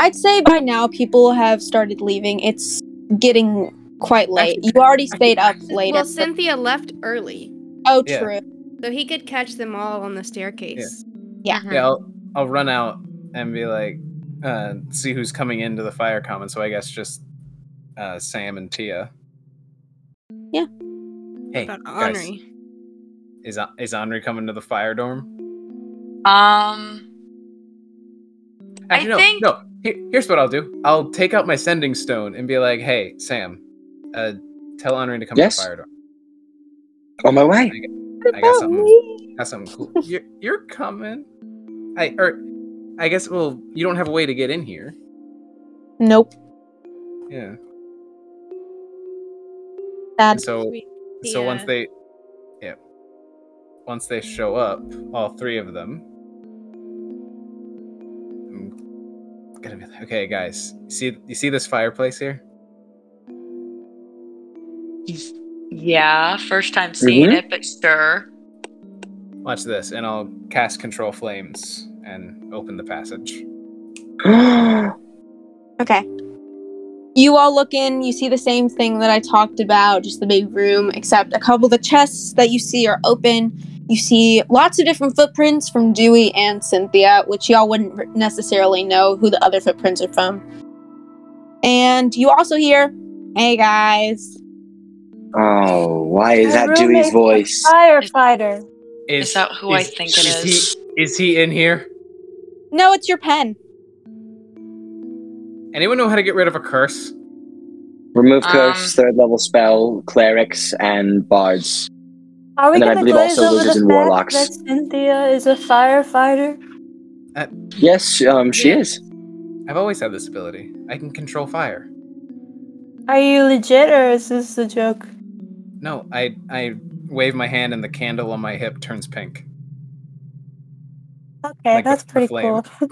D: I'd say by now people have started leaving. It's getting quite late. You already stayed up late.
A: Well, Cynthia left early.
D: Oh,
G: Yeah.
D: true.
A: So he could catch them all on the staircase.
D: Yeah.
G: Yeah, I'll, I'll run out and be like, uh, see who's coming into the fire common. So I guess just uh, Sam and Tia.
D: Yeah.
G: Hey,
A: About
G: guys.
A: Henri.
G: Is is Henri coming to the fire dorm?
E: Um,
G: Actually, no,
E: think-
G: no. Here, here's what I'll do. I'll take out my sending stone and be like, "Hey, Sam, uh, tell Henri to come
F: Yes.
G: to the fire dorm."
F: On Oh, my way.
G: I got something. Got something cool. You're, you're coming. I or I guess. Well, you don't have a way to get in here.
D: Nope.
G: Yeah.
D: Sad.
G: so so once
D: Yeah.
G: they yeah once they show up all three of them i'm gonna be like okay guys see you see this fireplace here
E: yeah, first time seeing
F: Mm-hmm.
G: Mhm.
E: it, but sure.
G: watch this and i'll cast control flames and open the passage
D: Okay. You all look in, you see the same thing that I talked about, just the big room, except a couple of the chests that you see are open. You see lots of different footprints from Dewey and Cynthia, which y'all wouldn't r- necessarily know who the other footprints are from. And you also hear, hey guys.
F: Oh, why is that
G: My
F: Dewey's
G: roommate's
F: voice?
D: Firefighter.
G: is,
E: that who I think it
G: is he, is he in here
D: No, it's your pen.
G: anyone know how to get rid of a curse
F: Remove
G: Um,
F: curse, third level spell, clerics, and bards.
H: Are we
F: And then I
H: gonna
F: believe
H: glaze
F: also
H: over
F: wizards
H: the
F: and
H: fact
F: warlocks.
H: that Cynthia is a firefighter?
F: Yes, um, she
G: Yeah.
F: is.
G: i've always had this ability i can control fire
H: Are you legit or is this a joke?
G: no i i wave my hand and the candle on my hip turns pink
H: Okay,
G: Like the-
H: that's
G: the
H: pretty
G: flame.
H: cool.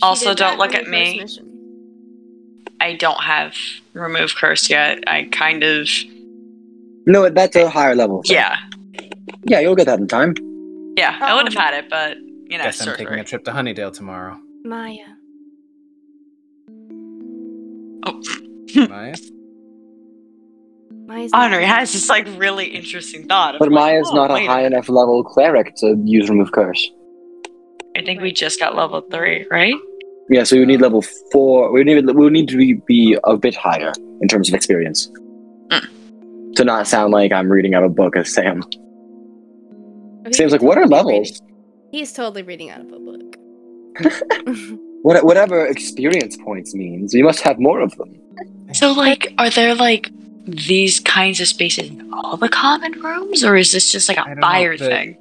E: Also, don't look
A: on
E: at
A: your first
E: me. I don't have remove curse yet. I kind of
F: No, that's a higher level. so-
E: yeah
F: Yeah, you'll get that in time.
E: yeah. I would have had it, but you know,
G: Guess I'm
E: sorcery.
G: taking a trip to Honeydale tomorrow.
A: Maya.
G: Maya?
A: Maya's not
F: Ah,
E: Honor
A: here.
E: has this like really interesting thought. Of,
F: But
E: like,
F: Maya's
E: oh,
F: not a
E: wait
F: high enough level cleric to use remove curse.
E: I think we just got level three, right?
F: Yeah, so you need level four. We need we would need to be, be a bit higher in terms of experience. To not sound like I'm reading out a book as Sam.
A: Oh, he
F: Sam's
A: could
F: like, what are
A: totally read
F: levels?
A: it. He's totally reading out of a book.
F: What, whatever experience points means, you must have more of them.
E: So, like, are there like these kinds of spaces in all the common rooms, or is this just like a
G: don't know,
E: fire
G: the-
E: thing?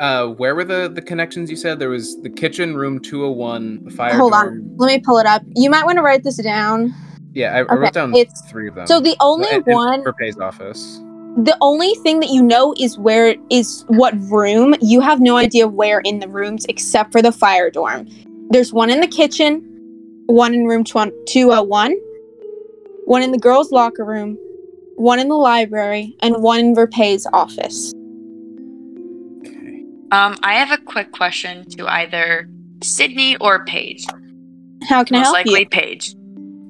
G: Uh, where were the, the connections you said? There was the kitchen, room 201, the fire
D: Hold
G: dorm.
D: on. Let me pull it up. You might want to write this down.
G: Yeah, I, I
D: Okay,
G: wrote down
D: it's-
G: three of them.
D: so the only
G: and- and
D: one-
G: Perpet's office.
D: the only thing that you know is where is what room you have no idea where in the rooms except for the fire dorm there's one in the kitchen one in room 20 201 one in the girls locker room one in the library and one in verpay's office
E: Um, I have a quick question to either Sydney or Paige.
D: how can
E: Most
D: i help
E: likely
D: you
E: Paige.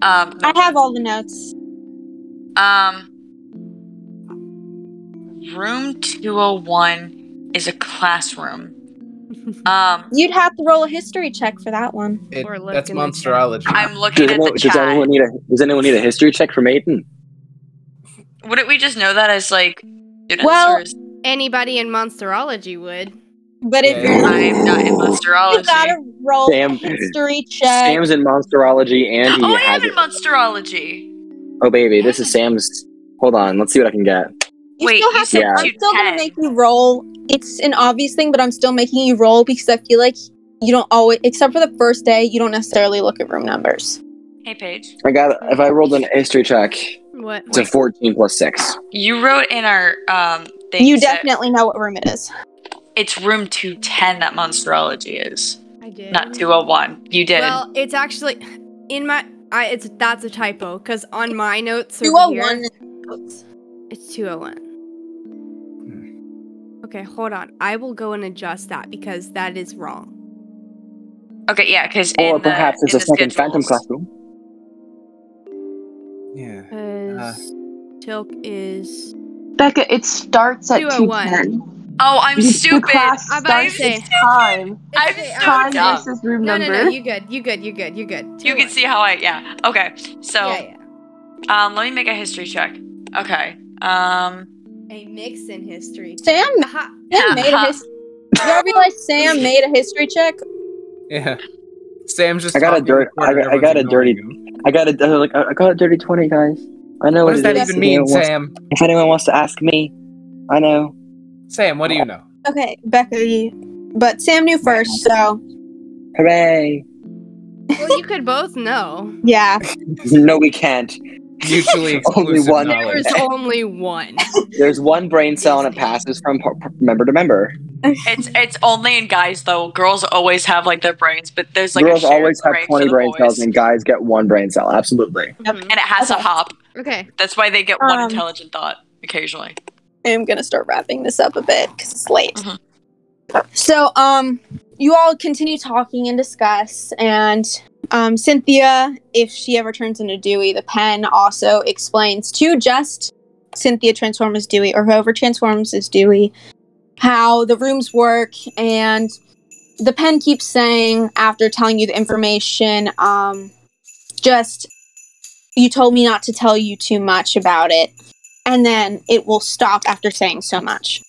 E: Um,
D: i have all the notes
E: um, room two hundred one is a classroom. Um,
D: you'd have to roll a history check for that one
G: It,
E: Or look
G: that's
E: in the
G: monsterology.
E: I'm looking
F: does
E: at the
F: anyone, does anyone
E: chat.
F: need a Does anyone need a history check from Aiden?
E: Wouldn't we just know that as like students?
A: Well,
E: or is-
A: anybody in monsterology would.
D: But if
F: Yeah, yeah.
E: I'm not in monsterology.
D: you gotta roll
F: Sam-
D: a history check
F: Sam's in monsterology, and he
E: oh, I
F: has.
E: am in monsterology.
F: Oh baby, this is Sam's. Hold on, let's see what I can get.
D: You
E: Wait,
D: still
E: you
D: have
E: said
D: to. I'm
F: two
D: still gonna make you roll. It's an obvious thing, but I'm still making you roll because I feel like you don't always, except for the first day, you don't necessarily look at room numbers.
E: Hey, Paige.
F: I got. If I rolled an history check,
A: What?
F: It's a 14 plus 6.
E: You wrote in our um thing.
D: You
E: that
D: definitely know what room it is.
E: It's room 210 that monstrology is.
A: I did.
E: Not 201. You did.
A: Well, it's actually in my. I it's that's a typo because on my notes. Two oh
D: 201
A: one. It's two oh one. Okay, hold on. I will go and adjust that because that is wrong.
E: okay, yeah, because
F: Or
E: in the,
F: perhaps it's
E: in
F: a
E: the
F: second phantom
E: schedules-
F: classroom.
G: Yeah. Uh,
A: Because Tilk is
N: Becca, it starts at
A: 201.
N: 210.
E: Oh, I'm
N: The-
E: stupid.
N: The class
A: I'm about to
N: starts
A: say-
N: at time.
E: I'm
A: Oh,
C: uh,
N: time
E: so dumb.
N: versus room
A: no,
N: number.
A: no, no. You good? You good? You good? You good? oh
E: You can see how I yeah. Okay. So um let me make a history check. Okay. Um
A: A mix in history.
D: Sam, Sam made a history. You all realize Sam made a history check?
G: Yeah. Sam's just.
L: I got a
G: talking in the
L: dirt. I
G: corner,
L: got, I
G: everyone's
L: got a
G: ignoring
L: dirty. I got a. I was like, I got a dirty twenty, guys. I know what,
G: What does
L: it
G: that
L: is.
G: even
L: If
G: mean,
L: anyone wants-
G: Sam?
L: if anyone wants to ask me, I know.
G: Sam, what do you know?
D: Okay, Becca, you. But Sam knew first, so
L: Hooray!
A: Well, you could both know.
D: yeah.
L: no, we can't.
G: Mutually
L: Only
G: exclusive
L: one.
G: knowledge.
A: There's only one.
L: There's one brain cell, and it passes from par- par- member to member.
E: it's it's only in guys though. Girls always have like their brains, but there's like
L: Girls
E: a shared
L: always have
E: brain for
L: twenty
E: the
L: brain
E: boys.
L: cells, and guys get one brain cell. Absolutely.
E: And it has to hop.
A: Okay.
E: That's why they get one
D: Um,
E: intelligent thought occasionally.
D: I'm gonna start wrapping this up a bit because it's late. So, um, you all continue talking and discuss, and um, Cynthia, if she ever turns into Dewey, the pen also explains to just Cynthia transforms as Dewey or whoever transforms as Dewey how the rooms work, and the pen keeps saying after telling you the information, um, just you told me not to tell you too much about it, and then it will stop after saying so much.